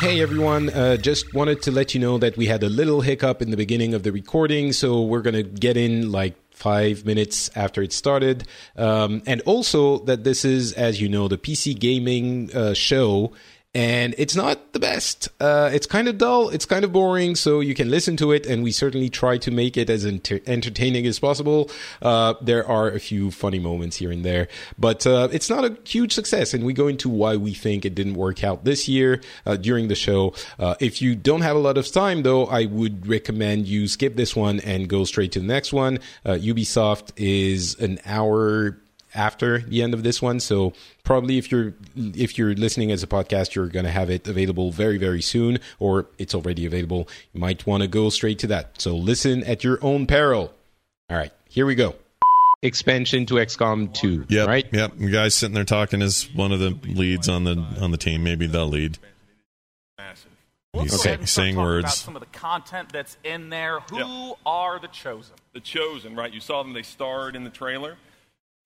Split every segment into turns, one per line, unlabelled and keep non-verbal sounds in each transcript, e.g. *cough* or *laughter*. Hey everyone, uh, just wanted to let you know that we had a little hiccup in the beginning of the recording, so we're gonna get in like five minutes after it started. Um, and also that this is, as you know, the PC gaming uh, show, and it's not the best. Uh, it's kind of dull, it's kind of boring, so you can listen to it, and we certainly try to make it as enter- entertaining as possible. Uh, there are a few funny moments here and there, but uh, it's not a huge success, and we go into why we think it didn't work out this year uh, during the show. Uh, if you don't have a lot of time, though, I would recommend you skip this one and go straight to the next one. Uh, Ubisoft is an hour after the end of this one so probably if you're if you're listening as a podcast you're going to have it available very very soon or it's already available you might want to go straight to that so listen at your own peril all right here we go expansion to xcom 2
Yep.
right
Yep. The guy sitting there talking is one of the leads on the on the team, maybe the lead. He's
Let's go ahead and start
saying
talking
words.
About some of the content that's in there. Who
Yeah.
are the chosen?
The Chosen, right? You saw them, they starred in the trailer.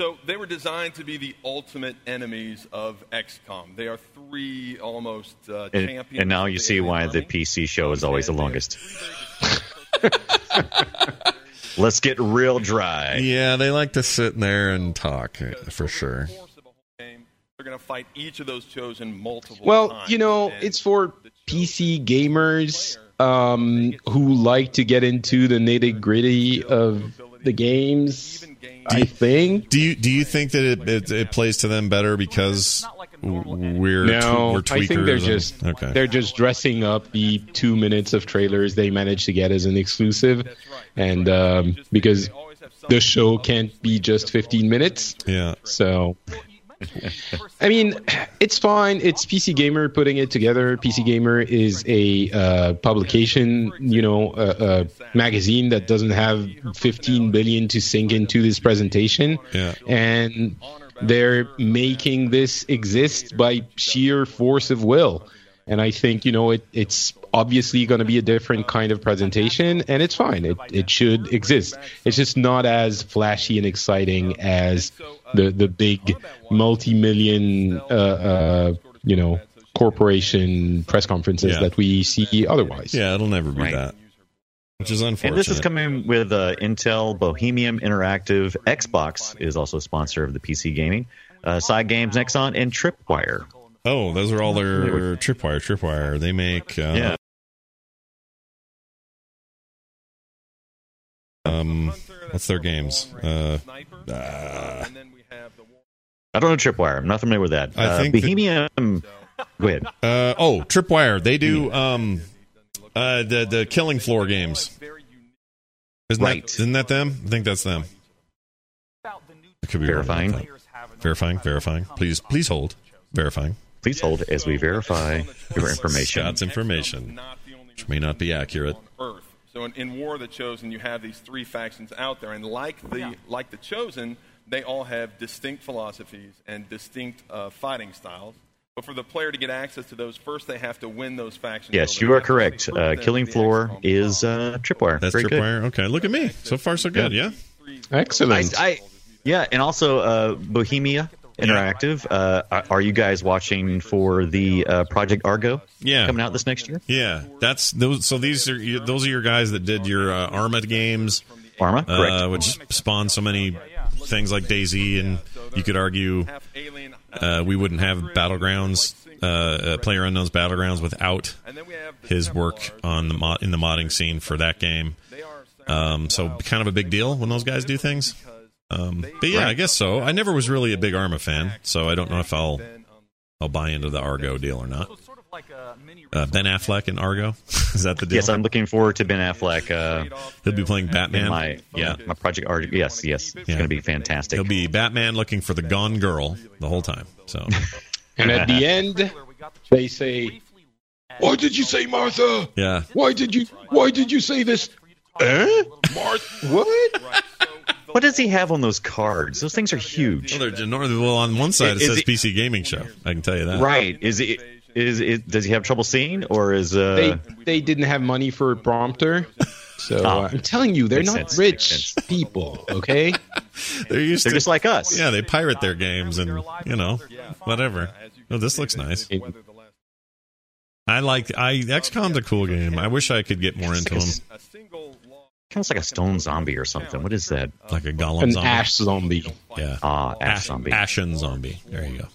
So they were designed to be the ultimate enemies of XCOM. They are three almost uh,
And,
champions.
and now
of
you
the
see
alien
why the
army.
PC show is always the
And they have
longest.
three
*laughs*
very distinct personalities.
Let's get real dry.
Yeah, they like to sit there and talk uh, for sure.
Over the course of a whole game, They're going to fight each of those Chosen multiple
Well,
times.
you know,
And
it's for
the Chosen-
PC gamers um, who like to get into the nitty gritty of the games. I think.
Do you do you think that it it, it plays to them better because we're tw-
No,
we're tweakers?
I think they're
and-
just
okay.
they're just dressing up the two minutes of trailers they managed to get as an exclusive, and um, because
They always have something
the show
other
can't be
three
just 15 minutes,
yeah.
so I mean, *clears throat* it's fine. It's PC Gamer putting it together. PC Gamer is a uh, publication, you know, a, a magazine that doesn't have 15 billion to sink into this presentation.
Yeah.
And they're making this exist by sheer force of will. And I think, you know, it, it's obviously going to be a different kind of presentation, and it's fine. It, it should exist. It's just not as flashy and exciting as the, the big multi million, uh, uh, you know, corporation press conferences
Yeah.
that we see otherwise.
Yeah, it'll never be
Right.
that. Which is unfortunate.
And this is coming with uh, Intel, Bohemian Interactive, Xbox is also a sponsor of the PC gaming, uh, Side Games, Nexon, and Tripwire.
Oh, those are all
They
their
were-
tripwire. Tripwire. They make uh,
Yeah.
um what's their games? Uh,
Sniper,
uh,
and then we have the war-
I don't know Tripwire. I'm not familiar with that.
I
uh,
think that-
Bohemian. Go ahead.
uh oh, Tripwire. They do um uh the the Killing Floor games.
very unique.
Isn't
Right.
that isn't that them? I think that's them.
About the new
It could be wrong about
Verifying.
that. Verifying, verifying. Please please hold. Verifying.
Please hold as we verify your information.
Scott's information,
which
may not be accurate.
On Earth. So in, in War of the Chosen, you have these three factions out there, and like the like the Chosen, they all have distinct philosophies and distinct uh, fighting styles. But for the player to get access to those, first they have to win those factions.
Yes,
over.
you are
That's how they
correct.
prove
Uh,
them
Killing
the
Floor
XCOM
is
plot.
uh, Tripwire.
That's
Very good.
Tripwire. Okay, look at me. So far so good, yeah.
Excellent.
I, I- yeah, and also uh, Bohemia Interactive. Uh, are- are you guys watching for the uh, Project Argo?
Yeah.
coming out this next year.
Yeah, that's those. So these are you- those are your guys that did your uh, Arma games,
Arma, correct?
uh, which spawned so many things like Daisy, and you could argue
Half alien,
uh, we wouldn't have Battlegrounds, uh, uh, Player Unknown's Battlegrounds, without
And then we have the
his work
Templars.
on the mod- in the modding scene for that game.
They are
Um, so kind of a big deal when those guys do things. Um, but yeah, I guess so. I never was really a big Arma fan, so I don't know if I'll I'll buy into the Argo deal or
So
not.
it's sort of like a mini.
Uh, ben Affleck and Argo *laughs* is that the deal?
Yes, I'm looking forward to Ben Affleck. Uh,
He'll be playing Batman.
in my
yeah,
my project art. Yes, yes, it's
Yeah.
going to be fantastic.
he'll be Batman looking for the Gone Girl the whole time. So
*laughs* And at the end, they say, "Why did you say Martha?
yeah,
Why did you? Why did you say this? Eh? Martha? What?
what does he have on those cards? Those things are huge.
well, they're enormous. Well, on one side it
Is
says
it-
PC Gaming Show. I can tell you that.
Right? Is it? Is it? Does he have trouble seeing, or is uh?
They they didn't have money for a prompter."
*laughs*
So
Oh.
Ah.
I'm telling you, they're
Makes
not
sense, makes
rich
sense.
people, okay?
*laughs* They're used
They're
to
just like us.
yeah, they pirate their games and you know whatever. Oh, this looks nice. I like I XCOM's a cool game. I wish I could get more into them.
Kind of like a stone zombie or something. What is that?
Like a golem
An
zombie.
ash zombie.
Yeah.
Ah, ash
Ash-
zombie.
Ashen zombie. There you go.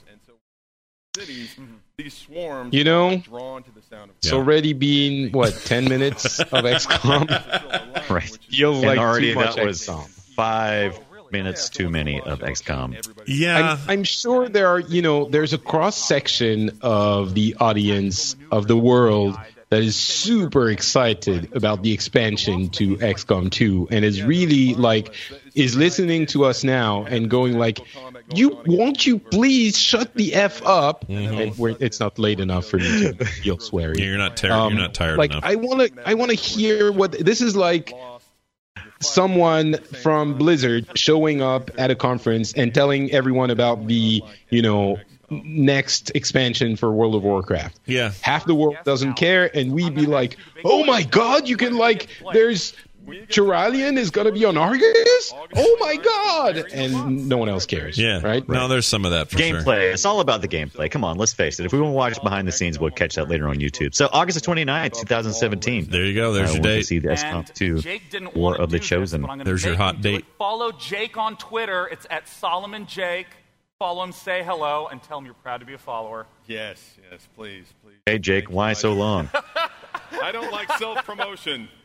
Cities, these swarms
You know,
are drawn to the sound of
It's
Yeah.
already been what ten minutes of
*laughs*
XCOM.
Right.
Feels
and
like
already
too much
that was
XCOM.
five minutes too many of XCOM.
Yeah.
I'm, I'm sure there are, you know, there's a cross section of the audience of the world that is super excited about the expansion to XCOM 2 and is really like is listening to us now and going like, "You won't you please shut the f up?" And we're, it's not late enough for me to feel sweary.
Yeah, Mm-hmm. you're not tired.
Um,
you're not tired
like
enough.
I want to, I want to hear what this is like. Someone from Blizzard showing up at a conference and telling everyone about the, you know, n- next expansion for World of Warcraft.
yeah.
Half the world doesn't care, and we be like, "Oh my God, you can like, there's." Chiralion is gonna be on Argus. Oh my God! And no one else cares.
Yeah.
Right.
No, there's some of that for sure.
Gameplay. It's all about the gameplay. Come on, let's face it. If we want to watch behind the scenes, we'll catch that later on YouTube. So August 29th, 2017.
There you go. There's your
I want to
date.
see the XCOM 2 War of the Chosen.
There's your hot date.
Follow Jake on Twitter. It's at Solomon Jake. Follow him, say hello, and tell him you're proud to be a follower.
Yes, yes, please, please.
Hey, Jake, why so long?
I don't like self promotion.
*laughs*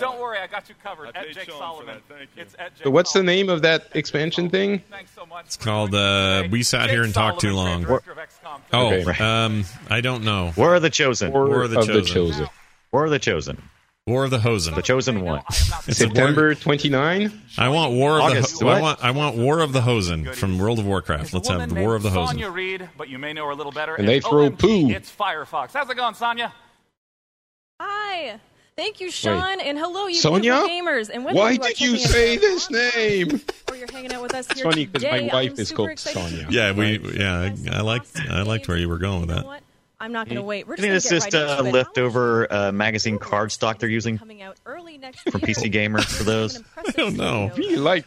Don't worry, I got you
I
covered. at
paid
Jake
Sean for
Solomon.
that. Thank you.
It's at Jake
So what's the
Solomon.
name of that expansion thing?
Thanks so much. It's
called, uh, We Sat Here and Talked Too Long. Oh,
Okay.
Right.
um, I don't know.
War of the Chosen.
War,
War of the
of the
Chosen.
Chosen.
War of the Chosen.
War of the Hosen.
The Chosen One.
It's a war-
September 29.
I want War of
August,
the. Ho- I
what?
want. I want War of the Hosen from World of Warcraft. Let's have the War of the Hosen.
Sonya Reed, but you may know her a little better.
And they throw
OMG,
poo.
It's Firefox. How's it going, Sonya?
Hi. Thank you, Sean, and hello, you
Sonia?
beautiful gamers. And whether
Why
are
did you
checking us
say
out
this
online
name?
Or you're hanging out with us here
It's funny because my
today,
wife
I'm
is
super
called
excited to
Sonia.
Yeah, we.
Right.
Yeah,
see you
I
guys.
liked. I liked where you were going with
You know
that.
what? I'm not
Mm.
going to wait. We're
I
just
think
gonna
it's
get
just
right
uh,
into it.
leftover uh, magazine card stock they're using
coming out early next
from
year.
PC Gamer for those.
I
don't know.
Really like-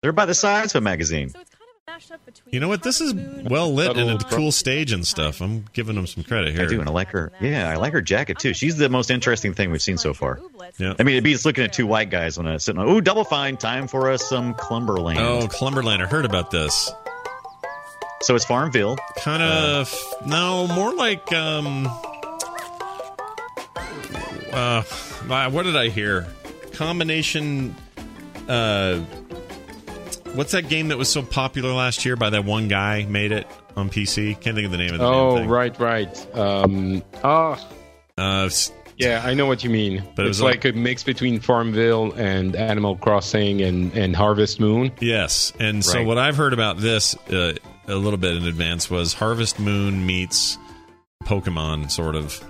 They're about the size of a magazine.
So it's kind of a mashup between
You know what? This is
Harvest Moon,
well lit and a
Subtle-
cool stage and stuff. I'm giving them some credit
I
here.
do, and I like her. Yeah, I like her jacket too. She's the most interesting thing we've seen so far.
Yeah.
I mean, it beats looking at two white guys when I sit on. Ooh, double fine! Time for us some Clumberland.
Oh, Clumberland! I heard about this.
So it's Farmville.
Kind of no, more like um. Uh, uh, what did I hear? Combination. Uh, what's that game that was so popular last year by that one guy made it on PC? Can't think of the name of the damn
Oh,
thing.
right, right. Um, ah,
Uh, s-
yeah, I know what you mean.
But it
it's
was
like a mix between Farmville and Animal Crossing and, and Harvest Moon.
Yes, and so
Right.
what I've heard about this uh, a little bit in advance was Harvest Moon meets Pokemon, sort of,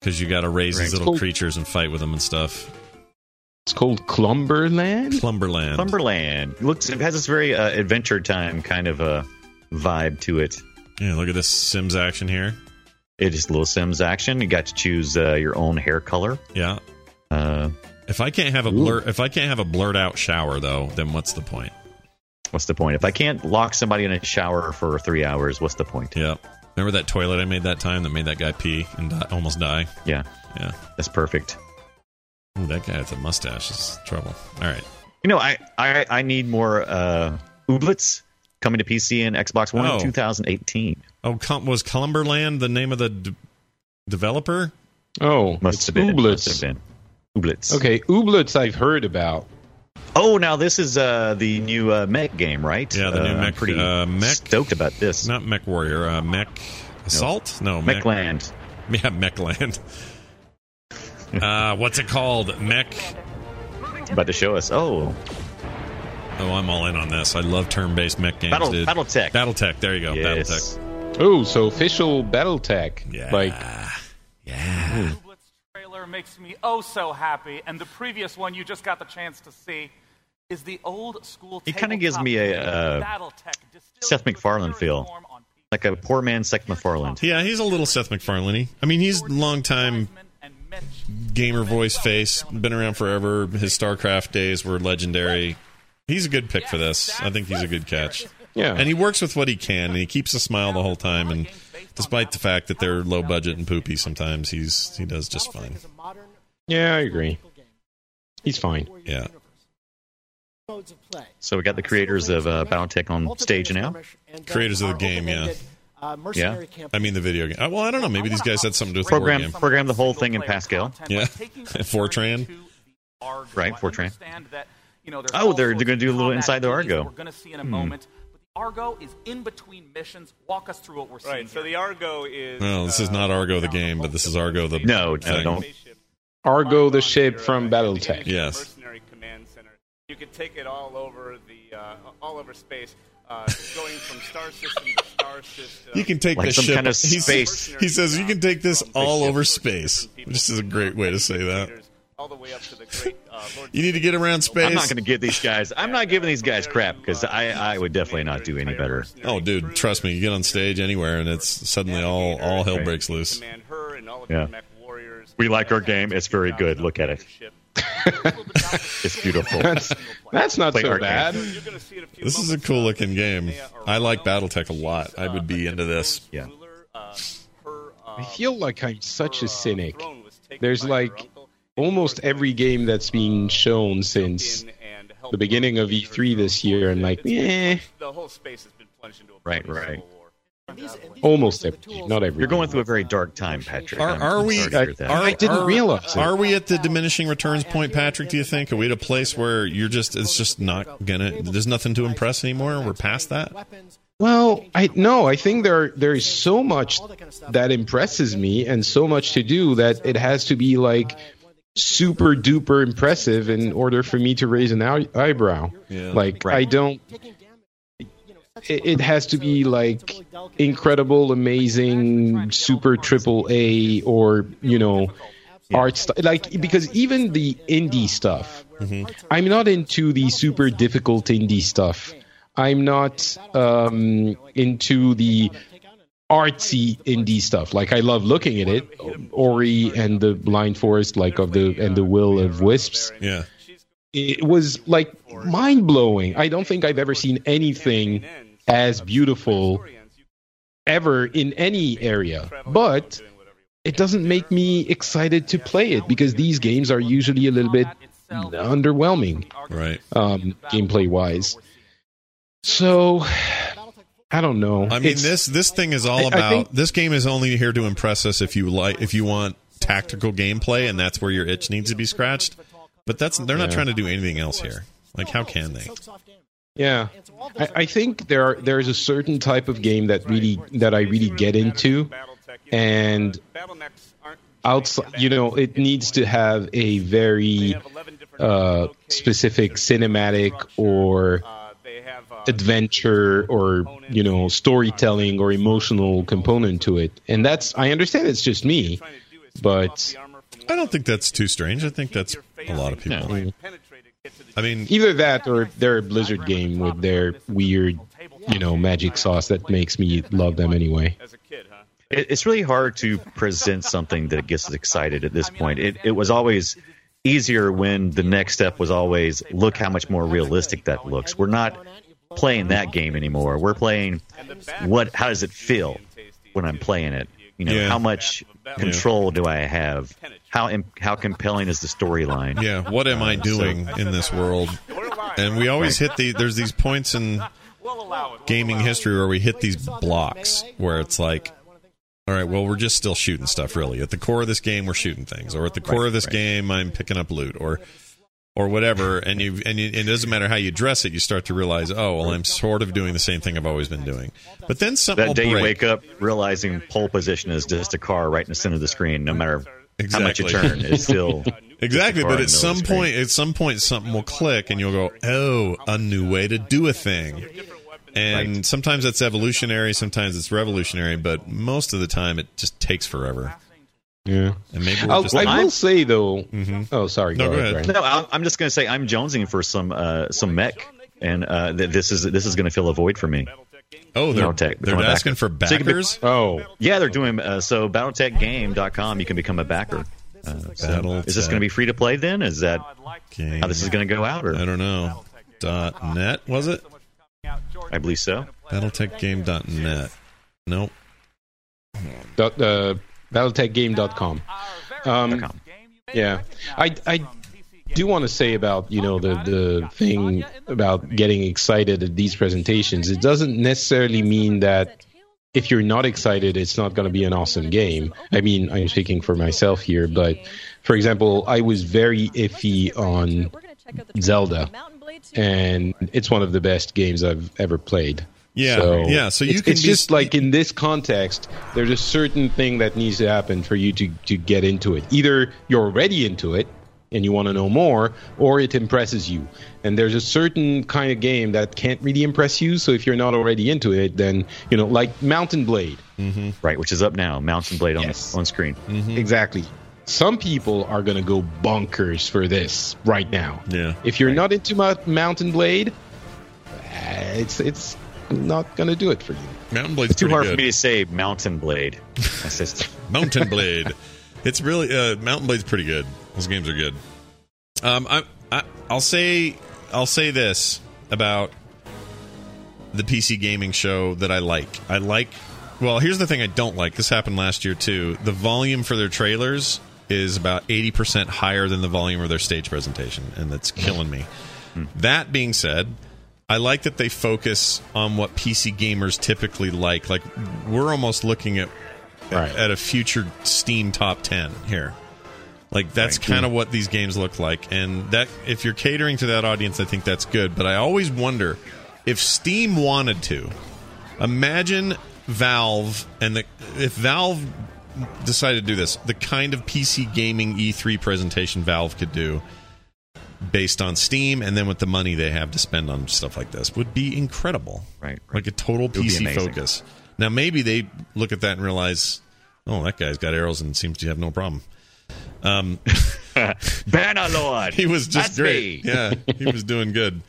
because you got to raise these
Right.
little
Cool.
creatures and fight with them and stuff.
It's called Clumberland.
Clumberland.
Clumberland looks. It has this very uh, Adventure Time kind of uh, vibe to it.
yeah, look at this Sims action here.
It is Little Sims action. You got to choose uh, your own hair color.
Yeah,
Uh,
if I can't have a blur, if I can't have a blurred out shower though, then what's the point?
what's the point? If I can't lock somebody in a shower for three hours, what's the point?
Yeah, remember that toilet I made that time that made that guy pee and di- almost die.
Yeah,
Yeah,
that's perfect.
Ooh, that guy with the mustache is trouble. All right,
You know, I I, I need more uh, ooblets. coming to PC and Xbox One
Oh.
in 2018.
Oh, Com- was Columberland the name of the d- developer?
Oh,
Must
it's
have been.
Ooblets.
Must have been. Ooblets.
Okay, Ooblets I've heard about.
Oh, now this is uh, the new uh, mech game, right?
Yeah, the
Uh,
new
I'm
mech-
Pretty
uh, mech-
stoked about this.
Not Mech Warrior. Uh, mech Assault? No, Mech
Mechland.
Yeah,
*laughs*
Mechland. uh, what's it called? Mech.
About to show us. Oh,
Oh, I'm all in on this. I love turn-based mech games,
Battle-
dude.
BattleTech.
BattleTech. There you go.
yes.
BattleTech.
Oh, so official BattleTech.
Yeah.
Like
yeah.
Ooblets trailer makes me oh so happy, and the previous one you just got the chance to see is the old school.
It kinda gives me a, uh, Seth MacFarlane feel. Like a poor man, Seth MacFarlane.
Yeah, he's a little Seth MacFarlane. I mean, he's longtime gamer voice face, been around forever. His StarCraft days were legendary. He's a good pick for this. I think he's a good catch.
yeah.
And he works with what he can, and he keeps a smile the whole time. And despite the fact that they're low budget and poopy sometimes, he's he does just fine.
yeah, I agree. He's fine.
Yeah.
Modes of play.
So we got the creators of uh, BattleTech on stage now.
Creators of the game, yeah.
Uh, mercenary
Yeah.
campaign.
I mean, the video game. Uh, Well, I don't know. Maybe these guys had something to do with the
Program-
board game.
program the whole thing in Pascal.
Yeah. *laughs* Fortran.
Right, Fortran. Oh, they're- they're gonna do a little inside the Argo. Hmm.
We're going to see in a moment. But the Argo is in between missions. Walk us through what we're seeing.
Right. So
here.
the Argo is.
Well, this is not Argo the game, but this is Argo the
No, no,
thing.
don't.
Argo the ship from BattleTech.
Yes.
Mercenary command center. You could take it all over the uh, all over space, uh, going from star system to star system.
You can take
Like
this
some
ship.
kind of
he s-
space.
He says you can take this all over space. This is a great way to say that.
All the way up to the great. Uh, Lord
You need to get around space.
I'm not going to give these guys. I'm not giving these guys crap because I, I would definitely not do any better.
Oh, dude, trust me. You get on stage anywhere, and it's suddenly all all hell breaks loose.
Command her and all of
Yeah.
your mech warriors.
We like our game. It's very good. Look at it. *laughs* It's beautiful.
That's not
Play
so
arcade.
bad.
You're gonna see it a few
This is a
moments,
cool
uh,
looking game. I like BattleTech a lot. I would be into this.
Yeah.
I feel like I'm such a cynic. There's like almost every game that's been shown since the beginning of E3 this year, and like, eh,
The whole space has been plunged into a
Right,
bloody
right.
civil war.
And these- and these
almost
are the
every,
tools
not every.
You're going through a very dark time, Patrick.
Are,
I'm-
are
I'm
we?
sorry to
Are,
hear that.
are-
I didn't
are-
realize it.
Are we at the diminishing returns point, Patrick? Do you think? Are we at a place where you're just? It's just not gonna. There's nothing to impress anymore. We're past that.
weapons,
Well, I no, I think there there is so much that impresses me and so much to do that it has to be like super duper impressive in order for me to raise an eye- eyebrow.
Yeah.
Like
Right.
I don't
taking damage. You know, such
it, it has to be like incredible, amazing, super triple A or, you know, art stuff. Like because even the indie stuff
Mm-hmm.
I'm not into the super difficult indie stuff. I'm not um, into the artsy indie stuff. Like I love looking at it, Ori and the Blind Forest, like of the and the Will of Wisps.
Yeah.
It was like mind blowing. I don't think I've ever seen anything as beautiful ever in any area. But it doesn't make me excited to play it because these games are usually a little bit underwhelming
Right.
um, gameplay wise. So I don't know.
I mean
It's-
this this thing is
I-
all
I
about
think-
this game is only here to impress us if you like if you want tactical gameplay and that's where your itch needs to be scratched. But that's they're not
Yeah.
trying to do anything else here. Like how can they?
soaks off damage.
Yeah, I, I think there are there is a certain type of game that really that I really get into, and outside, you know, it needs to have a very uh, specific cinematic or adventure or you know storytelling or emotional component to it and that's i understand it's just me but
I don't think that's too strange. I think that's a lot of people. I mean,
Either that or they're a Blizzard game with their weird, you know, magic sauce that makes me love them anyway.
It, it's really hard to present something that gets us excited at this point. It, it was always easier when the next step was always look how much more realistic that looks. We're not playing that game anymore. We're playing what? How does it feel when I'm playing it? You know,
Yeah.
how much control do I have? How im- how compelling is
*laughs*
the storyline?
yeah, what am I doing in this world? And we always hit the there's these points in
We'll allow it. We'll
gaming
allow it.
history where we hit these blocks where it's like, all right, well, we're just still shooting stuff. Really, at the core of this game, we're shooting things, or at the core of this game, I'm picking up loot, or or whatever. And you and you, it doesn't matter how you dress it. You start to realize, oh, well, I'm sort of doing the same thing I've always been doing. But then something
That day
will
you
break.
wake up realizing pole position is just a car right in the center of the screen, no matter how much you
Exactly. *laughs*
turn. It's still
Exactly,
just a
but
car in
at
the middle
some
of the screen.
point, at some point, something will click, and you'll go, "Oh, a new way to do a thing." And sometimes that's evolutionary, sometimes it's revolutionary, but most of the time, it just takes forever.
Yeah.
And maybe we're
I'll,
just
I will say though.
Mhm.
Oh, sorry.
No, go ahead.
Brian.
No, I'm, I'm just going to say I'm jonesing for some uh, some mech, and uh, th- this is this is going to fill a void for me.
oh, they're,
No, tech-
they're
coming back.
asking for
So you can be-
backers.
Oh,
Yeah, they're doing uh, so. BattleTechGame.com. You can become a backer. Uh, so
Battletech.
is this going to be free to play then? Is that
I'd like to
Game.
how this is going to go out?
I
Or
don't know. Dot net was it?
so much for coming out. Jordan,
I believe so.
Battletechgame.net. Nope.
dot, uh, BattleTechGame.com. Um,
.com.
Yeah, I I do want to say about you know the the thing about getting excited at these presentations. It doesn't necessarily mean that if you're not excited, it's not going to be an awesome game. I mean, I'm speaking for myself here, but for example, I was very iffy on Zelda, and it's one of the best games I've ever played.
Yeah, yeah, so you
it's,
can
it's
be-
just like in this context, there's a certain thing that needs to happen for you to to get into it. Either you're already into it and you want to know more, or it impresses you. And there's a certain kind of game that can't really impress you. So if you're not already into it, then you know, like Mountain Blade,
right, which is up now. Mountain Blade on
Yes.
on screen.
exactly. Some people are gonna go bonkers for this right now.
Yeah.
If you're not into Mo- Mountain Blade, uh, it's it's not gonna do it for you.
Mountain Blade's
It's too
pretty
hard
good.
for me to say Mountain *laughs* Blade. That's just-
*laughs* Mountain Blade. It's really uh, Mountain Blade's pretty good. Those games are good. Um, I, I I'll say I'll say this about the PC gaming show that I like. I like. Well, here's the thing I don't like. This happened last year too. The volume for their trailers is about 80% higher than the volume of their stage presentation, and that's killing me. That being said, I like that they focus on what PC gamers typically like. Like we're almost looking at
Right.
at a future Steam top 10 here. Like that's kind of what these games look like and that if you're catering to that audience I think that's good, but I always wonder if Steam wanted to imagine Valve and the if Valve decided to do this, the kind of PC gaming E3 presentation Valve could do based on Steam and then with the money they have to spend on stuff like this would be incredible.
Right, right.
Like a total
would be
PC
amazing.
focus. Now maybe they look at that and realize, oh, that guy's got arrows and seems to have no problem.
*laughs*
Um,
Bannerlord.
he was just
That's
great.
me.
Yeah, he was doing good.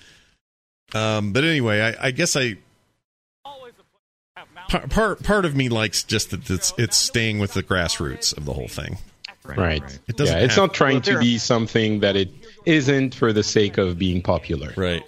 Um, but anyway, I, I guess I par- part part of me likes just that it's it's staying with the grassroots of the whole thing.
Right.
It doesn't
yeah, it's
have-
not trying to be something that it isn't for the sake of being popular.
Right.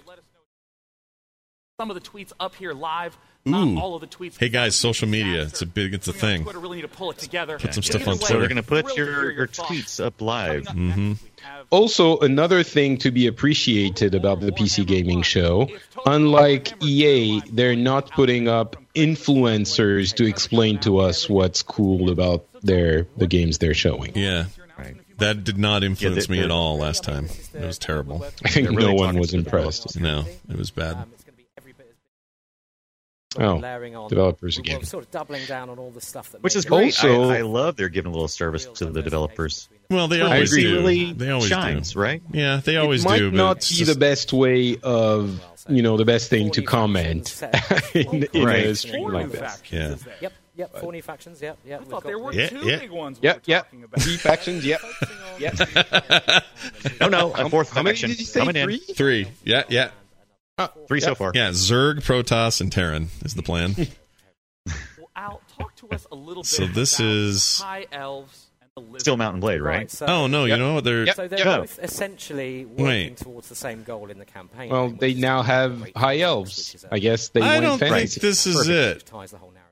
Some of the tweets up here live.
Ooh.
Not all of the tweets.
Hey guys, social media, it's a big it's a
We on
thing.
Twitter really need to pull it together.
Put some
Either
stuff on
way,
Twitter.
So we're going to put
thrilled to hear
your, your
thoughts.
tweets up live.
Coming up next, we have-
Mm-hmm. Also, another thing to be appreciated about the PC gaming show, unlike EA, they're not putting up influencers to explain to us what's cool about their the games they're showing.
Yeah,
Right.
that did not influence me
they're-
at all last time. It was terrible.
I think
They're really
no one
talking
was
to the
impressed.
No, it was bad.
Um, it's going to be every bit as
Oh,
layering on.
developers
We're-
again.
We're sort of doubling down on all the stuff that.
Which
made
is
it
great.
Also-
I, I love they're giving a little service to the developers.
Well, they
I
always
agree.
do.
Really
they always
shines,
do.
right?
Yeah, they always
it might
do. But
not
it's
be
just-
the best way of you know the best thing to comment *laughs* in, in a
Right.
stream like this.
Yeah.
Yep, yep. Four new factions. Yep,
I
yep. we've
thought there
got-
were
Yeah,
two
yeah.
big ones we
Yep,
were
yep.
talking about.
Deep factions,
*laughs*
yep.
*laughs*
Yep.
No, no, a fourth
How many
faction
did you say?
coming in.
Three? Uh,
Three. Yeah, yeah,
Three so far.
yeah. Zerg, Protoss, and Terran is the
*laughs*
plan.
Well, Al, talk to us a little bit
So this
about
is-
high elves and the lizards.
Still Mountain Blade, right?
So,
Oh no, you know what? They're
so they're
Yep.
both essentially working
Wait.
towards the same goal in the campaign.
Well,
which
they
is
now
to
have
create
high
factions,
elves.
which is a-
I guess they
I
went
don't think
fancy.
this is
which
it.
ties the whole narrative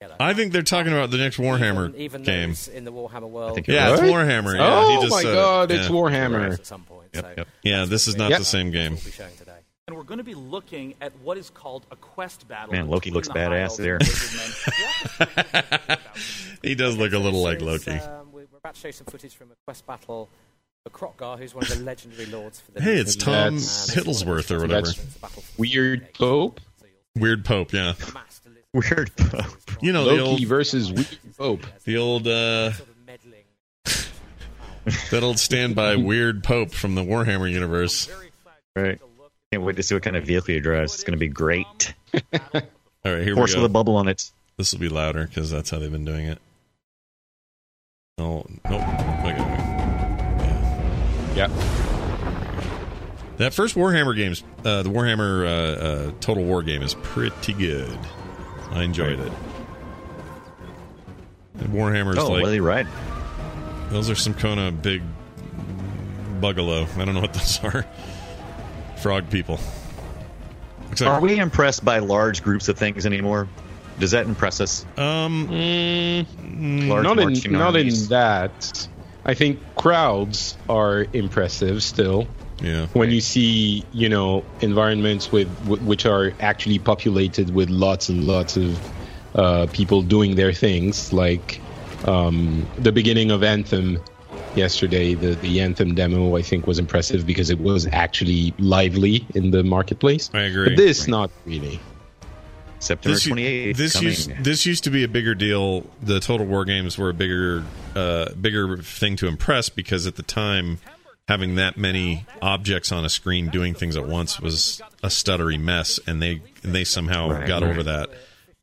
together.
I think they're talking about Uh, the next Warhammer
even, even though
game.
it's in the Warhammer world.
think you're
Yeah,
right.
it's
What?
Warhammer. Yeah, he
oh
just
my
said it.
god, it's
Yeah.
Warhammer.
At some point. so
Yep.
Yeah, this is not
Yep.
the same game.
we'll be showing today.
And and we're going to be looking at what is called a quest battle.
Man, Loki
between
looks
the High
badass
Elves and
*laughs*
there.
Lizardmen. Walk us through this.
He does look a little
So
like
it's,
Loki.
um, we- we're about to show some footage from a quest battle. The Krokgar, who's one of the legendary lords for the.
Hey, it's Tom
That's-
Hiddlesworth or whatever.
that's Weird Pope.
Weird Pope, yeah.
Weird.
You know the
Loki
old
versus Weird Pope.
the old uh,
Sort of meddling.
that old
*laughs*
standby Weird Pope from the Warhammer universe.
right. Can't wait to see what kind of vehicle he drives. It's going to be great.
*laughs* All right, here
Horse
we
with
go.
a bubble on it.
This will be louder because that's how they've been doing it. No, nope. Okay. Yeah.
Yeah.
That first Warhammer game's uh, the Warhammer uh, uh, Total War game is pretty good. I enjoyed it. And Warhammer's
Oh,
like
what are they riding?
Those are some kind of big bugalo. I don't know what those *laughs* are. Frog people. Looks
Are
like,
we impressed by large groups of things anymore? Does that impress us?
um,
Large
Mm, not in
marching
not in
armies?
that. I think crowds are impressive still.
yeah.
When you see, you know, environments with wh- which are actually populated with lots and lots of uh, people doing their things, like um, the beginning of Anthem yesterday, the the Anthem demo I think was impressive because it was actually lively in the marketplace.
I agree.
But this not really.
September
This, u-
28th.
this
coming.
used this used to be a bigger deal. The Total War games were a bigger uh, bigger thing to impress because at the time, having that many objects on a screen doing things at once was a stuttery mess, and they and they somehow
Right,
got
right.
over that.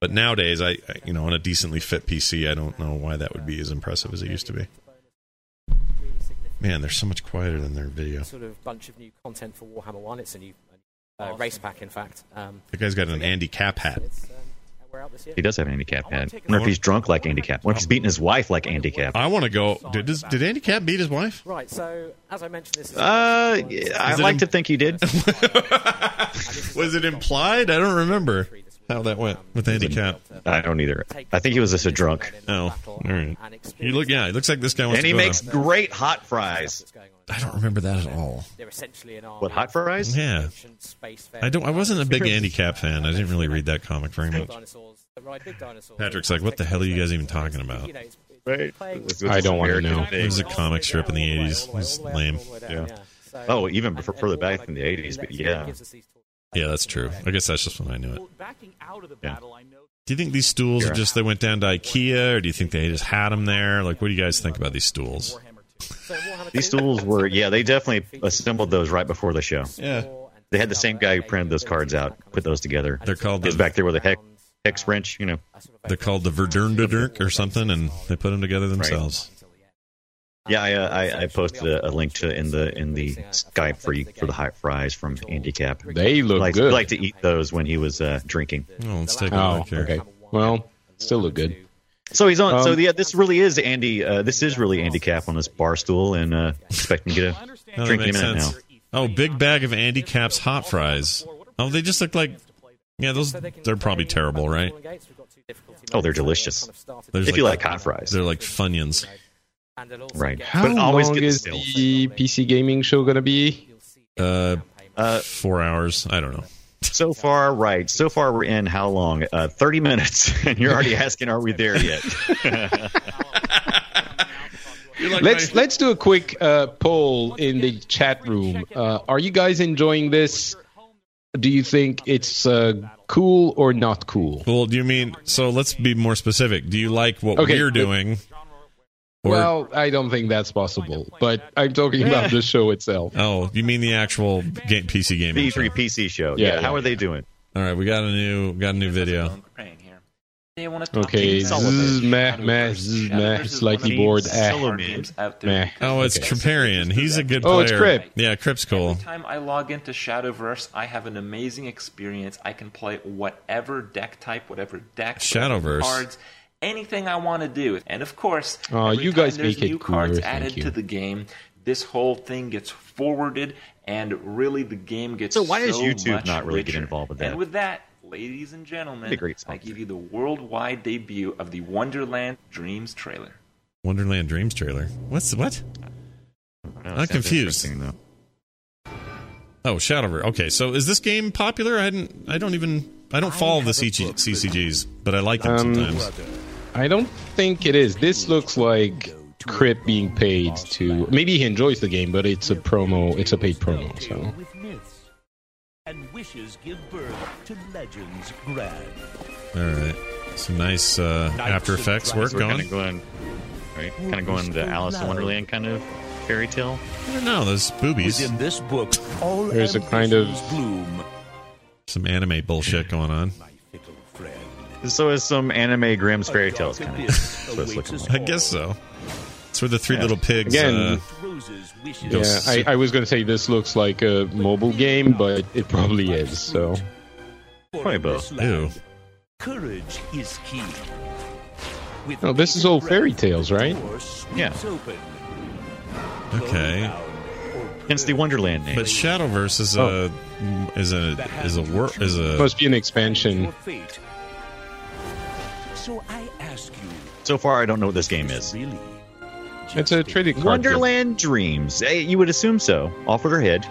But nowadays, I I- you know on a decently fit PC, I don't know why that would be as impressive as it used to be.
Really significant
Man, they're so much quieter than their video.
sort of bunch of new content for Warhammer One. It's a new uh, race pack, in fact. Um,
The guy's got an Andy Cap hat.
it's, um, we're out this year.
He does have an handicap head.
take a-
I wonder if he's drunk like handicap. Wonder if he's beating his wife like handicap.
Oh. I want to go. Did, does- did Andy Cap beat his wife?
Right. So, as I mentioned, this is.
Uh,
Is
I
it
like
im-
to think he did.
*laughs* Was it implied? I don't remember how that went with Andy Cap.
I don't either. I think he was just a drunk.
Oh, all right. You look, yeah, it looks like this guy wants
And
to
he
go
makes
to-
great hot fries.
I don't remember that at all.
They're essentially an army.
What hot fries?
Yeah,
ancient space
I don't. I wasn't a big Andy Cap fan. I didn't really read that comic very much.
Dinosaurs, that ride big dinosaurs.
Patrick's like, "What the hell are you guys even talking about?"
You know, it's- it's
Right.
playing with-
I don't wanna know.
It was a comic strip in the
all way,
'80s. It
all the way,
was
all the way up,
lame.
all the way down,
Yeah.
So-
Oh, even before-
and-
further
and
back
all
than the
like
80s, but
electric
yeah.
gives us these tall-
Yeah, that's true. I guess that's just when I knew it.
Well, backing out of the
Yeah.
battle, I know
Do you think these stools are just they went down to IKEA, or do you think they just had them there? Like, what do you guys think about these stools?
Warhammer 2.
So Warhammer
These
2,
stools were, yeah, they definitely assembled those right before the show.
Yeah.
four and
They had the
three
same
other
guy who
eight
printed those cards
abilities,
out,
that kind
put
of
those
stuff.
together.
They're called
Goes
the
back there with a hex,
Um,
hex wrench, you know.
A sort of
they're called the Verdurnderdurk or something, and they put them together themselves.
Yeah, I, uh, I, I posted a, a link to in the in the Skype for you for the hot fries from Andy Cap.
They look
Like
good.
like to eat those when he was uh, drinking.
Oh, let's take a
Oh,
look here.
okay. Well, still look good.
So he's on. so
Um,
yeah, this really is Andy. Uh, this is really Andy Cap on this bar stool, and uh, expect him
*laughs*
to get a
No, Oh, that
drink in a
makes
minute
sense.
now.
Oh, big bag of Andy Cap's hot fries. Oh, they just look like yeah, those they're probably terrible, right?
Oh, they're delicious.
There's
If you like hot fries,
They're like Funyuns.
right?
How
but always
long
get
is
still.
the PC gaming show gonna be?
Uh,
Uh,
four hours. I don't know.
so far, right? So far, we're in how long? Uh, Thirty minutes, *laughs* and you're already asking, "Are we there
*laughs*
yet?"
let's let's do a quick uh, poll in the chat room. Uh, are you guys enjoying this? Do you think it's uh, cool or not cool?
Well, do you mean so? Let's be more specific. Do you like what
Okay.
we're doing? Or,
Well, I don't think that's possible, but I'm talking
*laughs*
about the show itself.
oh, you mean the actual game, PC gaming?
B three
show.
PC show.
Yeah,
Yeah,
yeah,
how
yeah.
are they doing?
All right, we got a new got a new video.
Okay, zzz, meh, meh, zzz, meh, slightly bored. Eh,
Solomon.
meh.
Oh, it's
Okay.
Triparian. He's a good player.
Oh, it's Crip.
Yeah, Crip's cool.
time I log into Shadowverse, I have an amazing experience. I can play whatever deck type, whatever deck,
Shadowverse.
cards, anything I want to do. And of course,
Aw,
every
you
time
guys
there's
make it
new cards
cooler, thank
added
you.
to the game, this whole thing gets forwarded, and really the game gets
So why does YouTube
much
not really get
richer.
involved with that?
And with that, ladies and gentlemen,
Be great
I
sponsor.
give you the worldwide debut of the Wonderland Dreams trailer.
Wonderland Dreams trailer. What's what?
I don't know,
I'm
it sounds
confused.
interesting, though.
Oh, Shadowver. Okay, so is this game popular? I hadn't. I don't even. I don't follow the CG, CCGs, but I like them
Um,
sometimes.
I don't think it is. This looks like Crip being paid to. Maybe he enjoys the game, but it's a promo. It's a paid promo. So
*laughs* with myths. And wishes give birth to legends grand.
All right, some nice uh, After Effects work
we're
going.
Kind of going, right? Kind of going the Alice in Wonderland kind of fairy tale.
I don't know. Those boobies.
Within this book, all
there's a kind of
bloom.
Some anime bullshit going on.
So it's some anime Grimm's fairy tales kind of. That's what it's looking like.
I guess so. It's where the three
Yeah.
little pigs.
Again,
uh,
Roses wishes.
Go
yeah, I, I was gonna say this looks like a mobile game, but it probably is. So
for
Probably both.
this land.
Ew.
Courage is key. With
No, this is all fairy tales, right?
Yeah.
okay,
Hence the Wonderland name. Oh.
but Shadowverse is a is a is a wor- is a
must be an expansion.
So I ask you,
so far, I don't know what this game is.
really?
It's a trading card.
Wonderland Dreams. Eh, you would assume so. Off with her head.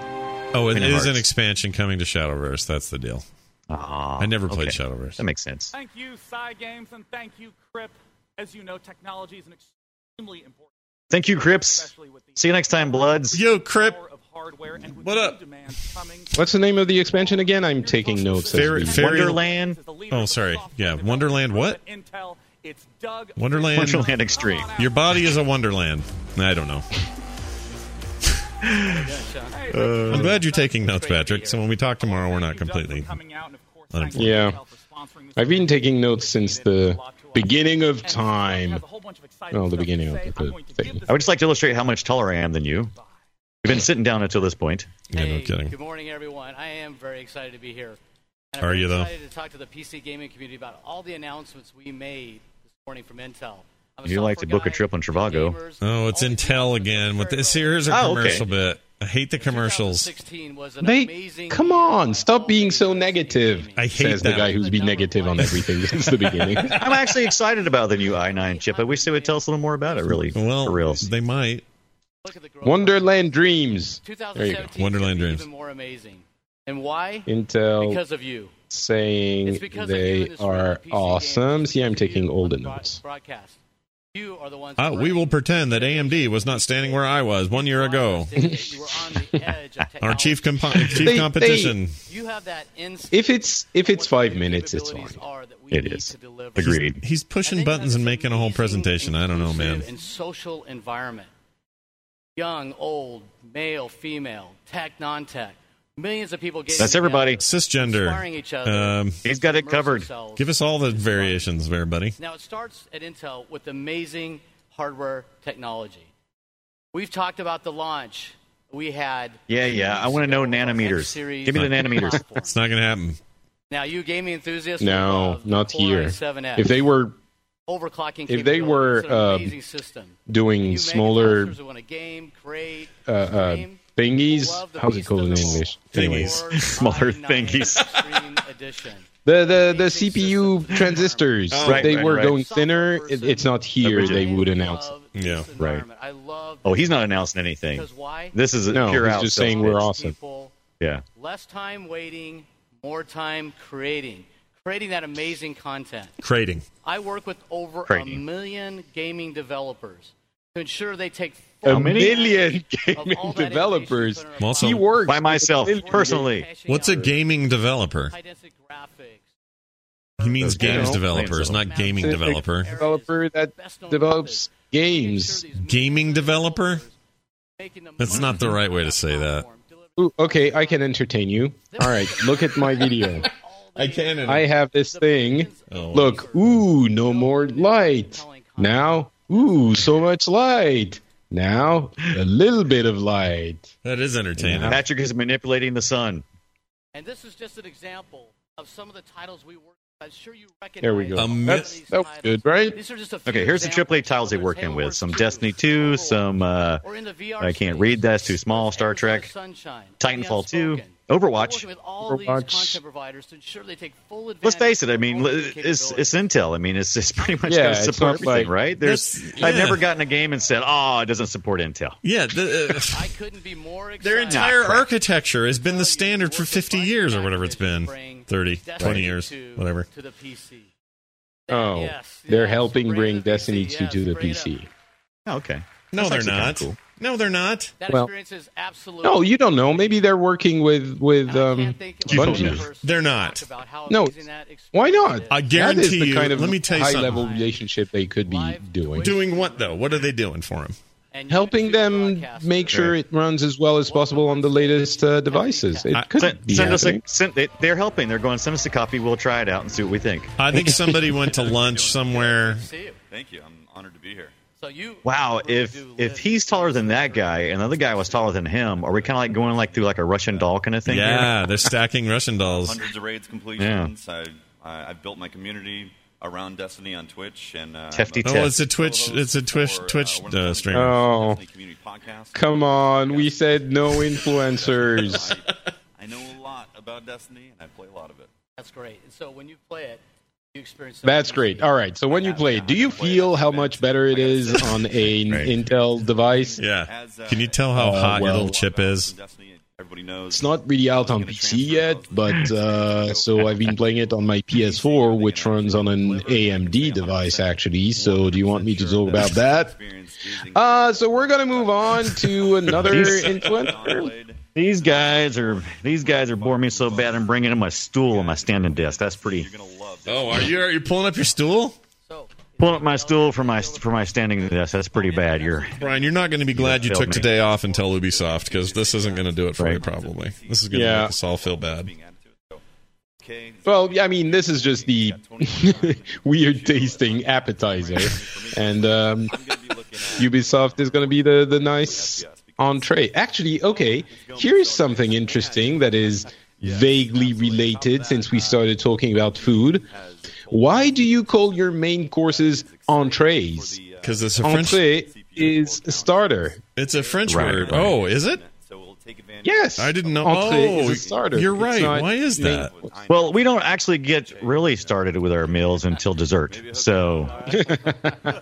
oh, it
Kingdom
is an
Hearts.
expansion coming to Shadowverse. That's the deal.
Ah,
I never played
okay.
Shadowverse.
That makes sense.
Thank you, Psy Games, and thank you, Crip. As you know, technology is an extremely important,
Thank you, Crips.
especially with the
See you next time, Bloods.
Yo, Crip.
power of hardware and with
What
new
up?
demands coming.
What's the name of the expansion again? I'm taking notes. as
Fairy-
we-
fairy-
Wonderland.
As the leader
Oh,
of the
sorry.
software
Yeah, Wonderland
development
what?
group at Intel, it's Doug
Wonderland.
Wonderland Extreme.
Your body is a wonderland. I don't know.
Uh,
I'm glad you're taking notes, Patrick. So when we talk tomorrow, we're not completely. Unemployed.
Yeah. I've been taking notes since the beginning of time. Well, the beginning of the thing.
I would just like to illustrate how much taller I am than you. We've been sitting down until this point.
Yeah, no
Hey,
kidding.
Good morning, everyone. I am very excited to be here. And
Are
I'm very
you, though?
Excited to talk to the PC gaming community about all the announcements we made this morning from Intel. I'm
You like to
software
book a
guy,
trip on
PC
Trivago.
gamers.
Oh, it's
All the
Intel again. With this, see, here's a
Oh, okay.
commercial bit. I hate the commercials.
2016 was an
They
amazing
come
year
on,
for
stop being so
gaming.
negative.
I hate
says
that.
the guy who's been negative on everything since the beginning.
*laughs*
*laughs* I'm actually excited about the new i9 chip. I wish they would tell us a little more about it, really.
Well,
for real.
they might.
Look at the growth.
Wonderland Dreams. There you go.
Wonderland
2017 Wonderland
Dreams.
even more amazing. And why?
Intel
because of you.
saying
It's because of you in
they
this room,
are
PC gamers.
awesome. See, I'm
You
taking
on
all
the
the
broad-
notes.
Broadcast. You are the ones.
Uh, we
running
will pretend that AMD was not standing where I was one
*laughs*
year ago.
You were on the edge of
Our chief
technology.
compo- chief
They-
competition.
You have that instinct.
If it's if it's
for what
five
the
minutes, it's
capabilities
fine.
are that we
It
need
is.
to deliver.
Agreed.
He's pushing
then you
buttons
have
and
this
making a whole
amazing,
presentation. I don't know, Oh, man.
inclusive And social environment. Young, old, male, female, tech, non-tech. Millions of people getting
That's everybody.
together, inspiring each
Cisgender.
other.
Um,
He's got it
immerse
covered.
themselves.
give us all the variations, there, buddy.
Now, it starts at Intel with amazing hardware technology. We've talked about the launch we had.
Yeah, yeah. I want to know nanometers.
X-series
Give me the nanometers.
platform. *laughs*
It's not going to happen.
now, you gaming enthusiasts, will
No,
love the
not
Core
here.
i7X,
If they were
overclocking,
if they were,
capabilities, it's an
um,
amazing system.
doing
You
smaller
manufacturers who want to game, create,
uh, uh,
stream,
thingies,
love the
how's it
beast
called
of
in
them all.
English?
Thingies.
Anyways.
Core
*laughs* Smaller
i9
thingies.
Extreme Edition.
*laughs* The the the CPU transistors,
Oh, right,
they
right,
were
right.
going thinner. It, it's not here
Original.
they would announce it.
Yeah.
Right.
right. I love
Oh, he's not announcing anything.
because why?
This is a
No,
pure
he's
out
just
sales
saying we're
pitch.
awesome.
People,
Yeah.
less time waiting, more time creating, creating that amazing content.
Crating.
I work with over a
Creating.
million gaming developers to ensure they take full
A
many?
million
advantage of all
gaming
that innovation
developers.
put in our
Well, so-
He
products.
works
By myself,
with a million
personally.
Caching
What's a
out
gaming developer?
High-density graphics.
He means
Yeah.
games
Yeah.
developers, not gaming
It's a
developer.
Developer that
Best known
develops games.
Gaming developer?
Making the
That's
most
not the right way to
of
say
that
that.
platform, delivering
Ooh, okay, I can entertain you. All right, look at my video.
*laughs* all
I
the-
can.
I have this thing.
Oh.
Look, ooh, no more light. Now, ooh, so much light. Now, a little bit of light.
That is entertaining.
Yeah.
Patrick is manipulating the sun.
And this is just an example of some of the titles we work I'm sure you recognize.
There we go.
all of
That's-
these
that's
titles.
good, right?
These are just a few
Okay, here's the
examples.
AAA titles they work in with some Destiny 2, some uh, I can't read that's too small, Star Trek, Titanfall 2, Overwatch.
Working with all these content providers to ensure they take full advantage.
Let's face it. I mean, li- it's it's Intel. I mean, it's it's pretty much
Yeah,
going to
it's
support
not like-
everything, right? There's
That's-
I've
yeah.
never gotten a game and said, "Oh, it doesn't support Intel."
Yeah, the, uh, *laughs* their entire architecture has been the standard for 50 years or whatever it's been 30, 20 years, whatever.
To the PC.
Oh, they're helping bring Destiny 2 to the PC.
okay.
No,
Oh, That's
they're
actually
not.
kinda cool.
No, they're not.
That
Well-
experience is absolutely.
No, you don't know. Maybe they're working with with um, Bungie.
They're not.
No, why not?
I guarantee
that is the
you-
kind of
let me tell you
high
something.
level relationship they could be doing.
Doing what though? What are they doing for him?
Helping them make sure it runs as well as possible on the latest uh, devices. It could
Send,
be
send us a,
happening.
send, they, they're helping. They're going. Send us a copy. We'll try it out and see what we think.
*laughs*
I think somebody went to lunch somewhere.
See you.
Thank you. I'm honored
*sighs*
to be here.
So you
Wow, if if he's taller than that guy and the other guy was taller than him, are we kind of like going like through like a Russian doll kind of thing?
Yeah,
here?
*laughs*
they're stacking Russian dolls.
Hundreds of raids completions. I, I, I've built my community around Destiny on Twitch and uh,
Tefty
Oh, it's a Twitch. It's a Twitch. Twitch uh, streamer.
Oh, come on! We said no influencers.
I know a lot about Destiny and I play a lot of it.
That's great. And so when you play it, you experience.
That's great. All right. So when you play, do you feel how much better it is on
*laughs*
a Intel device?
Yeah. Can you tell how
Uh,
hot your
well-
little chip is?
It's not really out on PC yet, *laughs* but uh, so I've been playing it on *laughs* my PS4, which runs on an AMD device actually. So do you want me to talk about that? Uh, so we're gonna move on *laughs* to another
*laughs*
These-
influencer.
These guys are these guys are boring me so bad. I'm bringing in my stool on my standing desk. That's pretty.
Oh, are you are you pulling up your stool,
Pulling up my stool for my for my standing desk. That's pretty bad. You're
Brian? You're not going to be glad you
failed
took
me.
today off until Ubisoft because this isn't going to do it for you.
Right.
Probably this is going to
Yeah.
make us all feel bad.
Well, yeah, I mean, this is just the *laughs* weird tasting appetizer, and um, Ubisoft is going to be the the nice entree. Actually, okay, here's something interesting that is vaguely related since we started talking about food. Why do you call your main courses entrees?
Because it's a French-
entree is a starter.
It's a French
Right,
word.
right.
Oh, is it?
Yes,
I didn't know.
Entree is
oh,
a starter.
you're
It's
right.
not
Why is
main
that?
well. We don't actually get really started with our meals until dessert. *laughs* So,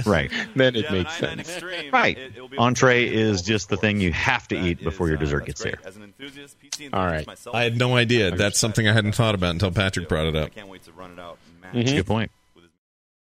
right.
Then it makes sense.
Right. Entree is just the thing you have to eat before your dessert gets there.
All right.
I had no idea. That's something I hadn't thought about until Patrick brought it up.
Mm-hmm. That's a good point.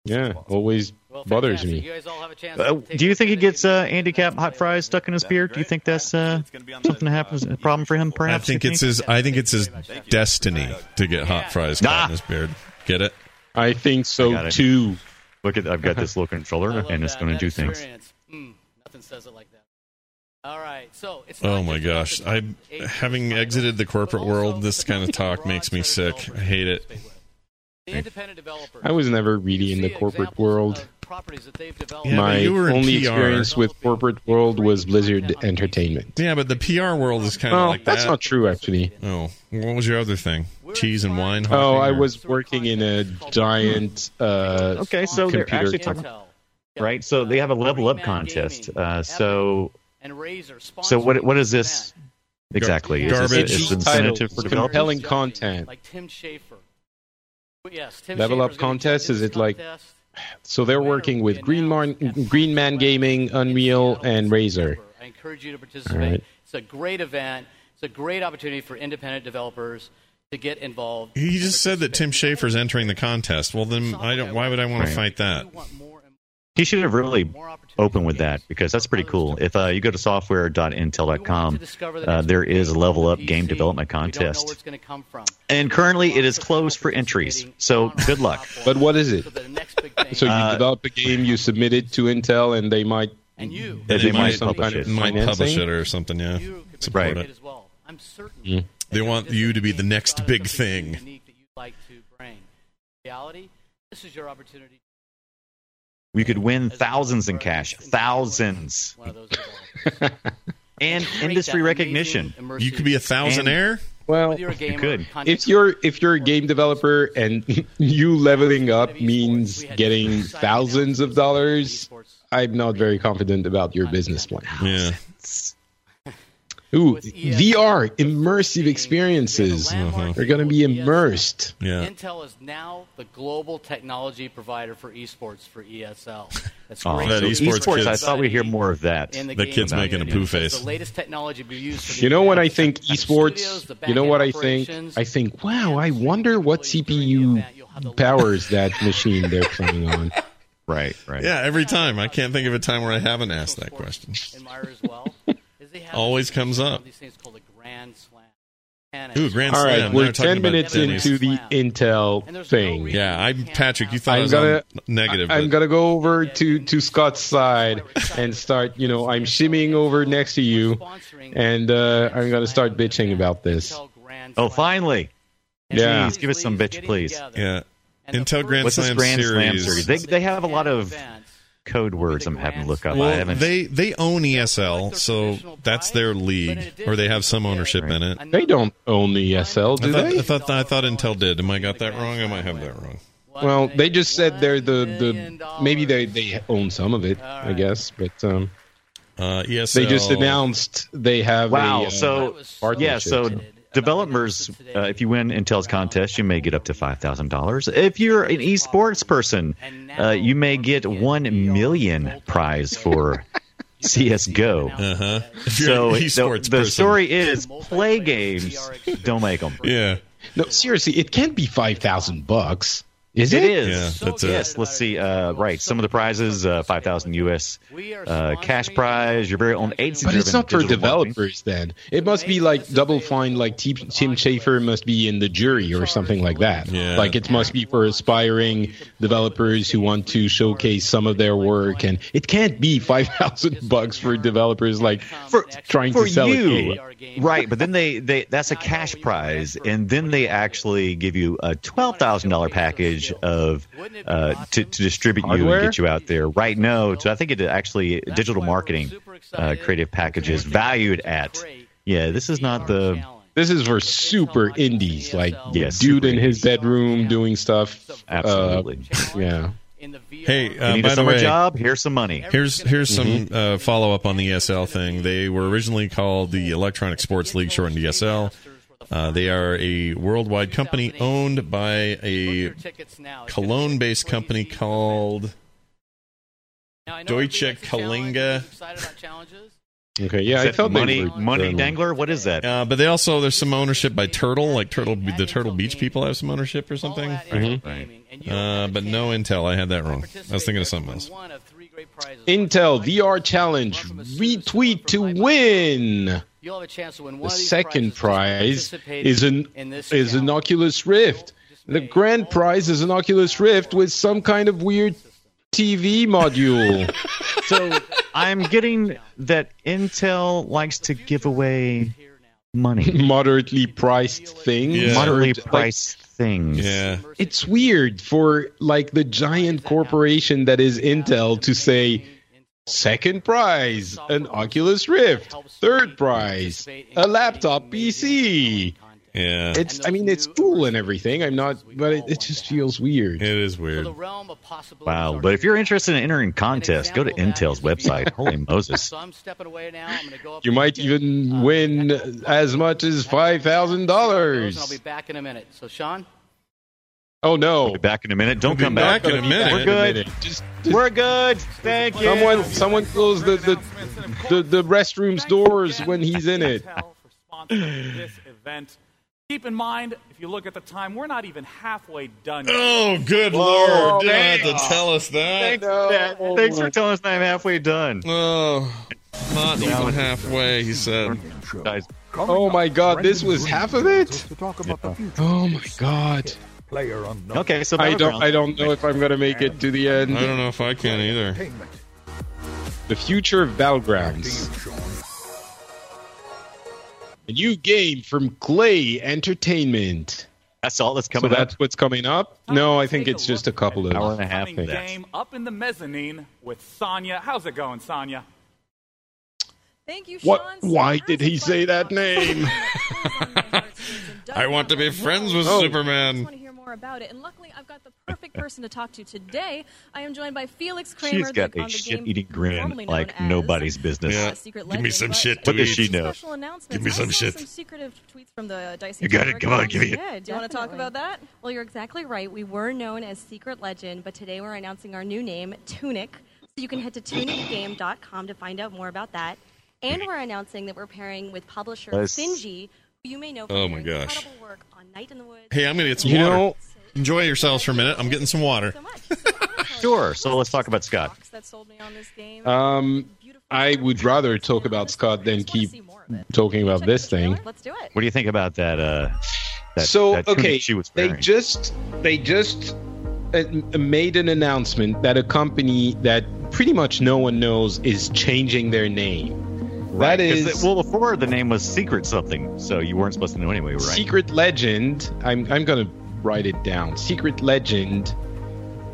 Yeah, always bothers me.
Uh, do you think he gets uh, handicap hot fries stuck in his beard? Do you think that's uh, something that happens a problem for him?
I
Perhaps
think
you
it's his. I think it's his destiny to get hot fries caught in his beard. Get it?
I think so
it.
too. Uh-huh.
Look at I've got this little controller and it's going to do things.
Experience. Mm, nothing says it like that. All right. So it's.
Oh my gosh! I, having exited the corporate world, this kind of talk makes me sick. I hate it.
I was never really in the corporate world.
Yeah,
My
but you were in
only
PR.
experience with corporate world was Blizzard Entertainment.
Yeah, but the PR world is kind of
Well,
like
that's
that.
not true, actually.
Oh, what was your other thing? Cheese and wine.
Oh,
hopping
I
or-
was working in a giant uh,
Okay, so they're
computer
actually
company.
talking, right? So they have a level up contest. Uh, so
And Razor
so what what is this exactly? Is this,
Garbage
it's incentive
titles,
for
compelling
developers.
content.
Like Tim Schafer. Yes, Tim
Level up
Schafer's gonna
contest
do
is
this
it like?
contest.
So they're working with Green Man, Green Man Gaming, Unreal, and Razer.
I encourage you to
All
participate.
right.
It's a great event. It's a great opportunity for independent developers to get involved.
He just said that Tim Schafer's entering the contest. Well, then I don't. Why would I want to
Right.
fight that?
He should have really opened with that because that's pretty cool. If uh, you go to software.intel.com, uh, there is a level up game development contest.
It's going to come from.
And currently it is closed for entries. So good luck.
But what is it?
*laughs*
So you
Uh,
develop a game, you submit it to Intel, and they might
They
do
might
some
publish
kind of
it.
Might publish
financing? Mm.
it or something. Yeah,
Right.
support it. They want you to be the next big thing.
Like to bring reality. This is your opportunity.
You could win thousands in cash, thousands,
One of those
and *laughs*
Create
industry
that
recognition.
amazing, immersive-
You could be a thousandaire.
And-
Well,
whether you're a gamer, content
if you're if you're a game developer and *laughs* you leveling up means getting thousands of dollars, I'm not very confident about your business plan.
Yeah.
Ooh,
E
VR immersive experiences. They're going to
E
be immersed.
Intel is now the global technology provider for esports
*laughs*
for ESL. That's
Oh,
great.
so esports, I thought we'd hear more of that.
In gaming community. It's The latest technology we use for the
You know what I
advanced
think
studios,
esports?
the
You know
back-end
what I think?
operations,
I think, wow, I wonder what CPU powers that machine they're playing
*laughs*
on.
Right, right.
Yeah, every time. I can't think of a time where I haven't asked that question.
admire as well. is they have
Always comes up.
These things called a grand slam. And
Ooh, Grand
All right,
Slam. They
we're
were talking
ten
about
minutes
Denny's.
into the Intel thing.
Yeah, I'm Patrick. You thought I
I'm
was
gonna
on negative.
I- I'm
but-
gonna go over to to Scott's side and start. You know, I'm shimmying over next to you, and uh, I'm gonna start bitching about this.
Oh, finally.
Yeah.
Jeez, give us some bitch, please.
Yeah. Intel Grand
What's this
Slam
Grand Slam
series.
series? They, they have a lot of code words I'm having to look up. I
Well,
haven't.
they they own ESL, so that's their league, or they have some ownership in it.
They don't own the ESL,
I
do
thought,
they?
I thought I thought Intel did. Am I got that wrong? I might have that wrong.
Well, they just said they're the the maybe they they own some of it, I guess, but um,
uh, ESL.
they just announced they have
wow.
A, uh,
so, yeah, so developers, uh, if you win Intel's contest, you may get up to $5,000. If you're an esports person, uh, you may get 1 million prize for CSGO.
Uh-huh. If you're
So
an
the-
esports
the
person.
story is play games, don't make them.
Yeah.
No, seriously, it can't be five thousand bucks. Is it?
it is. yes. Let's see. Uh, right. Some of the prizes: uh, five thousand U.S. Uh, cash prize, your very own eight.
But it's not for developers then. It must be like Double Fine, like T- Tim Schafer must be in the jury or something like that.
Yeah.
Like it must be for aspiring developers who want to showcase some of their work, and it can't be five thousand *laughs* bucks for developers like trying
for
to sell a
you.
game.
Right. But then they, they that's a cash prize, and then they actually give you a twelve thousand dollar package of uh, to to distribute you
Hardware?
and get you out there. Right. No. So I think it actually digital marketing uh, creative packages valued at. Yeah. This is not the.
This is for super indies, like
Yes,
dude in his bedroom doing stuff. Uh,
Absolutely.
yeah.
Hey,
you
uh,
need
by
a summer
the way,
job. Here's some money.
Here's here's some uh, follow up on the ESL thing. They were originally called the Electronic Sports League, shortened ESL. Uh, they are a worldwide company owned by a Cologne-based company called Deutsche Kalinga.
excited about challenges.
Okay, yeah,
Is
I
that
thought they
money
were
money
journalists.
dangler. What is that?
Uh, but they also there's some ownership by Turtle, like Turtle the Turtle Beach people have some ownership or something.
Mm-hmm.
Mhm.
Uh, but no Intel. I had that wrong. I was thinking of something else.
Intel VR Challenge retweet to win.
You'll have a chance to win one
The
of these
second prize
participating
is an
in this
is an Oculus Rift. The grand prize is an Oculus Rift with some kind of weird TV
*laughs*
module.
So I'm getting that Intel likes to give away money.
*laughs* Moderately priced things.
Yeah. Moderately
Like,
priced things.
Yeah.
it's weird for like the giant corporation that is Intel to say second prize an Oculus Rift, third prize a laptop PC.
Yeah.
It's I mean it's cool and everything. I'm not but it, it just feels weird.
It is weird.
Wow. But if you're interested in entering contests, go to Intel's website. Holy Moses.
You might even win as much as
And I'll be
$5,000.
back in a minute. So, Sean,
Oh no.
Back in a minute. Don't come back.
back in a minute.
We're good.
Just
We're good. Thank you.
someone someone close the the, the the restroom's doors when he's in it.
Intel for sponsoring this event. Keep in mind, if you look at the time, we're not even halfway done. yet.
Oh, good
Whoa,
lord! You had to
thanks.
tell us that.
Thanks, Matt. Thanks for telling us I'm halfway done.
Oh, not even halfway. He said.
Guys,
Oh my god, this was half of it? Oh my god.
Player on
Okay, so
I don't I don't know if I'm going to make it to the
I
end.
don't know if I can either.
The future of battlegrounds. A new game from Clay Entertainment.
that's all that's
So
coming up.
that's what's coming up? No, I think it's just a couple of
Hour and a half.
Coming
things.
game up in the mezzanine with Sonya. How's it going, Sonya?
Thank you, Sean.
What? Why did he say that name?
*laughs* I want to be friends with
Oh.
Superman.
I want to hear more about it. And luckily, I've got the perfect person to talk to today. I am joined by Felix Kramer.
She's got
the, on
a
the game
shit-eating
formerly
grin
known
like
as-
nobody's business.
Yeah. Secret
Give me some shit.
to
What does she know?
Special announcements.
Give me
I
some
saw
shit.
Some secretive tweets from the uh, Dicey.
You got it.
Network.
Come on, give me it.
Yeah, do you want to talk about that?
Well, you're exactly right. We were known as Secret Legend, but today we're announcing our new name, Tunic. So you can head to tunicgame.com to find out more about that. And we're announcing that we're pairing with publisher
Yes.
Finji, who you may know
Uh.
from their
Oh my gosh.
incredible work on Night in the Woods.
Hey, I'm gonna get some
You
water.
know-
Enjoy yourselves for a minute. I'm getting some water.
*laughs* Sure. So let's talk about Scott.
That sold me on this game.
Um, I would rather talk about Scott than keep talking about this thing.
Let's do it.
What do you think about that? Uh, that
so
that tunic
okay,
she was
they
wearing?
just they just uh, made an announcement that a company that pretty much no one knows is changing their name.
Right,
that
'cause
is
it- well before the name was Secret something, so you weren't supposed to know anyway, right?
Secret Legend. I'm I'm gonna write it down. Secret Legend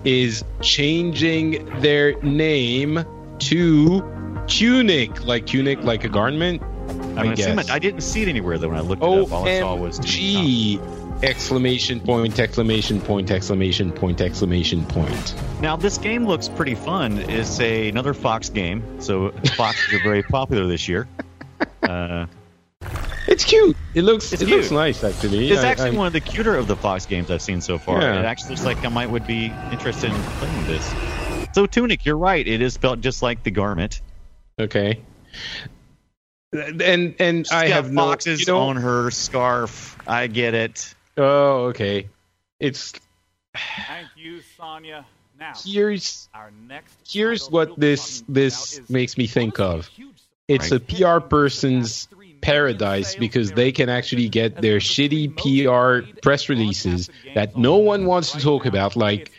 is changing their name to tunic, like tunic, like a garment.
I mean,
I
it's in my-
guess. Oh,
I didn't see it anywhere though when I looked it up. All I saw was
OMG! Exclamation point! Exclamation point! Exclamation point! Exclamation point!
Now this game looks pretty fun. It's a, another Fox game, so Foxes are very popular
*laughs*
this year. Uh,
it's cute. It looks
it's
it looks nice actually.
It's
I-
actually
I'm-
one of the cuter of the Fox games I've seen so far.
Yeah.
It actually looks like I might would be interested in playing this. So Tunic, you're right. It is spelled just like the garment.
Okay. And and I have no-
foxes
you know-
on her scarf. I get it.
Oh, okay. It's
Thank you, Sonia. Now,
here's
our next.
here's what this this makes me think of. It's a
Right.
PR person's paradise because they can actually get their shitty PR press releases that no one wants to talk about, like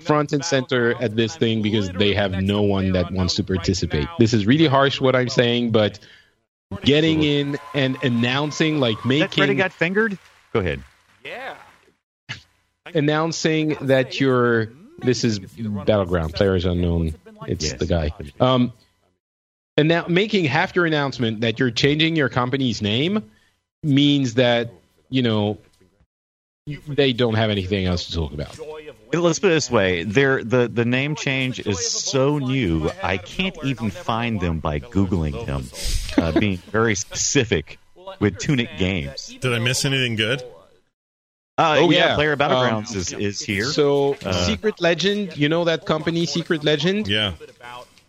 front and center at this thing because they have no one that wants to participate. This is really harsh what I'm saying, but getting in and announcing, like
That Freddy
making
got fingered. Go ahead.
Yeah.
announcing that you're this is battleground players unknown it's the guy um and now making half your announcement that you're changing your company's name means that you know they don't have anything else to talk about
Let's put it this way: there, the the name change is so new, I can't even find them by googling them. Uh, being very specific with Tunic Games.
Did I miss anything good?
Uh,
Oh,
yeah,
yeah.
Player Battlegrounds
Um,
is, is here.
so
Uh,
secret legend you know that company secret legend
yeah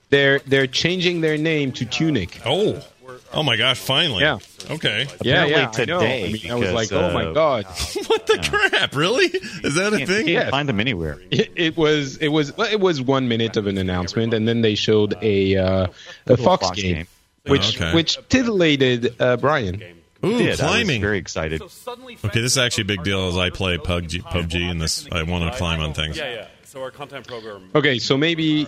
they're they're changing their name to tunic
oh Oh my gosh! Finally.
Yeah.
Okay.
yeah yeah I know. I, mean, I was like oh
uh,
my god
*laughs* what the crap? Really? Is that a thing?
them anywhere.
It, it was it was well, it was one minute of an announcement, and then they showed a uh, a Fox,
Fox
game,
game.
which
Oh, okay.
which titillated uh, Brian.
Ooh, climbing!
very excited.
Okay, this is actually a big deal as I play PUBG, PUBG and this I want to climb on things.
Yeah, yeah. So our content program.
Okay, so maybe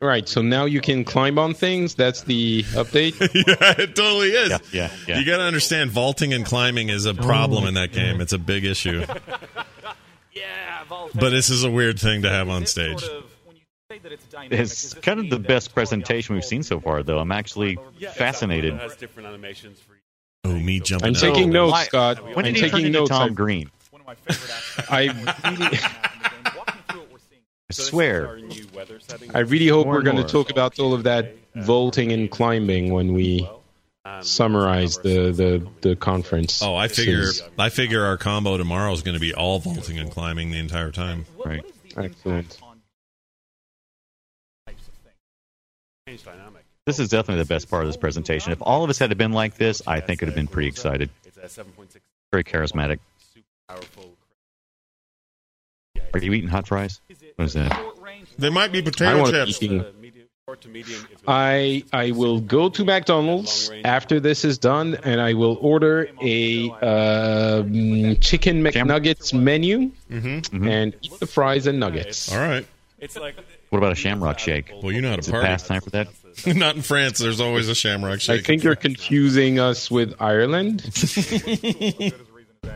right. So now you can climb on things. That's the update.
*laughs* yeah, it totally is.
Yeah, Oh,
You got to understand, vaulting and climbing is a problem in that game. It's a big issue.
Yeah,
But this is a weird thing to have on stage.
It's kind of the best presentation we've seen so far, though. I'm actually fascinated.
It has different animations for you.
Oh, me jumping.
I'm
out.
taking
So,
notes,
why-
Scott.
when
I'm
did he turn
taking
into
notes.
Tom
I-
Green?
I
*laughs*
really,
I swear.
I really hope
More
we're
and
going to
more.
talk about all of that vaulting and climbing when we summarize the the, the conference.
Um, Oh, I figure I figure our combo tomorrow is going to be all vaulting and climbing the entire time.
Right.
Excellent.
Change dynamic.
This is definitely the best part of this presentation. If all of us had been like this, I think it would have been pretty excited.
It's a 7.6
Very charismatic.
powerful.
Are you eating hot fries? What is that?
They might be
I
potato
wanna
*laughs*
chips.
eat-
*laughs*
Short to medium is
I I will go to McDonald's after this is done, and I will order a um, chicken McNuggets menu Mm-hmm. and eat the fries and nuggets.
Mm-hmm. All right.
It's
*laughs*
like
What about a shamrock shake?
Well, you know how to
Is it
party.
past time for that?
Not in France. There's always a shamrock
I
shake.
think you're confusing us with Ireland.
*laughs*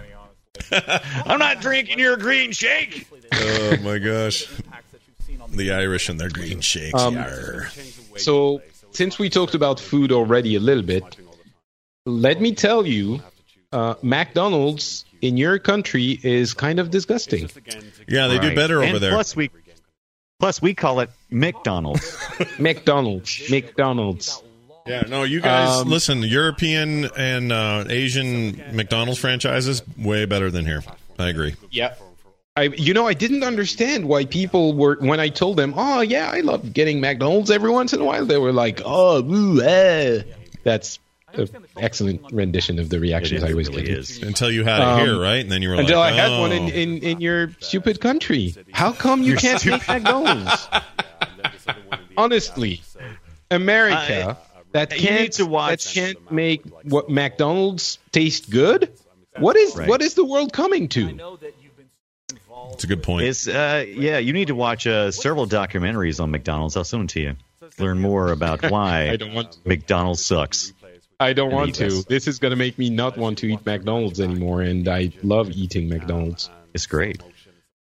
I'm not drinking your green shake.
oh
*laughs*
my gosh. The Irish and their green shakes.
Um,
yarr.
so, since we talked about food already a little bit, let me tell you uh, McDonald's in your country is kind of disgusting.
Yeah, they do
Right.
better over
And
there.
Plus we, plus we call it McDonald's.
*laughs* McDonald's, McDonald's.
Yeah, no, you guys
Um,
listen. European and uh, Asian McDonald's franchises way better than here. I agree.
Yeah. I, you know, I didn't understand why people were when I told them, "Oh yeah, I love getting McDonald's every once in a while." They were like, "Oh, ooh, eh." that's an excellent rendition of the reactions I was getting.
Until you had it
Um,
here, right? And then you were
until
like,
I had one
"Oh."
in, in, in your stupid country. How come you
Your
can't
stupid-
make
*laughs*
*laughs*
McDonald's? Honestly, America that
you
can't
need to watch-
that can't make what McDonald's taste good. What is
Right.
what is the world coming to?
It's a good point.
It's uh, yeah, you need to watch uh, several documentaries on McDonald's. I'll send them to you. Learn
*laughs*
more about why
I don't want
McDonald's sucks.
I don't
And
want
eat
to.
this.
This is going to make me not want to eat McDonald's anymore, and I love eating McDonald's.
It's great.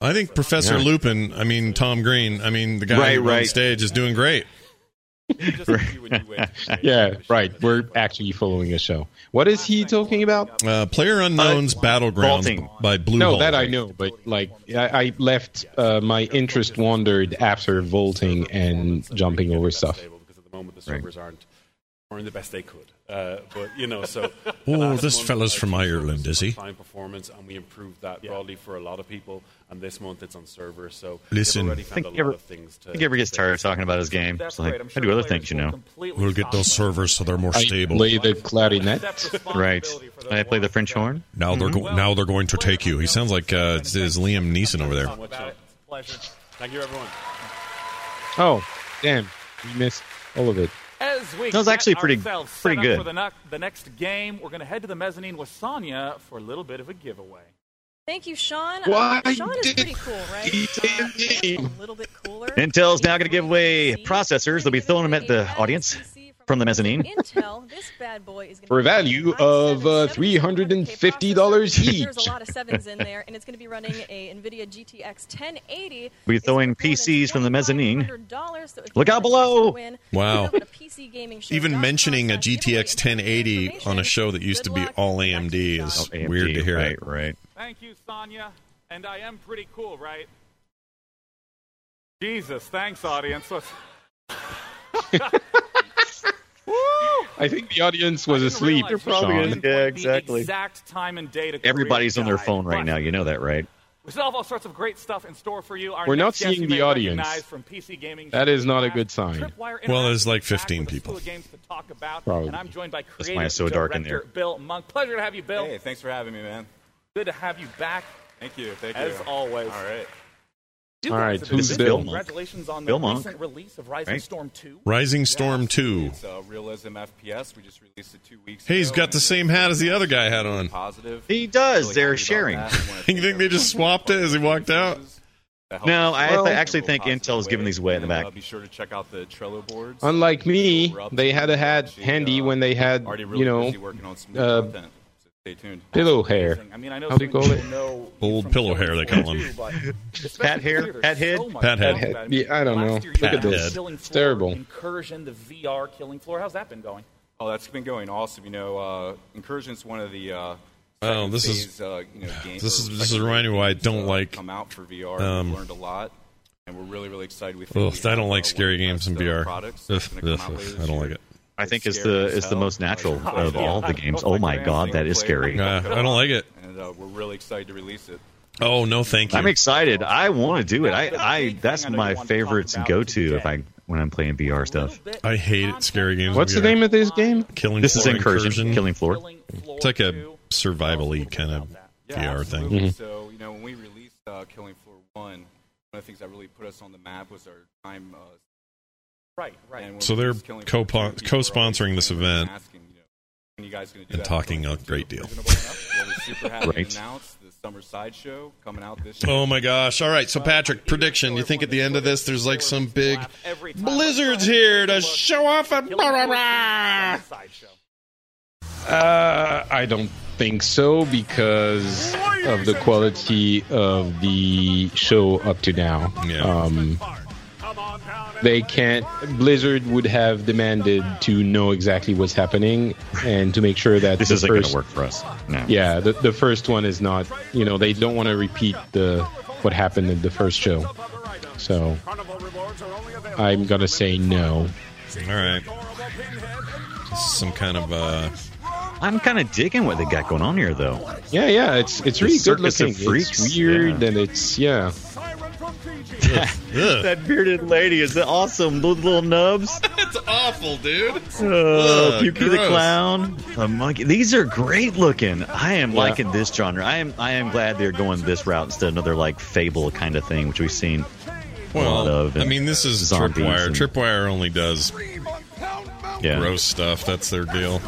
I think Professor
Yeah.
Lupin, I mean Tom Green, I mean the guy
Right,
on
right.
stage is doing great.
*laughs* yeah, right. We're actually following a show. What is he talking about?
Uh, Player Unknown's Battlegrounds
vaulting.
by Blue
no,
Hole.
that I know, but like I, I left uh, my interest wandered after vaulting and jumping over stuff.
Because at the moment the servers aren't aren't the best they could. Uh, but you know, so the
*laughs* Oh,
last
this
month,
fella's
uh,
from
two servers
Ireland,
was
is
on
he?
Client performance, and we improved that broadly for a lot of people. And this month it's on servers. So they've
Listen.
already
I
found
think
a
he ever,
lot of things to.
think he ever gets tired of talking about his game. It's like I do other things, you know.
We'll get those servers so they're more
I
stable.
play the clarinet.
Right? I play the French horn.
Now they're go- now they're going to take you. He sounds like uh, it's, it's Liam Neeson over there.
Watch out. Thank you, everyone.
Oh, damn! We missed all of it.
As we
That was
get
actually pretty-
ourselves set
pretty
up
good.
for the, nu- the next game, we're going to head to the mezzanine with Sonia for a little bit of a giveaway.
Thank you, Sean.
Why
Uh, Sean is
did-
pretty cool, right? Uh, a little bit cooler.
Intel's now going to give away processors. They'll be throwing them at the audience from the mezzanine.
Intel, this bad boy is going
For a value of uh, three hundred and fifty dollars
to.
each.
There's a lot of sevens in there, and it's going to be running a NVIDIA GTX 1080.
We'll be throwing PCs from the mezzanine.
$100, so if
Look
you
out
want a chance to
below.
win,
Wow.
go to PCgaming
Even mentioning a GTX 1080 on a show that used to be all AMD is
AMD,
weird to hear.
right, right.
Thank you, Sonia. And I am pretty cool, right? Jesus, thanks, audience. Let's-
I think the audience was asleep.
Realize
Sean.
Sean. The Exact time and date. of career
Everybody's on their
guide.
phone right now. You know that, right?
We still have all sorts of great stuff in store for you. Our
We're not
next guest
seeing
you
the
may
audience.
recognize From PC gaming
That is not a good sign.
Well, there's like 15 people.
Probably.
And I'm joined by creative
That's why it's so dark in
director Bill Monk. Pleasure to have you, Bill.
Hey, thanks for having me, man.
Good to have you back.
Thank you. Thank
As
you.
always.
All right.
Do
All
guys
right,
have
who's
been-
Bill Monk?
Congratulations on the
Bill Monk,
recent release of Rising
right?
Storm 2.
Rising Storm 2.
It's a realism FPS. We just released it two weeks
Hey,
ago.
he's got the same hat as the other guy had on.
Positive.
He does. They're
*laughs*
sharing.
you think they just swapped it as he walked out?
No, I th- actually think Intel's giving these away in the back.
Uh, be sure to check out the Trello boards.
Unlike me, they had a hat handy when they had,
uh, Already really
you know,
busy working on some new
uh,
content. So stay tuned.
pillow hair.
I mean, I know
How do you
some
call it?
people know
Old pillow hair, they call him.
*laughs* Pat hair, pat head.
Pat head.
Head- yeah, I don't know. Look
Pat
at
head.
this. It's terrible.
Incursion, the VR killing floor. How's that been going?
Oh, that's been going awesome. You know, uh, Incursion's one of the. Uh,
Oh, this
phase,
is
Uh, you know, games
this is
or
this is reminding me why I don't like.
uh, come out for VR.
um,
We've learned a lot, and we're really, really excited. We
Ugh,
think we
I
have,
don't like
uh,
scary games in VR.
products
Ugh,
that's gonna come
ugh,
out later
I
this
don't like it.
I think it's the it's the most natural of all the games. Oh my god, *laughs* that is scary.
Yeah, I don't like it.
And uh, we're really excited to release it.
Oh no, thank you.
I'm excited. I want to do it. I, I that's my favorites and go to if I when I'm playing VR stuff.
I hate it, scary games. in
What's the
VR.
name of this game?
Killing
This is
Floor
incursion. Killing floor.
It's like a survival-y kind of VR thing.
Mm-hmm.
Absolutely. So you know, when we released uh, Killing Floor One, one of the things that really put us on the map was our time. Uh,
right, right.
And when
So
we
they're
released Killing
co
Floor 2, people were
co-sponsoring this event
asking, you know, when are you guys going to do
and
that?
talking a great deal.
Well, we're super happy
Right.
to announce the summer sideshow coming out this year.
Oh my gosh! All right, so Patrick, prediction. You think at the end of this, there's like some big blizzards here to show off and blah, blah, blah.
Uh, I don't think so because of the quality of the show up to now. Um, they can't. Blizzard would have demanded to know exactly what's happening and to make sure that
This
the
isn't going
first-
to work for us. No.
Yeah, the, the first one is not. You know, they don't want to repeat the what happened in the first show. So I'm gonna say no.
All right.
This is some kind of. Uh... I'm kind of digging what they got going on here, though.
Yeah, yeah, it's it's
The
really good
circus of
looking.
freaks,
It's weird
yeah.
and it's yeah.
*laughs*
that bearded lady is awesome. Those little nubs.
It's awful, dude.
Uh,
Ugh,
Puky the
gross.
clown, the monkey. These are great looking. I am liking this genre. I am I am glad they're going this route instead of another like fable kind of thing, which we've seen a lot
Well,
of.
I
and
mean, this is
zombies
Tripwire.
and-
Tripwire only does
Yeah.
gross stuff. That's their deal.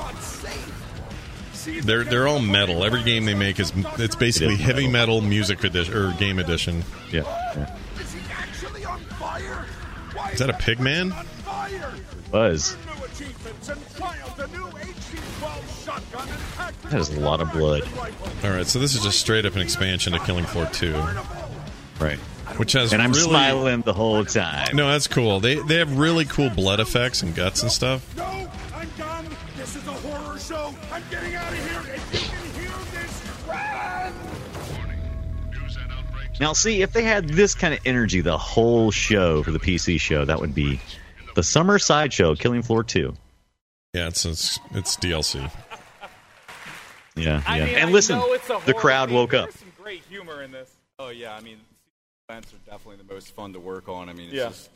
They're they're all metal. Every game they make is it's basically
It is
heavy metal music edition or game edition.
Yeah.
Is that a pig man?
Buzz. That is a lot of blood.
All right, so this is just straight up an expansion to Killing Floor Two,
right?
Which has
And I'm
really-
smiling the whole time.
No, that's cool. They they have really cool blood effects and guts and stuff.
No, I'm done. This is a horror show. I'm getting out of here. If you can hear this, run!
Now, see, if they had this kind of energy the whole show for the PC show, that would be the summer sideshow, Killing Floor 2.
Yeah, it's it's, it's DLC.
Yeah, yeah.
I mean,
and
I
listen,
know it's a
the
horror
crowd
thing.
woke up.
Some great humor in this.
Oh yeah, I mean, plants are definitely the most fun to work on. I mean, it's
Yeah.
just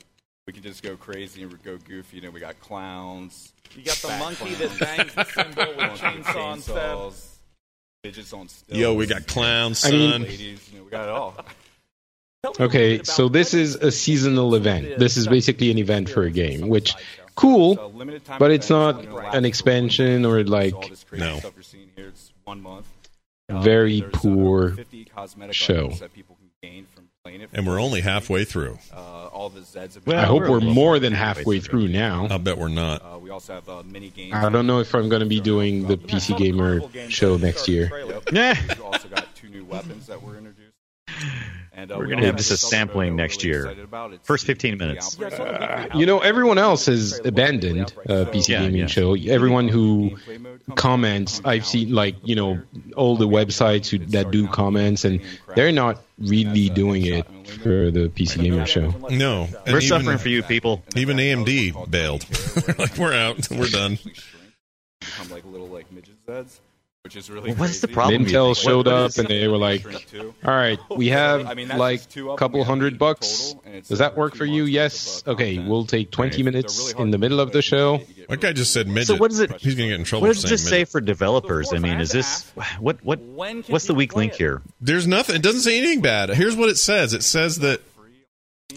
we can just go crazy and we go goofy. You know, we got clowns.
You got the
fat
monkey
clowns,
that bangs the
*laughs*
cymbal *laughs* with
monkeys
chainsaw instead.
chainsaws, Midgets on stilts.
Yo, we got clowns,
I
son.
mean-
Ladies, you know, we got it
*laughs*
all.
Okay, so this is a seasonal event. This is basically an event for a game, which cool, but it's not an expansion or like
no.
Stuff you're seeing here, it's one month.
very poor show.
That people can gain from playing it.
And we're only halfway through.
Uh, all the Zeds. have been-
I hope we're more than halfway through now.
I'll bet we're not.
Uh, we also have uh, mini games.
I don't know if I'm going to be doing the PC Gamer show next year.
*laughs*
Yeah.
we also got two new weapons that were introduced. And, uh,
We're
we
going to have
also
this as
something that
sampling
we're
next
really
year.
excited about. It's
First 15
the
minutes.
outbreak.
You know, everyone else has abandoned uh, PC
Yeah,
gaming
yeah.
show. Everyone who comments, I've seen like you know all the websites who, that do comments, and they're not really doing it for the PC gaming show.
No,
We're suffering for you, people.
Even AMD bailed. *laughs* like we're out, we're done.
become like little like midget Zeds, which is really
Well, what is the
crazy.
problem,
Intel showed up and they were like, "All
*laughs*
right, we have
I mean, that's
like
just two
a
of
couple hundred bucks. Does that work for you? Yes. Okay, we'll take twenty minutes in the middle of the show."
That guy just said midget.
So what does it?
He's gonna get in trouble.
What
for
does
saying
this say
midget.
for developers? I mean, is this what what what's the weak link here?
There's nothing. It doesn't say anything bad. Here's what it says. It says that.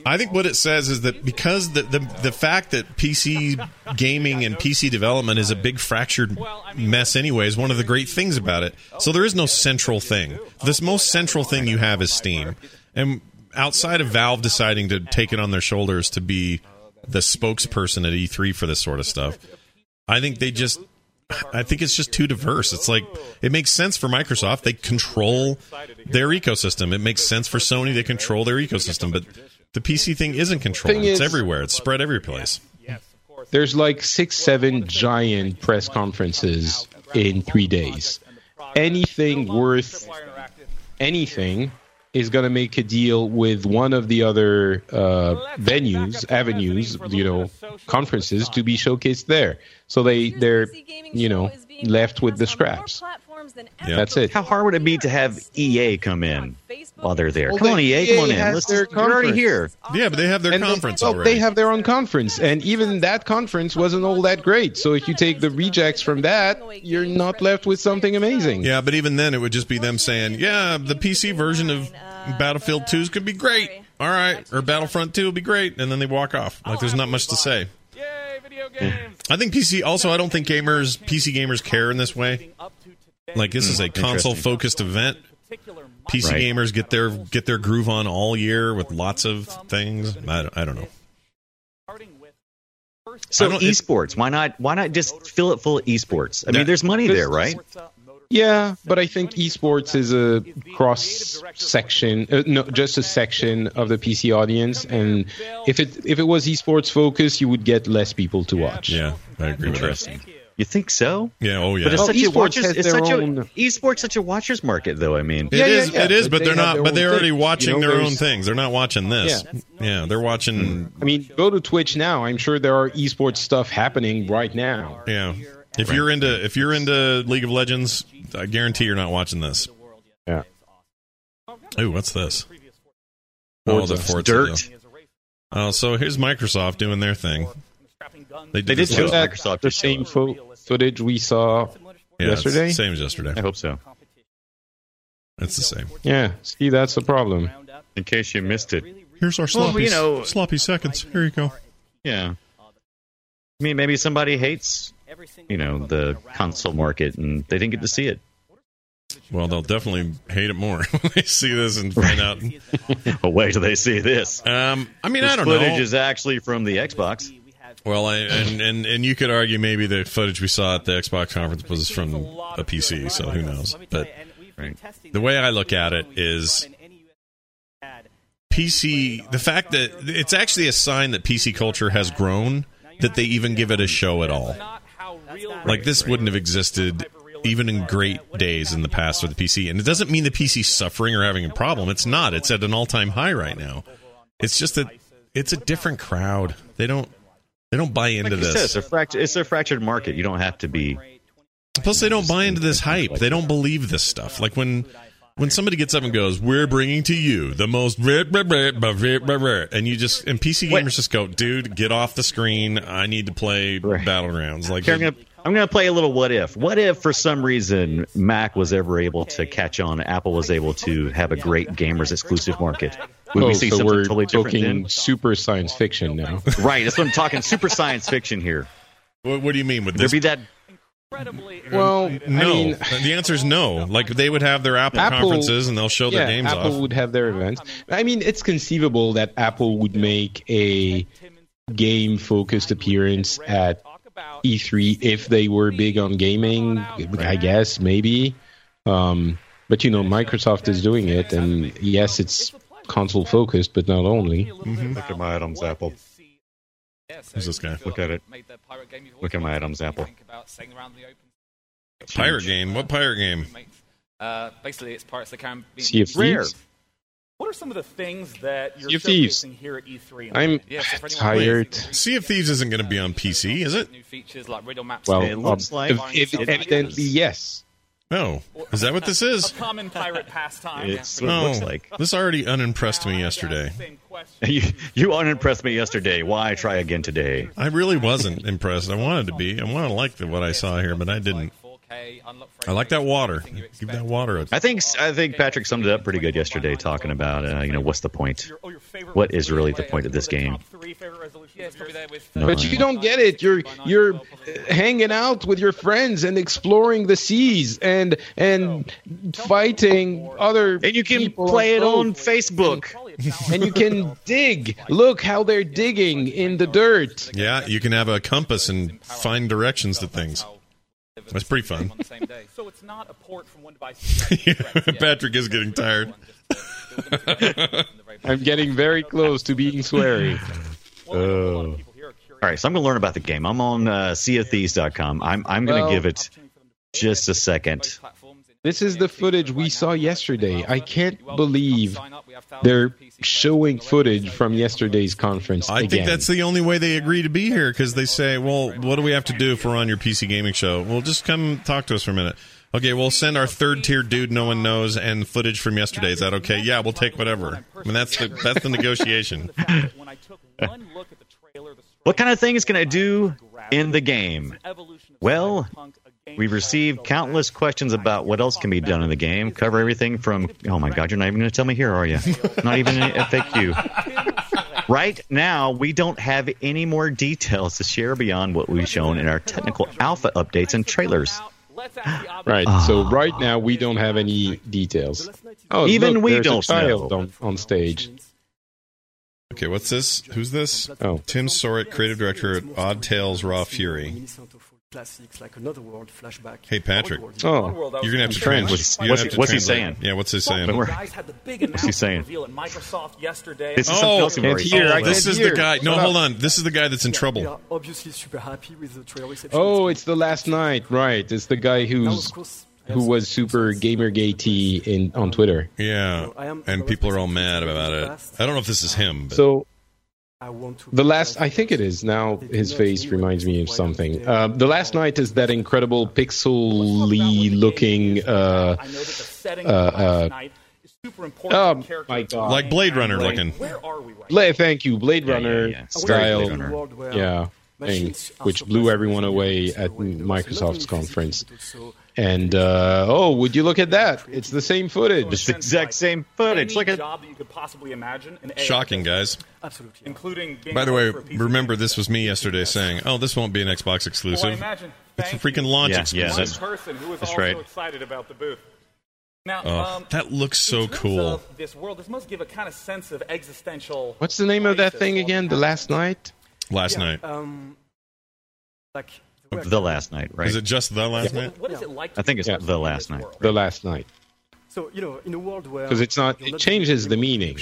I think what it says is that because the, the the fact that PC gaming and PC development is a big fractured mess anyway is one of the great things about it. So there is no central thing. This most central thing you have is Steam, and outside of Valve deciding to take it on their shoulders to be the spokesperson at E3 for this sort of stuff, I think they just I think it's just too diverse. It's like it makes sense for Microsoft; they control their ecosystem. It makes sense for Sony; they control their ecosystem. But the PC thing isn't controlled;
Thing
it's
is-
everywhere. It's spread every place.
There's like six, seven giant press conferences in three days. Anything worth anything is going to make a deal with one of the other uh, venues, avenues, you know, conferences to be showcased there. So they they're you know left with the scraps. That's it.
How hard would it be to have EA come in while they're there?
Well,
come on,
they-
EA, come on in.
has
Let's
their
just, you're already
conference.
here.
Yeah, but they have their
And
conference
they, well,
already.
They have their own conference, and even that conference wasn't all that great. So if you take the rejects from that, you're not left with something amazing.
yeah, but even then, it would just be them saying, "Yeah, the PC version of Battlefield 2 is gonna be great. All right, or Battlefront 2 will be great," and then they walk off. Like there's not much to say. I think PC. Also, I don't think gamers, PC gamers, care in this way. Like this is a
Hmm, Interesting.
console-focused event. PC
Right.
gamers get their get their groove on all year with lots of things. I don't, I don't know. I
So
don't- it-
esports, why not? Why not just fill it full of esports? I mean, there's money there, right?
Yeah, but I think esports is a cross section, uh, no, just a section of the PC audience, and if it if it was esports focused, you would get less people to watch.
Yeah, I agree with that.
Interesting. You think so?
Yeah. Oh, yeah.
But it's
Oh,
such a
esports
watchers.
has
It's
their
such
own-
a esports such a watchers market, though. I mean,
It is. It is.
they
But, they are
have
not.
their
But
own
they're already
thing, you
watching
know,
their own
there's-
things. They're not watching this. Yeah. they're watching.
I mean, go to Twitch now. I'm sure there are esports stuff happening right now.
Yeah. If you're into if you're into League of Legends, I guarantee you're not watching this.
Yeah.
Ooh, what's this? Oh,
Forza.
the Forza
Dirt.
deal. Oh, so here's Microsoft doing their thing. They did,
They did
this
show
last-
Microsoft
the same fo- footage we saw
Yeah, it's
yesterday.
Same as yesterday.
I hope so.
It's the same.
Yeah, see, that's the problem.
In case you missed it,
Here's our sloppy,
Well, you know-
sloppy seconds. Here you go.
yeah. I mean, maybe somebody hates, you know, the console market, and they didn't get to see it.
Well, they'll definitely hate it more *laughs* when they see this and find out.
*laughs* But wait till they see this.
Um, I mean,
this
I don't
footage
know.
is actually from the Xbox.
Well, I, and, and and you could argue maybe the footage we saw at the Xbox conference was from a PC, so who knows? But the way I look at it is PC. The fact that it's actually a sign that PC culture has grown that they even give it a show at all. Like this wouldn't have existed even in great days in the past for the PC, and it doesn't mean the PC's suffering or having a problem. It's not. It's at an all-time high right now. It's just that it's a different crowd. They don't they don't buy into
Like you said,
this.
it's a fract- it's a fractured market. You don't have to be
Plus, they don't buy into this hype. They don't believe this stuff. Like when when somebody gets up and goes, "We're bringing to you the most," rah, rah, rah, rah, rah, rah, rah," and you just and PC gamers just go, "Dude, get off the screen. I need to play battlegrounds." Like
Here, I'm gonna I'm gonna play a little what if. What if for some reason Mac was ever able to catch on, Apple was able to have a great gamers exclusive market? Would
oh,
we see
so
something
we're
totally different
talking
then?
super science fiction now.
Right, that's what I'm talking. Super science fiction here.
What, what do you mean with
there
this?
be that?
Well, I
no.
mean-
the answer is no. Like they would have their Apple,
Apple-
conferences and they'll show
yeah,
their games
Apple
off.
would have their events. I mean, it's conceivable that Apple would make a game focused appearance at E3 if they were big on gaming. I guess maybe, um, but you know, Microsoft is doing it, and yes, it's console focused, but not only.
Look at my items apple.
Mm-hmm. Who's this guy?
Look at it. Look at my items apple.
about sailing around the open.
Pirate game. What pirate game?
Uh, basically, it's Pirates of the Caribbean.
Sea of Rare. Thieves?
What are some of the things that you're
Sea of Thieves.
showcasing here at E E3?
I'm
Yeah, so for anyone-
tired.
Sea of Thieves isn't going to be on PC, is it?
New features like riddle maps.
Well, um, ev- ev- evidently yes.
No. Oh, Is that what this is? Oh.
A common pirate pastime.
no. This already unimpressed me yesterday.
*laughs* you, you unimpressed me yesterday. Why try again today?
I really wasn't impressed. I wanted to be. I wanted to like the, what I saw here, but I didn't. I like that water. Give that water a.
I think I think Patrick summed it up pretty good yesterday, talking about uh, you know what's the point? What is really the point of this game?
But you don't get it. You're you're uh, hanging out with your friends and exploring the seas and and fighting other and you
can play it on
Facebook *laughs* and you can dig. Look how they're digging in the dirt.
Yeah, you can have a compass and find directions to things. That's pretty fun. *laughs*
so it's not a port from one device.
Patrick is getting tired.
*laughs*
*laughs*
I'm getting very close to being sweary.
Oh. All right, so I'm going to learn about the game. I'm on uh, seaofthieves.com. I'm I'm going to
Well-
give it just a second.
This is the footage we saw yesterday. I can't believe they're showing footage from yesterday's conference
I think
again.
that's the only way they agree to be here because they say, "Well, what do we have to do if we're on your PC gaming show?" Well, just come talk to us for a minute. Okay, we'll send our third tier dude no one knows and footage from yesterday. Is that okay? Yeah, we'll take whatever. I mean, that's the that's the *laughs* negotiation.
What kind of thing is going to do in the game? Well, we've received countless questions about what else can be done in the game. Cover everything from oh my god, you're not even going to tell me here, are you? *laughs* Not even an FAQ. Right now, we don't have any more details to share beyond what we've shown in our technical alpha updates and trailers. Ah.
Right. So right now we don't have any details. Oh,
Even
look,
we
there's a
don't know.
child on, on stage.
Okay, what's this? Who's this? Oh, Tim Sorrett, creative director at Odd Tales Raw Fury.
classics like Another World, Flashback.
Hey, Patrick.
Oddworld.
Oh.
Oddworld, I was
You're gonna have to
confused.
trans- What's- you're gonna what's have he- to what's he translate. saying? Yeah, what's he saying?
You
Don't
guys had the
What's
big
he
announcement
saying?
reveal at Microsoft yesterday.
oh, oh, this is the guy. No, hold on. This is the guy that's in
Yeah, We
trouble.
are obviously super happy with the trailer reception.
Oh, it's the last night, right? It's the guy who's who was super gamergatey in on Twitter.
Yeah, and people are all mad about it. I don't know if this is him. But.
So
I want to
the last, I think it is now. His face reminds me of something. Uh, the last night is that incredible pixely looking. Uh, uh, uh,
super important.
oh my god!
Like Blade Runner looking.
Where are we?
Bla- thank you, Blade Runner
yeah. It's very
style.
Blade Runner.
Yeah, thing, which blew everyone away at Microsoft's conference. And uh, oh, would you look at that? It's the same footage. It's the exact same
Any job that you could possibly imagine. in AI.
Shocking, guys.
Absolutely.
Including being
By the way,
for a piece of-
remember this was me yesterday saying, "Oh, this won't be an Xbox
Well, I
*laughs* exclusive.
imagine.
It's a
Thank
freaking
you.
launch
One
exclusive."
person who was
That's
also
right.
excited about the booth. Now,
Oh,
um,
that looks so
in terms
cool.
of This world, this must give a kind of sense of existential.
What's the name of that thing again? The last night.
Last
Yeah.
night.
Um,
Oh.
like
The last night, right?
Is it just the last
Yeah. night? What is it like to
I think it's
be
the last night.
The last night.
So you know, in a world where
because it's not it changes the meaning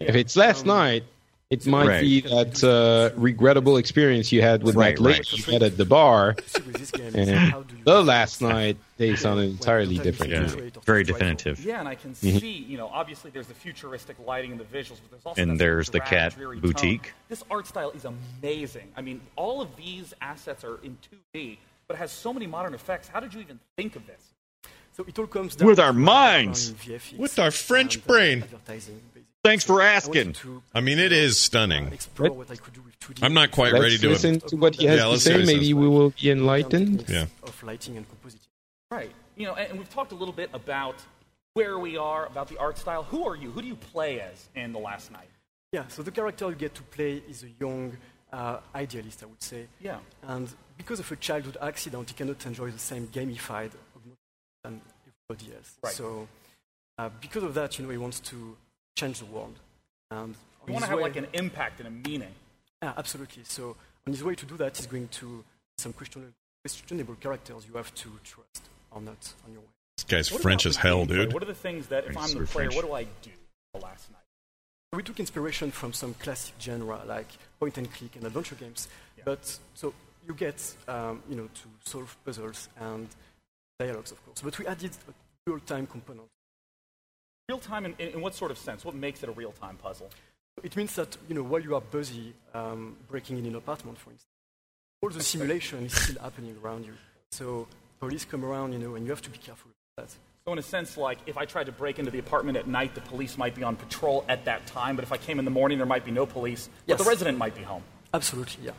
if it's last night it might
Right.
be that uh, regrettable experience you had with
Right,
that lady
right.
you met at the
*laughs*
bar
this game is
and
how do you-
the last night takes on an entirely different
Yeah.
meaning.
Very definitive.
Yeah, and I can
Mhm.
see, you know, obviously there's the futuristic lighting and the visuals, but there's also
And
that
there's the
drab,
cat
dreary
boutique.
tone. This art style is amazing. I mean, all of these assets are in 2D, but it has so many modern effects. How did you even think of this?
So it all comes down
With our
to-
minds.
With our French brain.
Thanks for asking.
I mean, it is stunning.
what I could do with 2D
I'm not quite
let's
ready to
listen to what he has
yeah,
to
let's hear
say
what he
maybe
says.
we will be enlightened
Yeah.
of lighting and compositing.
Right. You know, and, and we've talked a little bit about where we are, about the art style. Who are you? Who do you play as in The Last Night?
Yeah. So the character you get to play is a young uh, idealist, I would say.
Yeah.
And because of a childhood accident, he cannot enjoy the same gamified obnoxious than everybody else.
Right.
So uh, because of that, you know, he wants to change the world. And on
You want
his
to have
way-
like an impact and a meaning.
Yeah, absolutely. So on his way to do that, he's going to some questionable, questionable characters you have to trust or not on your way.
This guy's
What
French
about
as hell,
the
dude.
What are the things that, if
Right,
I'm the
so
player,
French.
what do I do The Last Night?
We took inspiration from some classic genre like point and click and adventure games, but so you get um, you know to solve puzzles and dialogues, of course. But we added a real-time component.
Real time in, in, in what sort of sense? What makes it a real time puzzle?
It means that you know while you are busy um, breaking in an apartment, for instance, all the simulation is still happening around you. So police come around, you know, and you have to be careful of that.
So, in a sense, like if I tried to break into the apartment at night, the police might be on patrol at that time, but if I came in the morning, there might be no police, but
Yes.
the resident might be home.
Absolutely, yeah.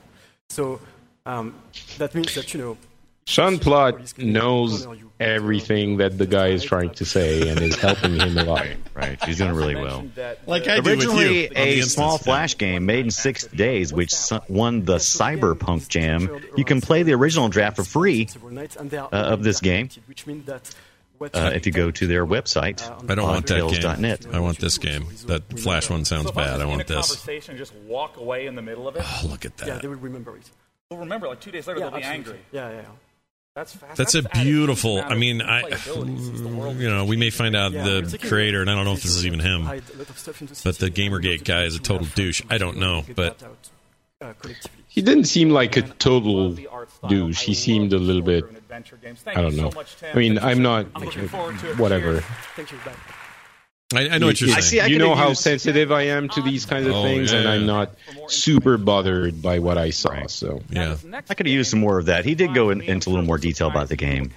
So um, that means that you know
sean plott knows everything that the guy is trying to say and is helping him a lot
right he's doing really well
uh,
Like
Originally, a small flash game made in six days, which so- won the Cyberpunk Jam. You can play the original draft for free
several nights, and they are
uh, of this game
which means that what
uh, if you go to their
Uh,
website.
I don't want that
podtales.net.
game. I want this game. That Flash one sounds bad. I
in a
want this.
conversation and just walk away in the middle of it,
Oh, look at
yeah,
that.
they will remember it.
well, remember, like two days later,
Yeah,
they'll be
absolutely.
angry.
Yeah, yeah, yeah.
That's fast.
That's a beautiful. I mean, I *sighs* you know we may find out
Yeah, we're
the
taking-
creator, and I don't know if this is even him,
Hide a lot of stuff into
but the GamerGate guy is a total douche. I don't know, but
uh, collectively.
he didn't seem like a total douche he seemed a little bit i don't know i mean i'm not whatever
Thank you. Bye.
I, I know what you're saying.
you know how sensitive I am to these kinds of
Oh,
things, and
yeah.
I'm not super bothered by what I saw. So
yeah,
I could have used some more of that. He did go in, into a little more detail about the game.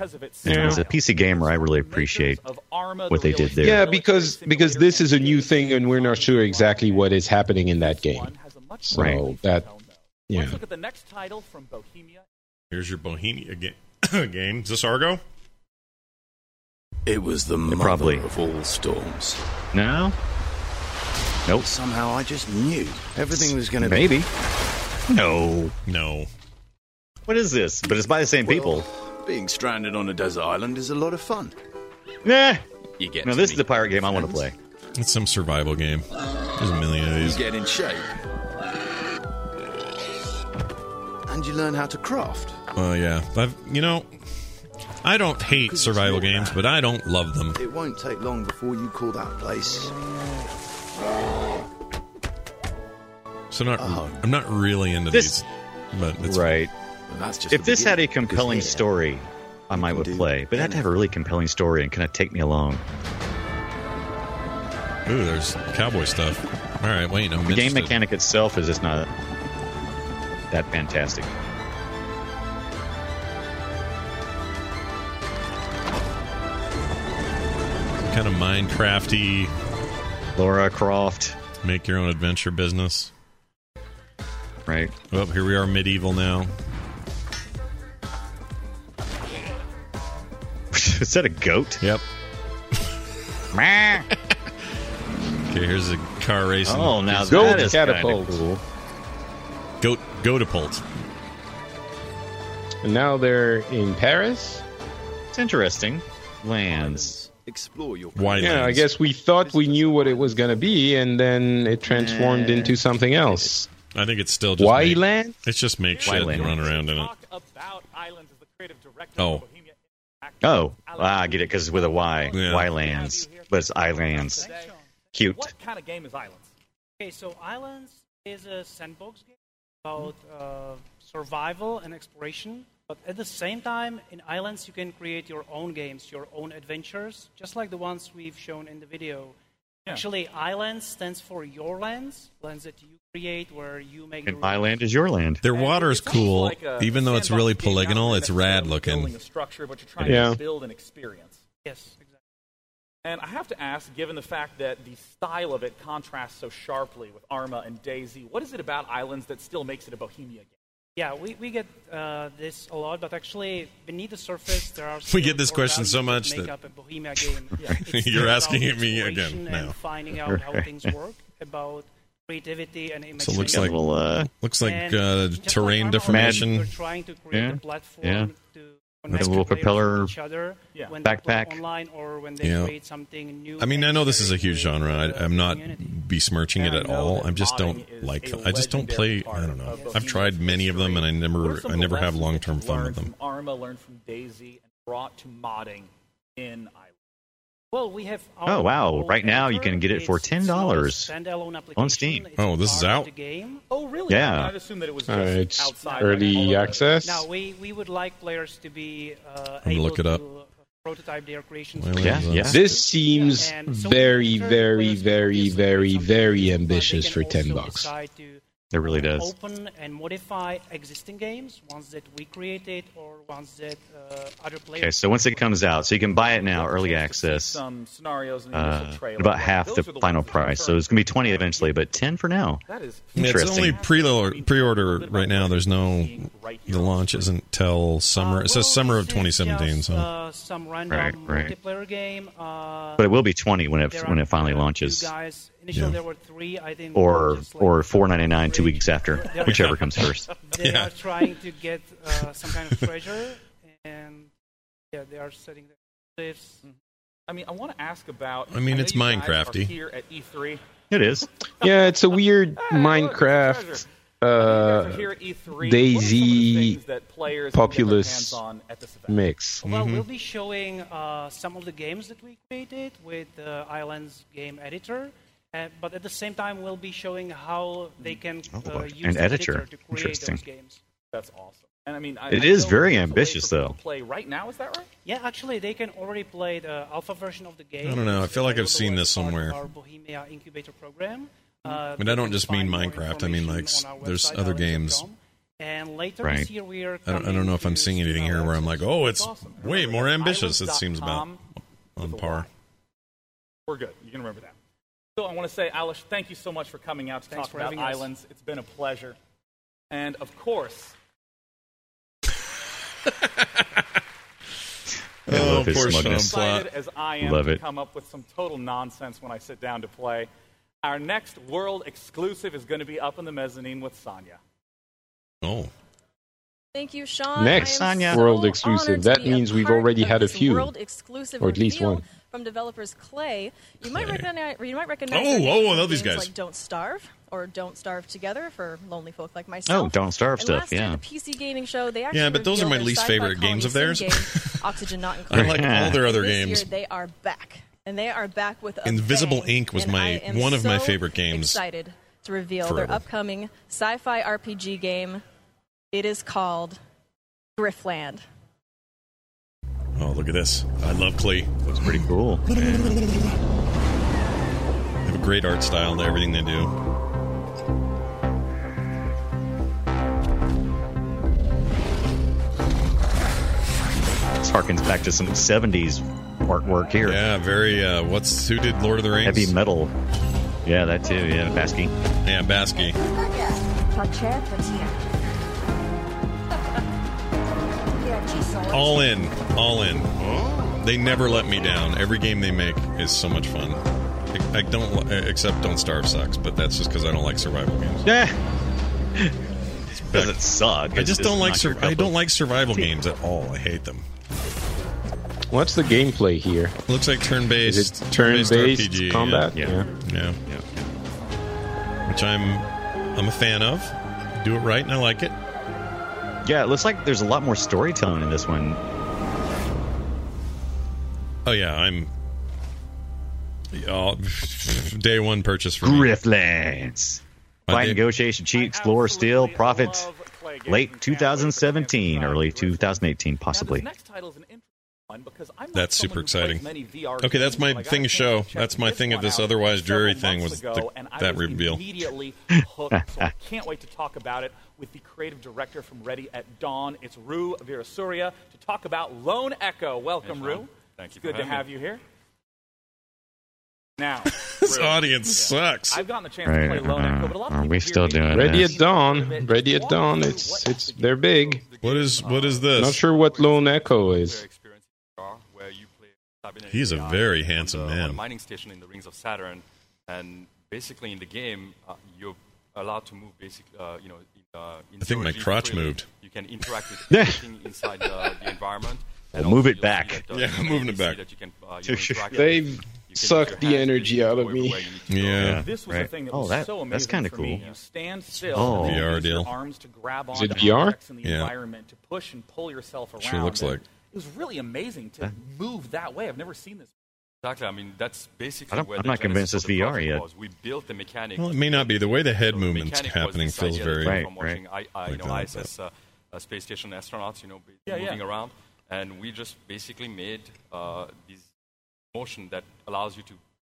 And as a PC gamer, I really appreciate what they did there.
yeah, because because this is a new thing, and we're not sure exactly what is happening in that game. So
Right.
that yeah,
Let's look at the next title from Bohemia.
here's your Bohemia ga- *coughs* game. Is this Argo?
It was the mother
probably.
of all storms.
No? Nope.
Somehow I just knew everything was going to be.
Maybe. No.
No.
What is this? But it's by the same people.
Being stranded on a desert island is a lot of fun.
Nah.
You get
No,
to
this is
meet
the pirate game I want to play.
It's some survival game. There's a million of
You
these.
get in shape. and you learn how to craft.
Well, yeah. I've, you know, I don't hate survival games, but I don't love
Hmm.
them.
It won't take long before you call that place.
So not, I'm not really into
This-
these. But it's,
right.
That's just
if
the
this had a
beginning, because
compelling
here-
story, I might would play. But it had to have a really compelling story and kind of take me along.
Ooh, there's cowboy stuff. All right, wait, I'm
the game
interested.
mechanic itself is just not that fantastic.
kind of Minecrafty.
Laura Croft.
Make your own adventure business.
Right.
Oh, here we are, medieval now.
*laughs* is that a goat?
Yep.
*laughs* Meh.
Okay, here's a car racing.
Oh, now Goat that is kinda catapult.
cool.
Goat, goatapult.
And now they're in Paris.
It's interesting. Lands.
Explore your.
yeah, I guess we thought we knew what it was going to be, and then it transformed
Nah.
into something else.
I think it's still just
Why
make-
land?
It's just make shit and
Wyland.
run around in it.
Oh. Oh, ah, I get it because with a Y. Y lands, but it's islands. Cute.
What kind of game is Islands? Okay, so Islands is a sandbox game about uh, survival and exploration. But at the same time, in Islands, you can create your own games, your own adventures, just like the ones we've shown in the video.
Yeah.
Actually, Islands stands for your lands, lands that you create where you make
And my land is your land.
Their water is cool,
like a
even though it's
sandbox
really
game, not
polygonal. It's rad looking.
building a structure, but you're trying
Yeah.
to build an experience.
Yes, exactly.
And I have to ask, given the fact that the style of it contrasts so sharply with Arma and Daisy, what is it about Islands that still makes it a Bohemia game?
Yeah, we, we get uh, this a lot, but actually, beneath the surface, there are.
*laughs* We
still
get this
core
question so
values
much
make
that-
up a Bohemia
*laughs*
game.
Yeah.
It's
You're
about
asking it me again
exploration and
now.
finding out how
Right.
*laughs*
things work, about creativity and
So
imagination.
it looks like looks like
And
uh,
just like
terrain
Arma,
deformation.
We're trying to create
Yeah,
a platform
yeah.
to
With
connect
a little
players with
propeller
each other when they
backpack.
play online or when they
Yeah.
create something new.
I mean, I know this is a huge genre. I, I'm not besmirching it
And I
at
know
all.
that
I just don't
modding is
like.
a
I just don't play. I don't know. I've tried many of them, and I never, I never have long term fun with
learned
them.
from Arma, learned from Daisy, and brought to modding in Islands.
Well, we have. our
Oh wow!
own
Right now you
editor.
can get it for
It's-
ten dollars
standalone
on Steam.
Oh, this is out.
Oh, really?
Yeah.
I'd assume
that it was
Uh, it's early access.
Now, we, we would like players to be uh,
gonna
able
look it up.
to prototype their creations.
This seems very, very, very, very, very ambitious for ten bucks.
It really does.
Open and modify existing games, ones that we created or ones that uh, other players.
Okay, so once it comes out, so you can buy it now, early access.
Some scenarios in the
Uh,
initial trailer.
about half
Those
the
are the
final
ones that
price, so it's gonna be twenty eventually, but ten for now.
That is
It's only
interesting.
pre pre order right now. There's no. The launch isn't
Uh,
till summer. It says summer of 2017.
Just,
So
uh, some random
Right, right.
multiplayer game. Uh,
But it will be twenty when it
there
when
are
it finally
two
launches,
Guys, initially there were three, I think.
or
just like-
or four ninety nine two
*laughs*
weeks after,
They're-
whichever
*laughs*
comes first.
They are trying to get uh, some
*laughs*
kind of treasure, and yeah, they are setting their lives.
Mm-hmm. I mean, I want to ask about.
I mean,
know
it's
you guys are
Minecrafty.
Here at E E3,
It
*laughs*
is.
Yeah, it's a weird Minecraft
Over here at E3,
uh, Daisy
things that players can get their hands
populace
on at this
mix.
Well, we'll
Mm-hmm.
be showing uh, some of the games that we created with the Islands game editor, uh, but at the same time, we'll be showing how they can
Oh,
uh, use
an
the
editor.
editor to create
Interesting.
those games.
That's awesome. And I mean, I,
It
I
is
know
very
there's a way
ambitious,
for people
though.
to Play right now, is that right?
Yeah, actually, they can already play the alpha version of the
I
game.
don't know. I feel like I've seen this somewhere.
Our Bohemia Incubator Program. Uh,
But I don't just mean Minecraft. I mean like s- there's other games.
and later
Right.
this year we are.
I don't, I don't know if I'm seeing anything here where I'm like, oh, it's way more ambitious. It seems about on par.
We're good. You can remember that. So I want to say, Alish, thank you so much for coming out to
Thanks
talk
for
about
having us.
islands. It's been a pleasure. And of
*laughs*
course,
I love his smugness.
excited as I am
Love
to
it.
come up with some total nonsense when I sit down to play. Our next world exclusive is going to be up in the mezzanine with Sonya.
Oh,
Thank you, Sean.
Next
I am
Sonya.
so
World
honored
exclusive.
to
That
be a
means we've
part
already
of
had a
this
few.
World exclusive
Or at least
reveal.
one.
from developers Clay. You might recognize. You might recognize.
Oh,
their names
oh, I
from
love these
games
guys.
Like Don't Starve or Don't Starve Together for lonely folk like myself.
Oh, Don't Starve
and
stuff,
last year
yeah.
at the PC gaming show. They actually
Yeah, but those are
revealed
my
their
least
sci-fi
favorite games of
colony
theirs.
sim
*laughs*
game, Oxygen not
I
included.
like all their other
This
games.
Year, they are back, and they are back with a
Invisible
bang,
Ink was
and
my-
I am
one of my
so
favorite games
Excited to reveal
forever.
their upcoming sci-fi RPG game. It is called Griffland.
Oh, look at this. I love Klee. Looks pretty cool. They have a great art style to everything they do.
This harkens back to some 70s artwork here.
Yeah, very, uh, what's, who did Lord of the Rings?
Heavy metal. Yeah, that too. Yeah, Basky.
Yeah, Basky. All in. All in. They never let me down. Every game they make is so much fun. I, I don't, li- except Don't Starve sucks, but that's just because I don't like survival games.
Yeah.
Doesn't
suck.
I
It's
just
just
don't like
not
sur-
your cup
I don't
of
like survival
tea.
games at all. I hate them.
What's the gameplay here?
Looks like turn-based.
Is it turn-based
turn-based RPG,
combat?
Yeah.
Yeah.
Yeah. Which I'm, I'm a fan of. Do it right, and I like it.
Yeah, it looks like there's a lot more storytelling in this one.
Oh yeah, I'm. Yeah, day one purchase for me.
Grifflands. Fight, negotiation, cheat, explore, steal, profits. Late 2017, early 2018, possibly.
Next title is an interesting one because I'm not
That's
someone
super
who plays
exciting.
many VR
Okay, that's
games,
my
but I got
thing
a
to show.
chance to check
That's my thing of this
one out
otherwise dreary
several
thing
months
was
ago,
the,
and I
that
was
reveal.
Immediately hooked. so I can't wait to talk about it with the creative director from Ready at Dawn. It's Rue Virasuria to talk about Lone Echo. Welcome, Rue.
Thank you
It's good
for
to
having
have
me.
*laughs*
you here. Now,
*laughs* This audience sucks.
I've gotten the chance to
Right, uh-huh.
play Lone Echo, but a lot of
are
people
we
here
still
maybe
doing Ready at Dawn. Ready at Dawn. It's it's they're big.
What is what is this?
Not sure what Lone Echo is.
He's a very handsome
on a
man.
mining station in the rings of Saturn, and basically in the game uh, you're allowed to move. Basically, uh, you know, in, uh, in
I think my
theory,
crotch
freely.
moved.
You can
*laughs*
interact with everything inside the, the environment.
Well, move it back.
That, uh, you know, you see That you can, uh, you know, interact with-
They've sucked the energy out of me.
Yeah.
This was the thing that
oh,
was
that,
so amazing
that's kind of
for
cool.
me. You stand still
Oh.
and
VR
use
deal.
your arms to grab
Is
on
it VR?
in the
Yeah.
environment to push and pull yourself around.
Sure looks
And
like.
It was really amazing to move that way. I've never seen this.
Exactly. I mean, that's basically.
I don't-
where
I'm
the
not convinced
genesis
it's E
of the
VR yet.
project Was. We built the mechanic.
Well, it may not be the way the head movement's
mechanic was
happening.
this
Feels
idea that
very
from watching I, I, you
like
know,
that.
ISS uh, uh, space station astronauts, you know, be-
Yeah,
moving
yeah.
around, and we just basically made uh, this motion that allows you to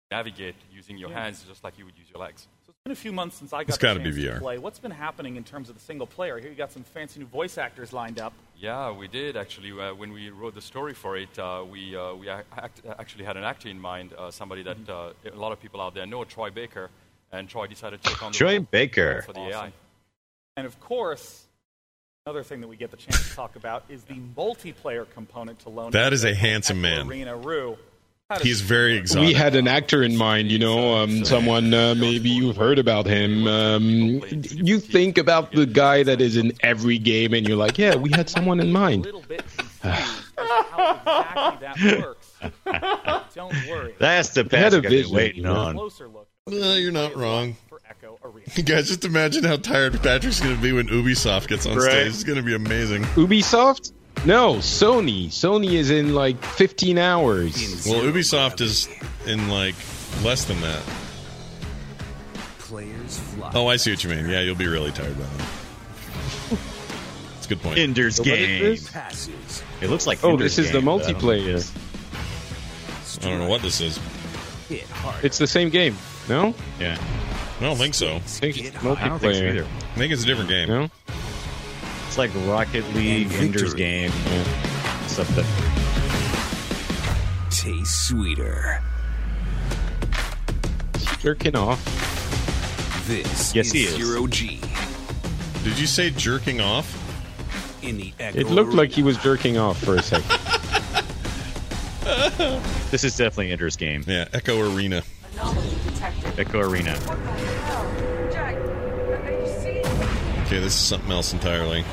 navigate using your
Yeah.
hands just like you would use your legs.
It's been a few months since I got
It's
the
gotta
chance
be
to
VR.
play. What's been happening in terms of the single player? Here you got some fancy new voice actors lined up.
Yeah, we did actually. Uh, when we wrote the story for it, uh, we uh, we ac- act- actually had an actor in mind, uh, somebody that uh,
Mm-hmm.
a lot of people out there know, Troy Baker, and Troy decided to take on the
Troy
role
Baker.
for the AI.
And of course, another thing that we get the chance to talk about is the multiplayer component to Lone.
That is a
Echo
handsome
Echo
man.
Arena Rue. How does
He's very exotic.
We had an actor in mind, you know, um, someone uh, maybe you've heard about him. Um, you think about the guy that is in every game, and you're like, yeah, we had someone in mind. Ah.
how exactly that works? Don't worry.
That's the
They had
patch
a
I've been
vision,
waiting
you know.
on.
Closer look
No, you're not wrong.
for Echo Arena.
You guys, just imagine how tired Patrick's going to be when Ubisoft gets on
Right.
stage. It's going to be amazing.
Ubisoft? No, Sony. Sony is in like 15 hours.
Well, Ubisoft is in like less than that.
Players fly.
Oh, I see what you mean. Yeah, you'll be really tired by then. It's a good point.
Ender's
So what is
Game.
this? Passes.
It looks like.
Oh,
Ender's
this is the
Game, but I don't-
multiplayer.
I don't know what this is.
Hit hard.
It's the same game, no?
Yeah.
I don't think so. I
think it's
I don't think so
multiplayer.
either.
I think it's a different game.
No?
It's like Rocket League, Ender's Game, stuff that
Tastes sweeter.
Jerking off.
This
Yes, he
is
is.
zero G
Did you say jerking off?
in the Echo
It looked like
Arena.
he was jerking off for a
*laughs*
second.
*laughs*
*laughs*
This is definitely Ender's Game.
Yeah, Echo Arena.
Echo Arena.
Okay, this is something else entirely.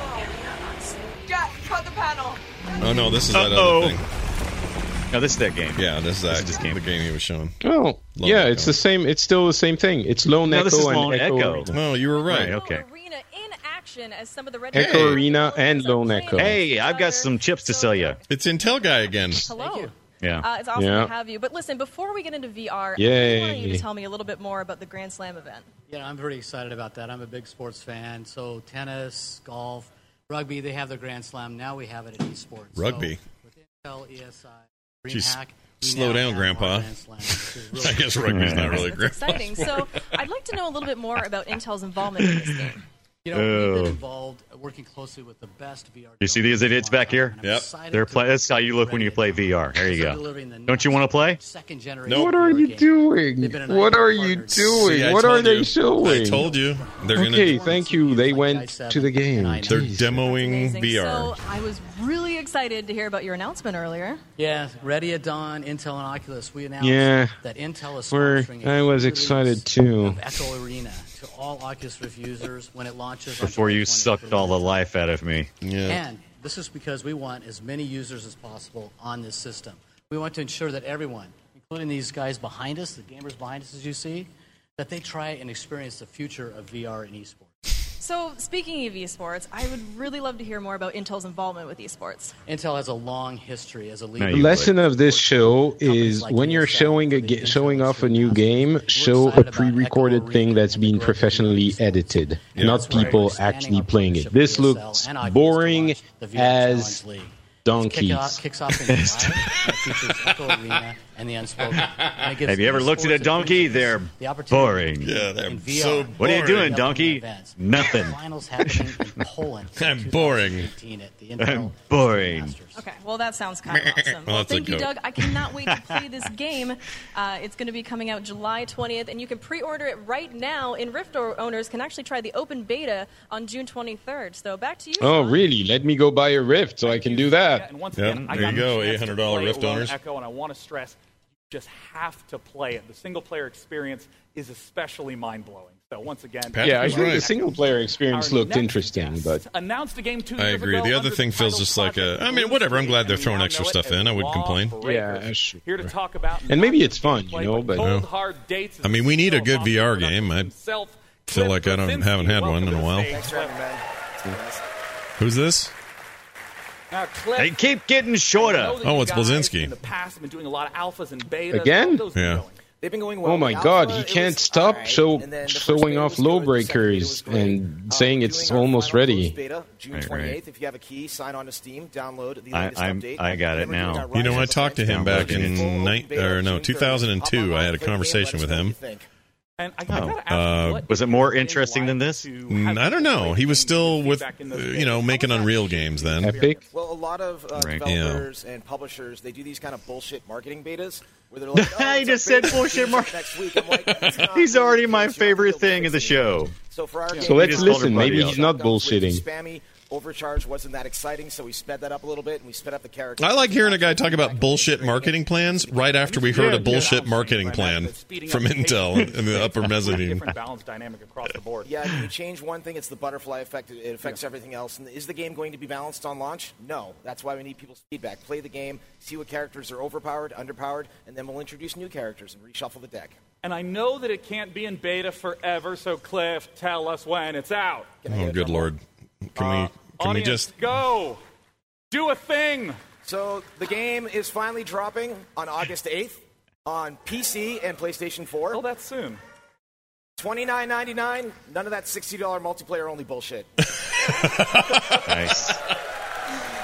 Jack, cut the panel.
Oh no, this is that
Uh-oh.
other thing.
No, this is that game.
Yeah, this is that this game. The game he was showing.
Oh,
Lone
yeah,
Echo.
it's the same. It's still the same thing. It's Lone
No,
Echo
this is
and
Lone
Echo.
Echo.
Arena.
No, you were right.
Right, okay.
Arena in action as some of the red.
Echo Arena and Lone Echo.
Hey, I've got some chips to sell you.
It's Intel guy again.
Hello.
Yeah.
Uh, it's awesome
Yeah.
to have you. But listen, before we get into VR, I
Yay.
want you to tell me a little bit more about the Grand Slam event.
Yeah, I'm pretty excited about that. I'm a big sports fan. So tennis, golf, rugby, they have the Grand Slam. Now we have it at esports.
Rugby.
So, Intel, ESI,
Jeez,
E DreamHack. we
slow
now
down,
have
Grandpa. *laughs*
our Grand Slam, which is really
I guess rugby's not really
That's
great.
*laughs*
exciting. So I'd like to know a little bit more about Intel's involvement in this game.
You know, we've
Oh.
been involved uh, working closely with the best VR.
You see these idiots back here?
Yep.
They're play- that's how you look when you play VR. There you go. Don't you want to play?
Second generation.
What are you doing? What are you doing?
See, I
what are
told
they
you.
showing?
I told you. They're gonna-
okay, thank you. They went to the game.
They're
Mm,
demoing
Amazing.
VR.
So I was really excited to hear about your announcement earlier.
Yeah, Ready at Dawn, Intel, and Oculus. We announced
Yeah.
that Intel is
We're-
sponsoring
I
a
was
free
excited
release
too.
of Echo Arena to all Oculus Rift users when it launches. on
Before you sucked all the life out of me.
And this is because we want as many users as possible on this system. We want to ensure that everyone, including these guys behind us, the gamers behind us, as you see, that they try and experience the future of VR and esports.
So speaking of esports, I would really love to hear more about Intel's involvement with esports.
Intel has a long history as a leader.
The lesson of this show is when you're showing a ga- showing off a new game, show a pre-recorded thing that's been professionally edited, not people actually playing it. This looks boring as
Kick it off,
donkeys. *laughs*
kicks off
*laughs*
in July, and it features Echo Arena and the Unspoken. And it gives
Have you ever
esports
looked at a donkey? They're
The opportunity
boring.
Yeah, they're in VR. so
What are you
boring.
doing, donkey?
Events.
Nothing.
Finals happening
*laughs*
in Poland.
I'm boring. I'm boring.
Okay, well that sounds kind
*laughs*
of awesome. Well,
Lots of
thank you,
goat.
Doug. I cannot wait to play this game. Uh, it's going to be coming out July 20th, and you can pre-order it right now. And Rift o- owners can actually try the open beta on June 23rd. So back to you.
Oh, really? Let me go buy a Rift so I can do that.
And once
Yeah,
again, I
there
got
you go,
a chance to
$800
play
Rift
Lone
owners.
Echo, and I want to stress, you just have to play it. The single player experience is especially mind blowing. So once again,
Yeah, I think the single player experience looked interesting, but
announced the game two
I
years
agree.
ago
The other
under
thing feels just like a. I mean, whatever. I'm glad they're throwing extra stuff in. I wouldn't complain.
yeah, sure.
Here to talk about
And maybe it's fun, you know,
cold
but
hard dates.
Oh. I mean, we need a good VR game. I
Self.
feel like I don't haven't had one in a while. Who's this?
Now, Cliff,
They keep getting
I know
shorter.
that
Oh,
you guys In the past, have been doing a lot of alphas and betas.
Again?
Those
Yeah.
They've been going well.
oh my
The
god,
alpha,
he
it
can't
was
stop
alright,
show
and then the first
showing
beta
off
was good, the
low
second beta
breakers
was great.
and
Uh,
saying
doing
it's
our
almost
final
ready.
closed Beta, June
Right,
28th.
right.
If you have a key, sign on to Steam, download the
I-
latest
I'm-
update.
I got it
Then we're doing
now.
our
You know, I
Rise of the
talk to him back in night or no 2002. I had a conversation with him.
And I,
Uh,
was it more interesting than this?
Mm, I don't know. He was still with, uh, you know, making Unreal games then.
Epic?
Well, a lot of uh,
Right.
developers and publishers they do these kind of bullshit marketing betas where
*laughs*
they're like, oh,
I
it's
just
a beta,
said bullshit
it's
mark-
next week.
*laughs*
I'm like, it's not
He's
really
already
the
my
case.
favorite thing of the show.
So for our
Yeah.
game,
So
we
let's
just
listen.
told everybody
Maybe
else.
he's not
Stuff was
bullshitting.
Spammy overcharge wasn't that exciting, so we sped that up a little bit and we sped up the character.
I like hearing a guy talk about bullshit marketing plans right after we heard a bullshit marketing plan from Intel in the
*laughs*
upper mezzanine.
different balance dynamic across the board.
Yeah, if you change one thing, it's the butterfly effect. It it affects everything else. And is the game going to be balanced on launch? No. That's why we need people's feedback. Play the game, see what characters are overpowered, underpowered, and then we'll introduce new characters and reshuffle the deck.
And I know that it can't be in beta forever, so Cliff, tell us when it's out.
Oh, good lord! Can we can we
Audience,
just
go? Do a thing.
So the game is finally dropping on August 8th on PC and PlayStation 4. Oh,
that's soon.
Twenty nine ninety nine. None of that sixty dollar multiplayer only bullshit.
Nice.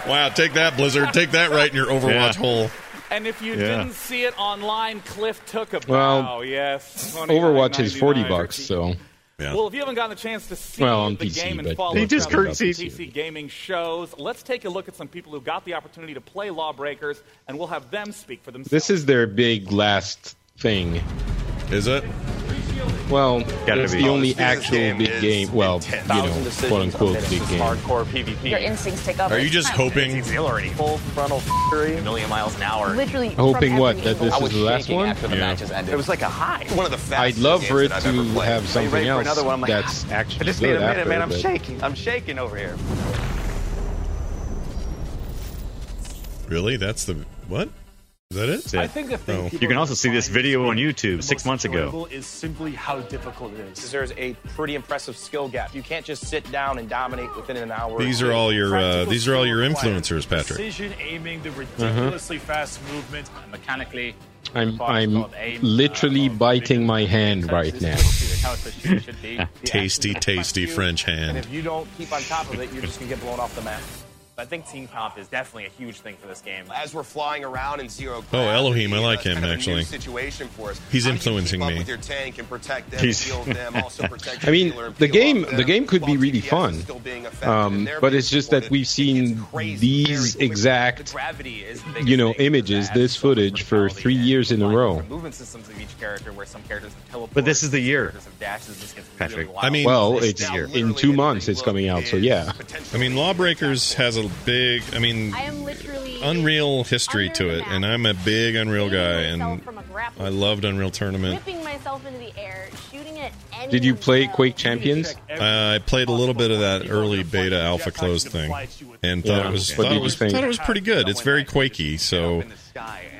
Wow! Take that, Blizzard! Take that right in your Overwatch
Yeah.
hole.
And if you
Yeah.
didn't see it online, Cliff took a
Well,
Oh,
bow. yes,
Overwatch is 40
$29.99.
bucks, so
Well, if you haven't gotten the chance to see
Well, on
the
PC,
game and
but
follow
He
us
just
around the
curtsied.
PC gaming shows, let's take a look at some people who got the opportunity to play Lawbreakers, and we'll have them speak for themselves.
this is their big last thing.
Is it?
Well,
Gotta
it's
be.
the only
This
actual
game
big
is
game. Well,
intense.
you
Thousand
know,
decisions
quote unquote
on this.
big
This is
game.
hardcore PvP.
Your instincts take over.
Are you just
It's
hoping?
It's exhilarating. Full frontal fury. A million miles an hour. Literally.
Hoping
from
what,
every
that this
angle.
is the last one?
After the
Yeah.
matches ended. It was like a high.
One of the
I'd
fastest
love for it
games that
to
I've ever played. Are
have
you
something
ready for
else
another one? I'm like,
that's
"Ah,
actually
I just
good
need a minute,
after,
man. I'm
but-
shaking. I'm shaking over here.
Really? That's the what? Is that it?
I
think the thing people
you can also see this video on YouTube six months ago.
Enjoyable is simply how difficult it is.
There's a pretty impressive skill gap. You can't just sit down and dominate within an hour.
These are all your uh, these are all your influencers, Patrick.
Precision aiming,
Uh-huh.
the ridiculously fast movement.
mechanically.
I'm I'm literally biting my hand right now.
How efficient it should
*laughs*
be. The
Tasty,
action is
tasty
you,
French
And
hand.
if you don't keep on top of it, you're just gonna get blown off the map. I think team comp is definitely a huge thing for this game. As we're flying around in zero,
Oh, Elohim, I like him actually.
situation for us.
He's influencing me.
Your tank and protect them,
He's-
heal them, also protect
*laughs* I mean, the game the game could be really fun, um, but it's just that we've seen these exact you know images, this footage for three years in a row.
movement systems of each character, where some characters have teleport.
But this is the year,
some dashes. This gets
Patrick.
I mean, well, it's in two months it's coming out, so yeah.
I mean, Lawbreakers has a big, I mean, Unreal history to it, and I'm a big Unreal guy, and I loved Unreal Tournament.
Whipping myself into the air, shooting at any.
Did you play Quake Champions?
Uh, I played a little bit of that early beta alpha closed thing, and thought
Yeah.
it was
What
thought
did
it
you
was,
think?
thought it was pretty good. It's very quaky, so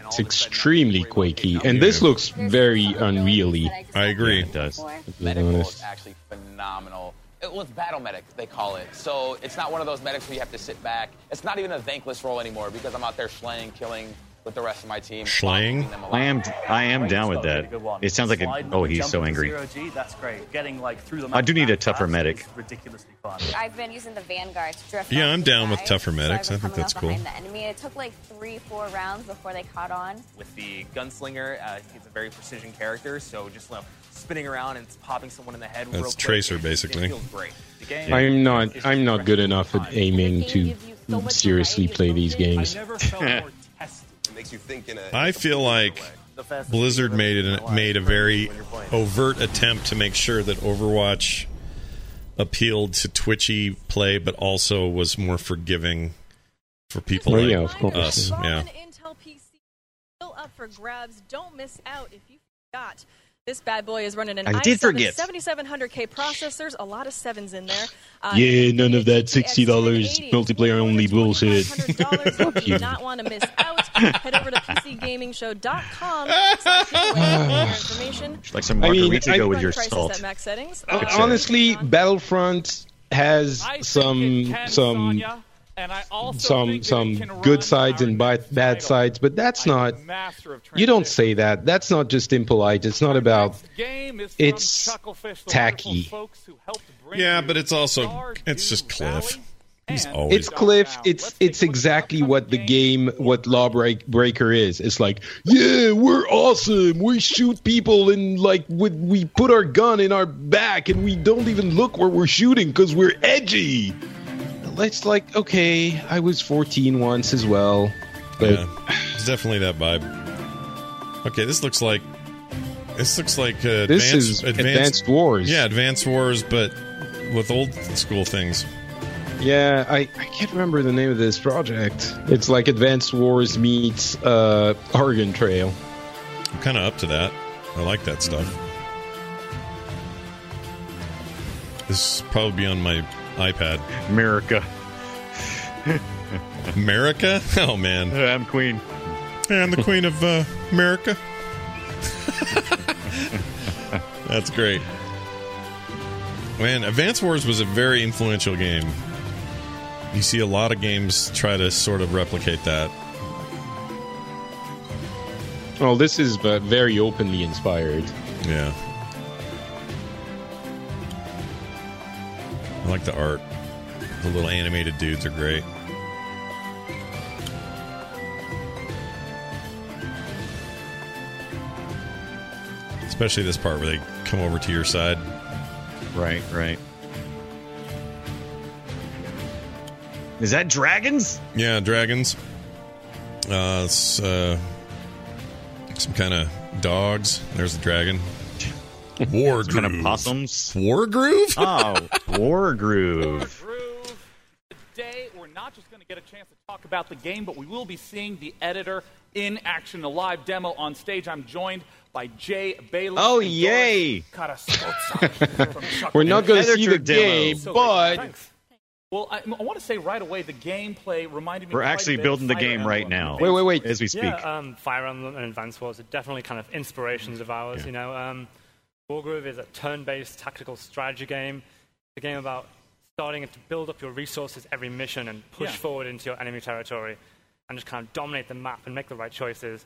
It's extremely quaky, and this looks very unreally.
I agree.
it does.
honest.
actually phenomenal. It was battle medic, they call it. So it's not one of those medics where you have to sit back. It's not even a thankless role anymore because I'm out there slaying, killing with the rest of my team.
Schlang? I am I am down with that. It sounds like a, oh he's so angry.
that's great. Getting like through the
I do need a tougher medic.
ridiculously fun.
I've been using the Vanguard to drift.
Yeah,
off
I'm
the
down with
side,
tougher
so
medics.
I've
I think
been
that's
coming up
cool.
behind the enemy. It took like three, four rounds before they caught on.
with the gunslinger. Uh, he's a very precision character, so just you know, spinning around and popping someone in the head. real
that's
quick,
Tracer
It
basically.
feels great. The game
I'm not I'm not good enough at aiming to seriously play these games.
*laughs*
It makes you think in a.
I feel like Blizzard made it made a very overt attempt to make sure that Overwatch appealed to twitchy play, but also was more forgiving for people
Oh,
like
yeah, of course.
us. Yeah,
Intel PC still up for grabs. Don't miss out if you forgot. This bad boy is running an
I did
i7
forget.
7700K processors. A lot of sevens in there. Uh,
Yeah, none of that sixty dollars multiplayer only bullshit. *laughs*
you do not want to miss out. Head over to PCGamingShow.com. slash giveaway for more information.
Like some
I mean,
margarita
I-
go with
Run
your
prices
salt.
at max settings.
Uh, honestly, Battlefront has some some some some good sides and bad, bad sides, but that's not. You don't say that. That's not just impolite. It's not about. It's tacky.
yeah, but it's also it's just Cliff. He's always
It's Cliff. It's it's exactly what the game, what Lawbreaker is. It's like, yeah, we're awesome. We shoot people and like we, we put our gun in our back and we don't even look where we're shooting because we're edgy. It's like, okay, I was 14 once as well, but
yeah, it's definitely that vibe. Okay, this looks like this looks like uh,
This
advanced,
is Advanced Wars.
Yeah, advanced wars, but with old school things.
Yeah, I, I can't remember the name of this project. It's like Advanced Wars meets uh, Oregon Trail.
I'm kind of up to that. I like that stuff. This will probably be on my iPad.
America.
America? *laughs* Oh man.
I'm queen.
Yeah, I'm the queen of uh, America. *laughs* That's great. Man, Advance Wars was a very influential game. You see a lot of games try to sort of replicate that.
Well, this is uh, very openly inspired.
Yeah. I like the art. The little animated dudes are great. Especially this part where they come over to your side.
Right, right. Is that dragons?
Yeah, dragons. Uh, it's uh, some kind of dogs. There's the
*laughs*
dragon. War
Some kind of
groove.
possums.
War groove.
Oh, war
*laughs*
groove.
Today, we're not just going to get a chance to talk about the game, but we will be seeing the editor in action, a live demo on stage. I'm joined by Jay Bailey.
Oh,
and
yay!
Doris Karasotsa from Chuck
We're not going to
Taylor.
see the
Editor demo.
game, but
Well, I, I want to say right away, the gameplay reminded me.
We're
quite a
actually
bit of
building the
Fire
game right
Emblem.
now. Wait, wait, wait. As we speak.
Yeah, um, Fire Emblem and Advance Wars are definitely kind of inspirations of ours. You know, um, Wargroove is a turn-based tactical strategy game. It's a game about starting to build up your resources every mission and push
Yeah.
forward into your enemy territory and just kind of dominate the map and make the right choices.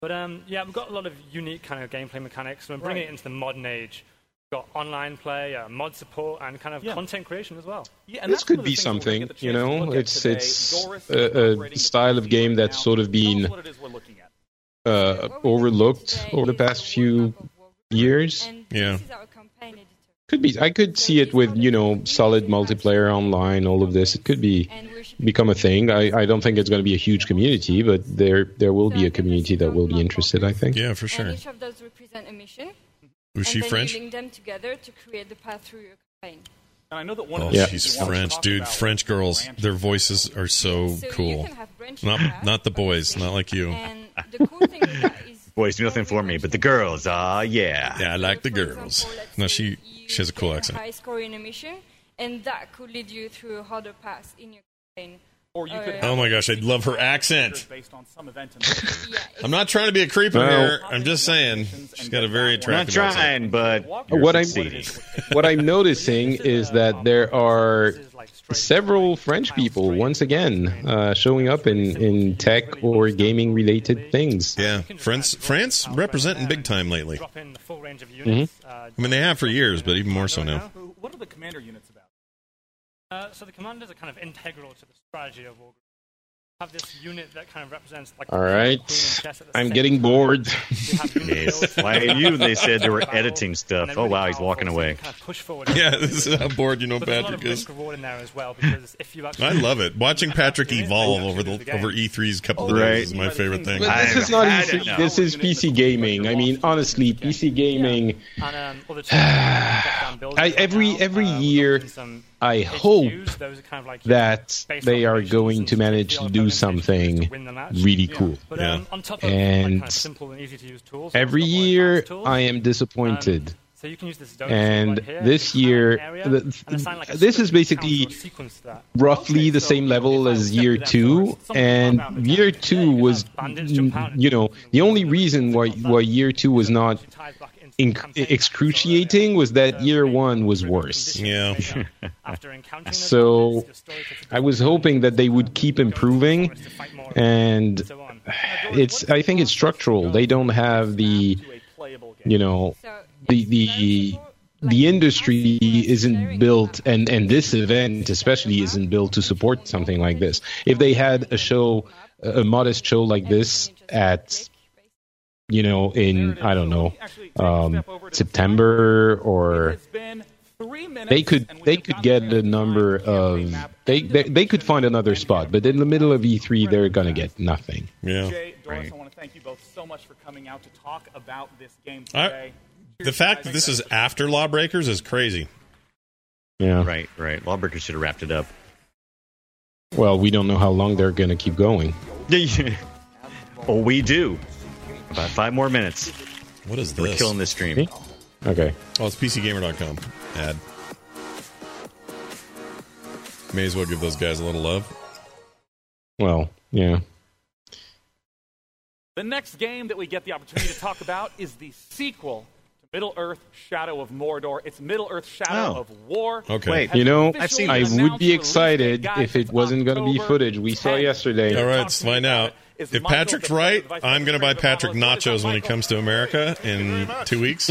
But um, yeah, we've got a lot of unique kind of gameplay mechanics. We're bringing
Right.
it into the modern age. We've got online play, uh, mod support, and kind of
Yeah.
content creation as well.
Yeah,
this could be something, you know. It's it's a, a style of game that's sort of been uh, overlooked over the past few years.
Yeah.
Could be. I could see it with you know solid multiplayer online. All of this. It could be become a thing. I, I don't think it's going to be a huge community, but there there will be a community that will be interested. I think.
Yeah, for sure.
And each of those represent a mission.
Was she
and then
French?
You link them together to create the path through your campaign.
And I know that one
Oh,
of the things
she's
we wanted to
French,
talk
dude.
about-
French girls, their voices are so
So you
cool.
can have branch
Not
paths,
not the boys, not like you.
And the cool thing is that is
*laughs* Boys do nothing for me, but the girls, ah, yeah.
Yeah, I like the girls. No, she she has a cool
a
accent.
high score in a mission, and that could lead you through a harder path in your campaign. Uh,
Or you could
Oh my gosh, I love her accent.
based on some event. in-
I'm not trying to be a creep in
Well-
here. I'm just saying she's got a very attractive.
Not
accent.
trying, but
what I'm what I'm noticing is that there are several French people once again uh, showing up in, in tech or gaming related things.
Yeah, France France representing *laughs* big time lately.
Mm-hmm.
I mean, they have for years, but even more so now.
What are the commander units about?
Uh, so the commanders are kind of integral to the strategy of Wargroove. Have this unit that kind of represents like.
All right, I'm getting bored.
Yes. Why are you? They said they were editing stuff. Oh, wow, he's walking away.
Push forward.
Yeah, this is how bored you know
But there's a lot
Patrick
of
is.
risk reward in there as
*laughs*
well because if you actually.
I love it. Watching Patrick evolve over the over E3's couple of
Right.
days is my favorite thing.
But this is not easy. This is PC gaming. I mean, honestly, PC gaming.
And um, other tools.
I, every every
uh,
year, I hope that they are going to manage to do something really cool.
But um, on top of like, kind of
And
simple and easy to use tools,
every year, I am disappointed.
um, so you can use this donut
And
right here,
this year, the, this is basically roughly the same level as year two. And year two was, mm, you know, the only reason why why year two was not inc- excruciating was that year one was worse.
Yeah.
*laughs* so I was hoping that they
Um,
would keep improving, and it's I think it's structural. They don't have the, you know, the the the industry isn't built and and this event especially isn't built to support something like this if they had a show a modest show like this at you know in i don't know um september or they could they could get a number of they, they they could find another spot but in the middle of e3 they're gonna get nothing
Jay,
Oh,
Doris, I want to thank you both so much for coming out to talk about this game
I-
today.
the fact that this is after Lawbreakers is crazy.
yeah
right right lawbreaker should have wrapped it up *laughs*
well we don't know how long they're gonna keep going
oh we do about five more minutes
what is
we're
this?
killing this stream
okay
Oh, it's PCGamer.com ad. May as well give those guys a little love.
well yeah
The next game that we get the opportunity to talk about is the sequel to Middle Earth: Shadow of Mordor. It's Middle Earth: Shadow
Oh.
of War. Has
you know,
officially been
I
announced
would be
and released.
excited
Guys,
if it wasn't going to be footage we saw yesterday.
All right, let's
uh,
find out. If Patrick's right, I'm going to buy Patrick nachos when he comes to America in two weeks.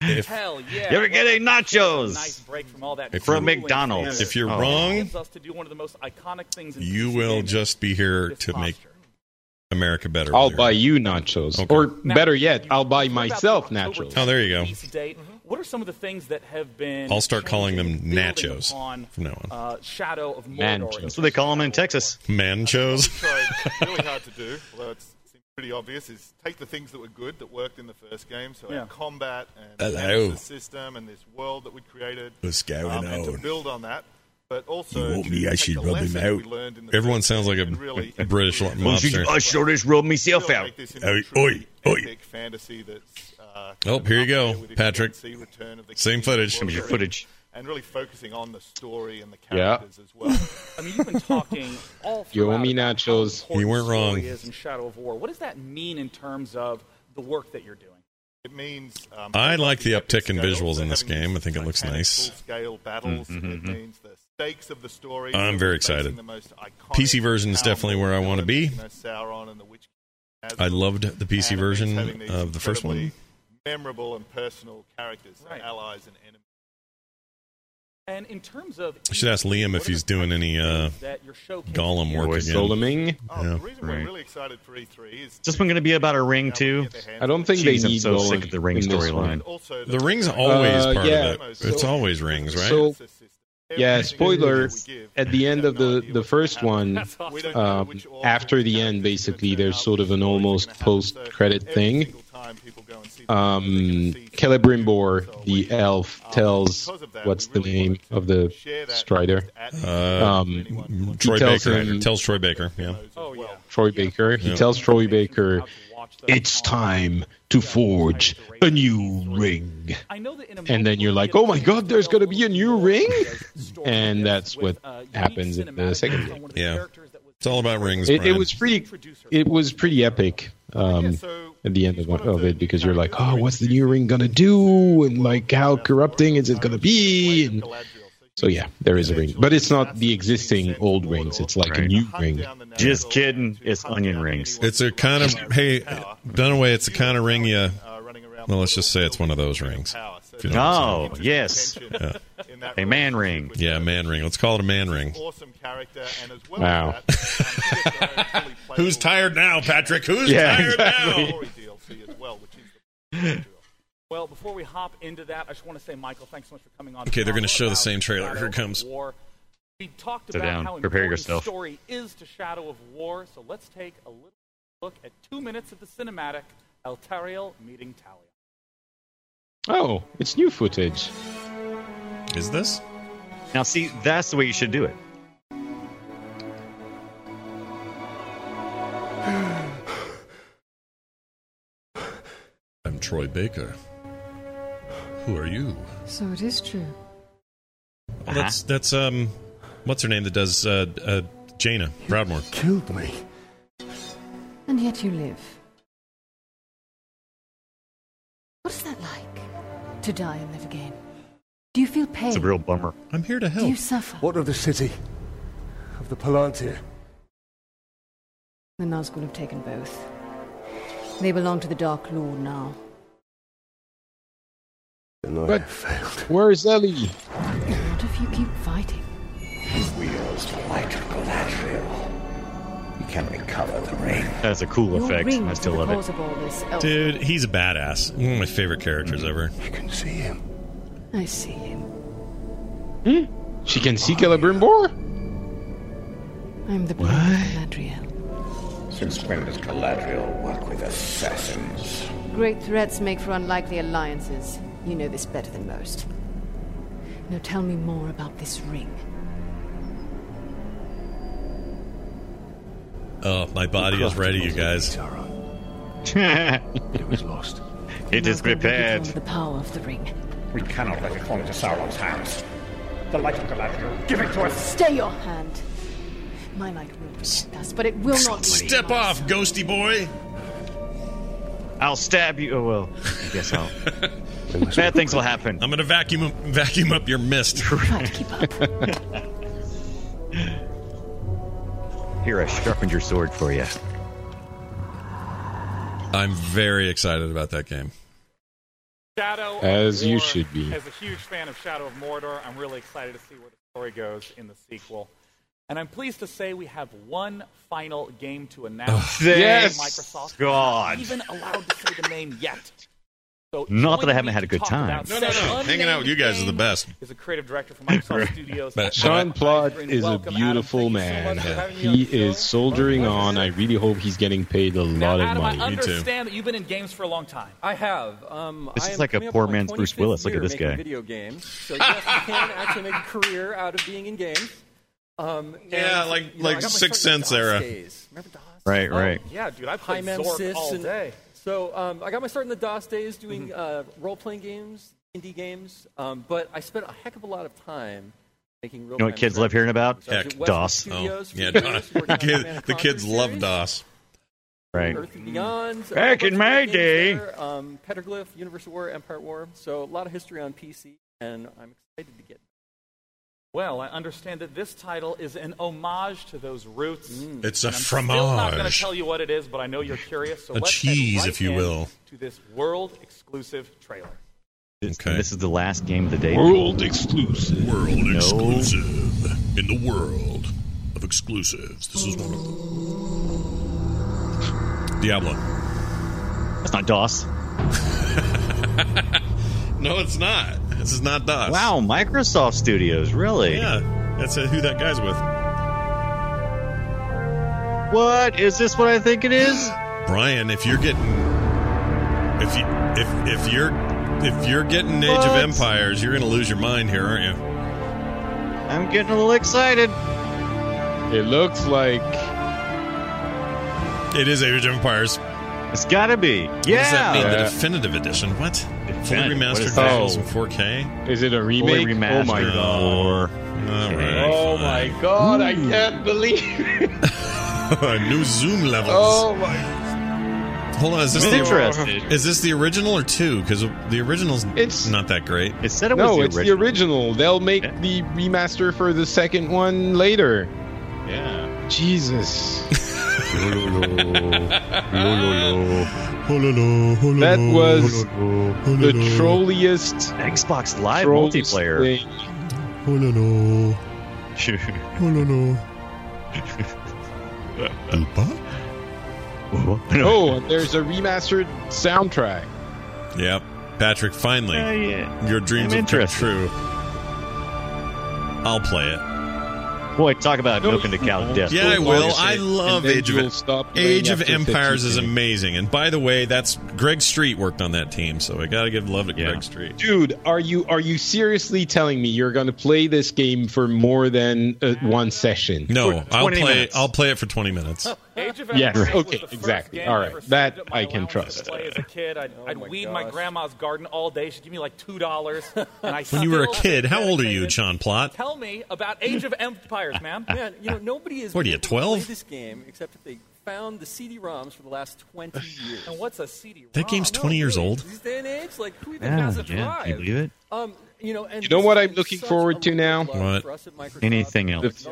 if,
Hell yeah!
You ever
Well,
getting nachos?
nice break from all that
If you're- From
drooling
McDonald's. Oh.
theater.
If you're wrong,
Gives us to do one of the most iconic things in
you will just be here to make America better.
I'll buy you nachos, or better yet, I'll buy myself nachos.
Oh, there you go.
to date. Mm-hmm. What are some of the things that have been?
I'll start calling them
building
nachos
upon,
from now on.
Uh, Shadow of Mordor.
that's what they call them in texas
manchos
*laughs*
tried really hard to do, although it seems pretty obvious, is take the things that were good that worked in the first game, so
Yeah.
our combat and
Hello.
the system and this world that we created,
What's going
and to
on?
build on that. But also,
You want
to
me? I
take
should
the
rub him
lessons
out.
we learned in the
Everyone
first
sounds
game
like a
and really
*laughs* British mobster.
I *laughs* sure just rolled myself out.
make this into
Oi,
a truly
oi, oi.
epic fantasy that's. Uh,
Oh, here you go, Patrick.
Return of the
Same footage.
Give me your
footage.
and really focusing on the story and the
Yeah.
characters as well.
*laughs* I mean, you've been talking all
You owe
throughout
me nachos.
important story is in Shadow of War. What does that mean in terms of the work that you're doing?
It means um,
I like the uptick in visuals in this game. I think it looks nice.
scale battles.
Mhm,
It
mhm.
means the stakes of the story.
I'm very
Facing
excited.
The most iconic
PC version is definitely where I want to be.
you know, Sauron and the Witch. King of
I
Nazgul.
loved the PC
And it means having
version
these
of the first one.
Memorable and personal characters, so allies and enemies.
And in terms of
I should ask Liam if he's doing any uh, Gollum work again.
Goleming?
Yeah.
Oh, We're really excited for E E3. Is
This one going to be about a ring too.
I don't think
Jeez,
they
I'm
need
so
Roland
sick of the ring
in this one.
storyline.
The ring's always
Uh,
part
yeah.
of it. It's
So-
always rings, right?
So, yeah, spoiler. At the end of the, the first one, um, after the end, basically, there's sort of an almost post credit thing. Um, Celebrimbor, the elf, tells what's the name of the Strider? Um, he
Uh, Troy
tells
Baker
him-
tells Troy Baker.
Oh,
Oh, Yeah.
Troy Baker. He
Yeah.
tells Troy Baker, "It's time to forge a new ring." And then you're like, "Oh my God, there's going to be a new ring!" And that's what happens in the second game.
Yeah. It's all about rings.
It, it
Brian.
was pretty. It was pretty epic um, at the end of, one, of it because you're like, "Oh, what's the new ring going to do?" And like, "How corrupting is it going to be?" And "Oh, so yeah, there is a ring, but it's not the existing old rings. It's like a new ring.
Just kidding. It's onion rings.
It's a kind of hey, Dunaway. It's the kind of ring you. Well, let's just say it's one of those rings. if you know what I'm
Oh yes,
saying.
a man ring.
Yeah. yeah, man ring. Let's call it a man ring.
Awesome character, and as well
Wow.
as that, um,
Who's tired now, Patrick? Who's
Yeah,
tired
exactly.
now?
story DLC as well, which is
Well, before we hop into that, I just want to say, Michael, thanks so much for coming on.
Okay, they're
Talk
gonna show the
about
same trailer.
Shadow
Here it
of
comes.
War. We talked
Sit
about
down.
how
Prepare
important
yourself.
story is to Shadow of War, so let's take a little look at two minutes of the cinematic, Eltariel meeting Talia.
Oh, it's new footage.
Is this?
Now see, that's the way you should do it.
I'm Troy Baker. Who are you?
*sighs* So it is true.
Well, that's that's um, what's her name that does uh, uh Jaina Proudmore
killed me. And yet you live. What is that like? To die and live again? Do you feel pain?
It's a real bummer.
I'm here to
Do you suffer?
What of the city? Of the Palantir?
The Nazgul have taken both. They belong to the Dark Lord now.
But where's Ellie?
What if you keep fighting?
Wheels to light Galadriel. You can recover the ring.
That's a cool
Your
effect.
ring
I
is
still
the
love
cause
it.
of all this. Mm. Oh,
Dude, he's a badass. One of my favorite characters ever.
You can see him.
I see him.
She can see Celebrimbor.
I'm the blood of Galadriel.
Since when does Galadriel work with assassins?
Great threats make for unlikely alliances. You know this better than most. Now tell me more about this ring.
Oh, my body is ready, you guys.
*laughs*
it was lost. It is prepared.
The power of the ring.
We cannot let it fall into Sauron's hands. The light of Galadriel, give it to us!
Stay your hand. My light will protect us, but it will not.
Step off, ghosty boy.
I'll stab you. Oh well, I guess
*laughs*
I'll. Bad things will happen.
I'm gonna vacuum vacuum up your mist.
*laughs* Here, I sharpened your sword for you.
I'm very excited about that game.
Shadow of
As you
War.
should be.
As a huge fan of Shadow of Mordor, I'm really excited to see where the story goes in the sequel. And I'm pleased to say we have one final game to announce.
Thank Yes!
Microsoft
God.
not even allowed to say the name yet. So
Not that I
joining
haven't
me
had a
to
good
talk
time.
about
No, no,
said
no. Hanging out with you guys is the
unnamed
best.
game Is a creative director
*laughs*
for Microsoft Studios.
But-
Sean
but-
Plott is a beautiful man. He is soldiering on. I really hope he's getting paid a lot of
Adam, I
money.
understand that you've been in games for a long time.
I have. Um,
This
I
is
am
like a
coming up
poor
on my
man's Bruce
25th
Willis. Look at
year
this
making
guy.
Video games. So yes, you can actually make a career out of being in games. Um, and,
Yeah, like-
you know, I
like
got my
Sixth
start in
Sense
DOS
era.
days. Remember DOS?
Right, right.
Yeah, dude, I
High
played Zork all
and,
day.
Mm-hmm.
So um, I got my start in the DOS days doing uh, role-playing games, indie games, um, but I spent a heck of a lot of time making real.
You know what kids love hearing about?
Heck,
DOS.
Oh, yeah, DOS. the, *laughs* kid, the kids love DOS.
Right.
Earth and Beyond. uh,
Back
a bunch
in
of
my
games
day.
there, um, Petroglyph, Universe War, Empire War. So a lot of history on PC, and I'm excited to get.
Well, I understand that this title is an homage to those roots.
Mm. It's a
And I'm Still not going to
fromage.
tell you what it is, but I know you're curious.
A
So let's head
cheese,
right
if you
in
will.
to this world exclusive trailer.
This, this is the last game of the day.
World exclusive.
World No.
exclusive. In the world of exclusives. This is one of them.
Diablo.
That's not DOS. *laughs*
No, it's not. This is not DOS.
Wow, Microsoft Studios, really?
Yeah, that's uh, who that guy's with.
What is this? What I think it is?
Brian, if you're getting if you if if you're if you're getting Age of
What?
Empires, you're gonna lose your mind here, aren't you?
I'm getting a little excited.
It looks like
It is Age of Empires.
It's gotta be. Yeah.
What does that mean? The
Yeah. Oh.
definitive edition. What? Fully
Definitive. What
remastered
is that?
visuals in 4K.
Is it a remake? oh my
remastered.
god.
Or all right.
Oh my god, I can't believe
*laughs* New zoom levels.
Oh my
Hold on, is this
I'm
the
interested.
Is this the original or two? Because the original's it's not that great.
It said it
No,
was
it's
the
the
original.
original. They'll make the remaster for the second one later.
yeah. *laughs*
Jesus. *laughs*
That
That was the trolliest
Xbox Live
trolls
multiplayer.
thing. *laughs* Oh, and there's a remastered soundtrack.
Yep. Patrick, finally,
Uh,
Yeah, yeah.
your dreams
I'm
have come
interested.
true. I'll play it.
Boy, talk about
No,
milking the
you
cow to
won't.
death.
Yeah, I
Bull.
will.
Polish
I
it,
love
and then
Age of
you'll stop playing
Age of
after 15
Empires is
days.
amazing. And by the way, that's Greg Street worked on that team, so I got to give love to
Yeah.
Greg Street.
Dude, are you are you seriously telling me you're going to play this game for more than uh, one session?
No, I'll
20
play.
minutes.
I'll play it for twenty minutes.
Age of
Yes.
Empires was
Oh, Okay,
the first
exactly.
game
All
I
right.
ever
That
saved up
I
my
can
allowance
trust.
To play as a kid, I'd,
Oh
I'd weed my grandma's garden all day. She'd give me like
*laughs*
two dollars.
When you were a kid, how old are you, Sean Plot?
Tell me about Age of Empires, man.
*laughs* Man, you know nobody is.
What are you,
gonna play
12?
This game, except if they found the CD-ROMs for the last twenty years.
And what's a CD?
That game's
No,
twenty years
really,
old.
These day and age, like who even
Yeah,
has a
yeah.
drive?
Can you believe it?
Um, you know, and
You know
this
what
has
I'm
been
looking
such
forward
a
to now?
labor of love
What?
for us at Microsoft.
Anything else?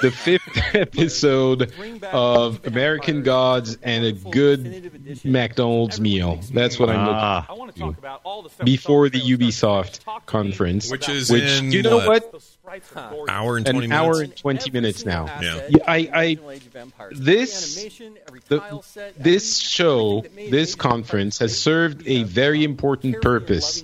The fifth *laughs* episode of American Gods and a good McDonald's meal. That's what I'm looking
Ah,
I want to talk about all the stuff
before
we saw
the
in trailer stuff.
Ubisoft
Talk to me
conference,
Which is
which
in
you know
what?
what?
Those sprites are gorgeous.
Hour and twenty
An hour
minutes.
and twenty minutes now.
Yeah.
Yeah, I, I, this, the, this show, this conference has served a very important purpose.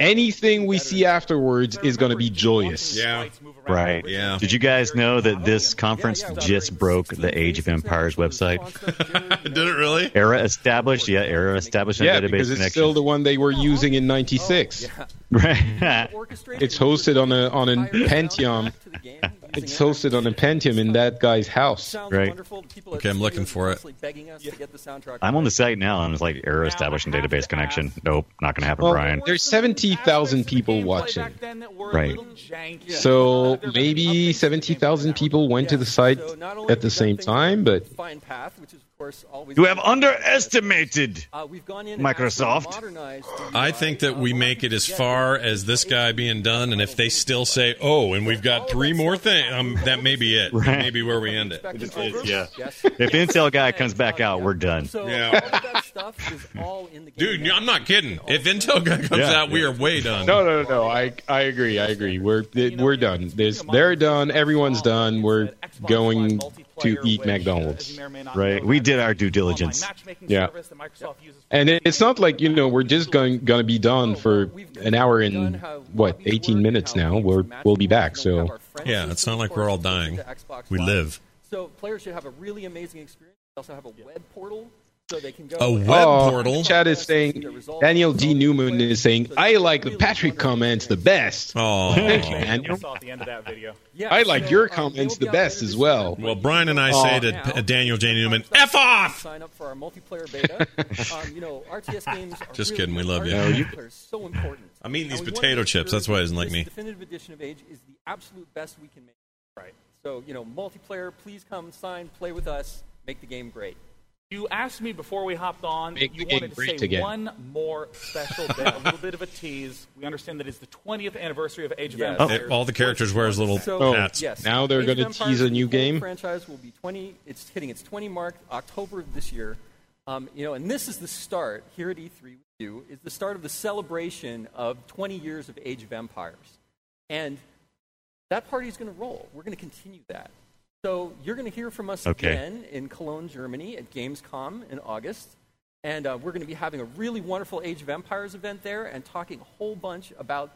Anything we see afterwards is going to be joyous.
Yeah.
Right.
Yeah.
Did you guys know that this conference just broke the Age of Empires website?
*laughs* Did it really?
Era established, yeah. Era established a
Yeah,
database
because it's
connection.
still the one they were using in *laughs* '96.
Right.
It's hosted on a on a Pentium. *laughs* It's hosted on a Pentium in that guy's house.
Right.
Okay, I'm looking for it.
I'm on the site now, and it's like error establishing database connection. Nope, not gonna happen,
Well,
Brian.
there's seventy thousand people watching,
Back then that were a
Right.
little janky.
so maybe seventy thousand people went to the site at the same time. But
Fine path, which is of course always.
You have underestimated.
Uh, we've gone in
Microsoft.
I think that we make it as far as this guy being done, and if they still say, "Oh, and we've got three more things," um, that may be it. That may be where we end it.
Yeah. If Intel guy comes back out, we're done.
Yeah.
stuff is all in the game.
Dude, I'm not kidding. If Intel guy comes
Yeah.
out, we are way done.
no, no, no, no. I I agree. I agree. We're we're done. There's they're done. Everyone's done. We're going to eat McDonald's.
Right. We did our due diligence.
Yeah. And it, it's not like you know we're just going going to be
Oh,
done for an hour and what 18 minutes now. We're we'll be back. So
Yeah, it's not like we're all dying. We live.
So players should have a really amazing experience. They also have a web portal so they can go.
a web portal. Oh, Chat is saying Daniel D. Newman is saying I like the Patrick comments the best.
Oh,
thank you,
I
Daniel.
saw at the end of that video.
I like your comments the best as well.
Well, Brian and I say to uh, Daniel J. Newman, F off!
Sign up for our multiplayer *laughs* beta. um, you know, RTS games. Are
Just
really
kidding, we
good.
love you.
RTS
No, you-
multiplayer is so important.
I'm eating these
And we wanna
potato
make
chips,
sure
that's why he doesn't like
this
me.
Definitive edition of Age is the absolute best we can make. Right. So you know, multiplayer. Please come sign, play with us, make the game great.
You asked me before we hopped on.
Make
you
the game
wanted to
great
say
again.
one more special bit, a little bit of a tease. We understand that it's the 20th anniversary of Age of
Yes. Oh.
Empires.
All the characters wear his little
Oh,
hats.
yes.
Now they're
Age
going
of
to
Empires
tease a new
is the whole
game.
Franchise will be 20. It's hitting its 20 mark October of this year. Um, you know, and this is the start here at E3 with you is the start of the celebration of 20 years of Age of Empires, and that party is going to roll. We're going to continue that. So you're going to hear from us
Okay.
again in Cologne, Germany, at Gamescom in August. And uh, we're going to be having a really wonderful Age of Empires event there and talking a whole bunch about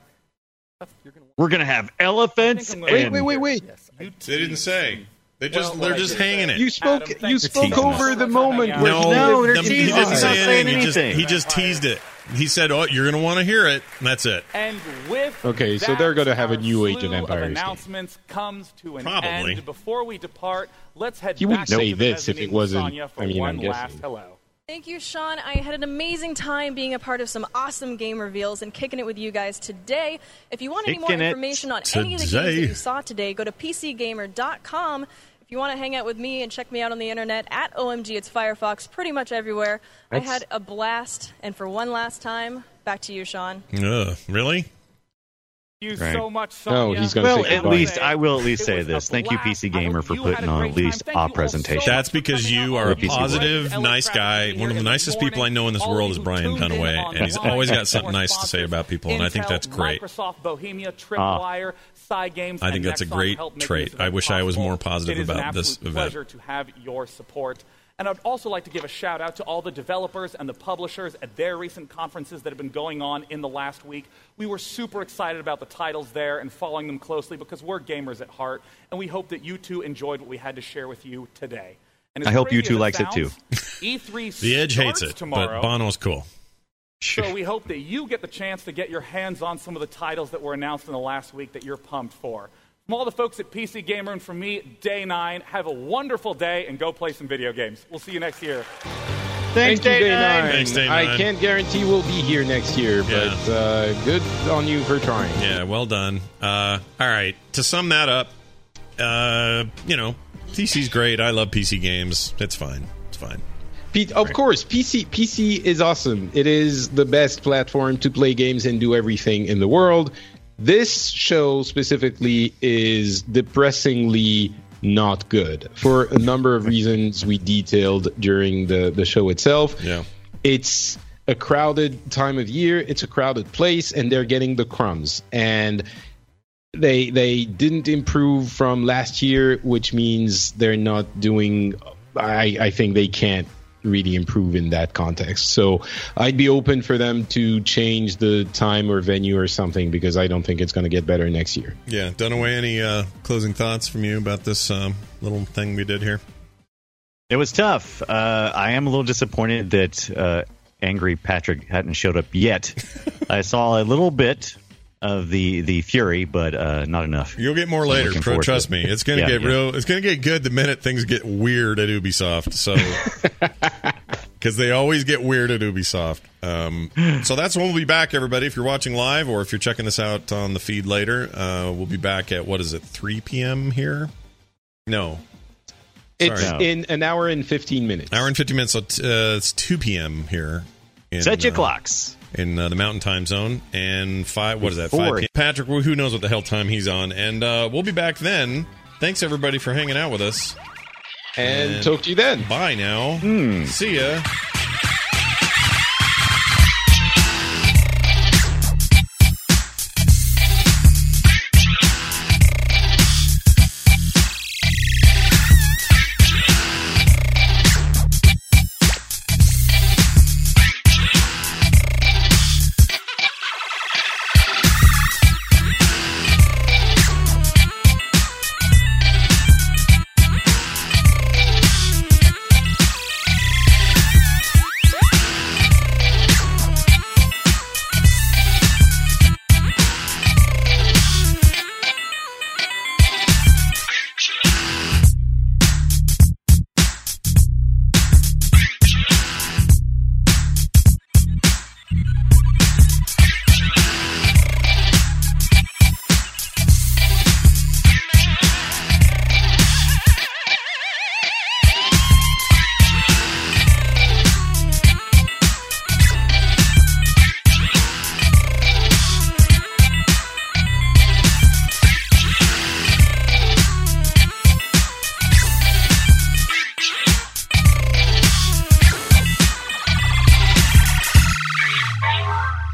stuff you're going to
We're gonna have elephants.
I'm gonna- Wait,
and-
wait, wait,
wait.
They didn't say. They just
Well,
they're
what I
just
did
hanging it.
You spoke. you spoke
Teasing us.
over the moment.
No,
where he
no,
did-
he
teased
didn't
us.
say anything. He just, he just teased it. He said, "Oh, you're going to want to hear it." And that's it.
And with
Okay, so they're going to have a new Age of
slew of
Empires. game.
announcements comes to an
Probably.
end. Before we depart, let's head
He
back
wouldn't say
to the
this if it
mezzanine
wasn't-
with Sonya for
I mean, I'm
one
guessing.
last hello.
Thank you, Sean. I had an amazing time being a part of some awesome game reveals and kicking it with you guys today. If you want any more
Kicking it
information on any of the games that
today.
you saw today, go to pcgamer.com. If you want to hang out with me and check me out on the internet at OMG, it's Firefox, pretty much everywhere. I
That's-
had a blast, and for one last time, back to you, Sean.
Ugh, really?
You
Right.
so much,
No,
Sonya.
he's gonna
Well,
say
at
goodbye.
least I will at least say this. Thank you, PC Gamer, for putting on at least a presentation.
That's because you are a
Thank you.
positive, nice guy. One of the nicest people I know in this world is Brian Dunaway, and he's always got something nice to say about people, and I think
Intel,
that's great.
Microsoft,
Ah.
Bohemia, Tripwire, Psy Games.
I think
and
that's a
Nexon
great
helped make
trait.
this event
I wish I was more
It
positive
is an
about
absolute
this event.
pleasure to have your support. And I'd also like to give a shout out to all the developers and the publishers at their recent conferences that have been going on in the last week. We were super excited about the titles there and following them closely because we're gamers at heart, and we hope that you too enjoyed what we had to share with you today. And as
I hope you
crazy
two
as
likes it too.
sounds, E3
The Edge hates
starts
it,
tomorrow.
but Bono's cool.
So we hope that you get the chance to get your hands on some of the titles that were announced in the last week that you're pumped for. From all the folks at PC Gamer and from me, day nine, have a wonderful day and go play some video games. We'll see you next year.
Thank you, Day
Nine.
Nine.
Thanks, Day
I
Nine.
can't guarantee we'll be here next year, but uh, good on you for trying.
Yeah, well done. Uh, all right. To sum that up, uh, you know, PC's great. I love PC games. It's fine. It's fine.
P- of course, PC PC is awesome. It is the best platform to play games and do everything in the world. This show specifically is depressingly not good for a number of reasons we detailed during the, the show itself.
Yeah.
It's a crowded time of year, it's a crowded place, and they're getting the crumbs. And they they didn't improve from last year, which means they're not doing. I I think they can't really improve in that context. So I'd be open for them to change the time or venue or something because I don't think it's going to get better next year.
Yeah. Dunaway, any uh, closing thoughts from you about this um, little thing we did here?
It was tough. Uh, I am a little disappointed that uh, angry Patrick hadn't showed up
*laughs*
yet. I saw a little bit of the the fury, but uh, not enough.
You'll get more
So I'm
later.
looking
Tr-
forward to
trust
it.
me, it's gonna
Yeah,
get
yeah.
real. It's gonna get good the minute things get weird at Ubisoft.
*laughs*
So, because they always get weird at Ubisoft. Um, so that's when we'll be back, everybody. If you're watching live or if you're checking this out on the feed later, uh, we'll be back at what is it, 3 p.m. here? No,
It's
Sorry.
in an hour and fifteen minutes.
hour and 50 minutes. So t- uh, it's 2 p.m. here. in,
Set your
uh,
clocks.
in uh, the Mountain Time Zone, and five. What is that? Five.
Four.
p.m. Patrick, who knows what the hell time he's on? And uh, we'll be back then. Thanks everybody for hanging out with us.
And talk to you then.
Bye now.
Hmm.
See ya.
Thank you.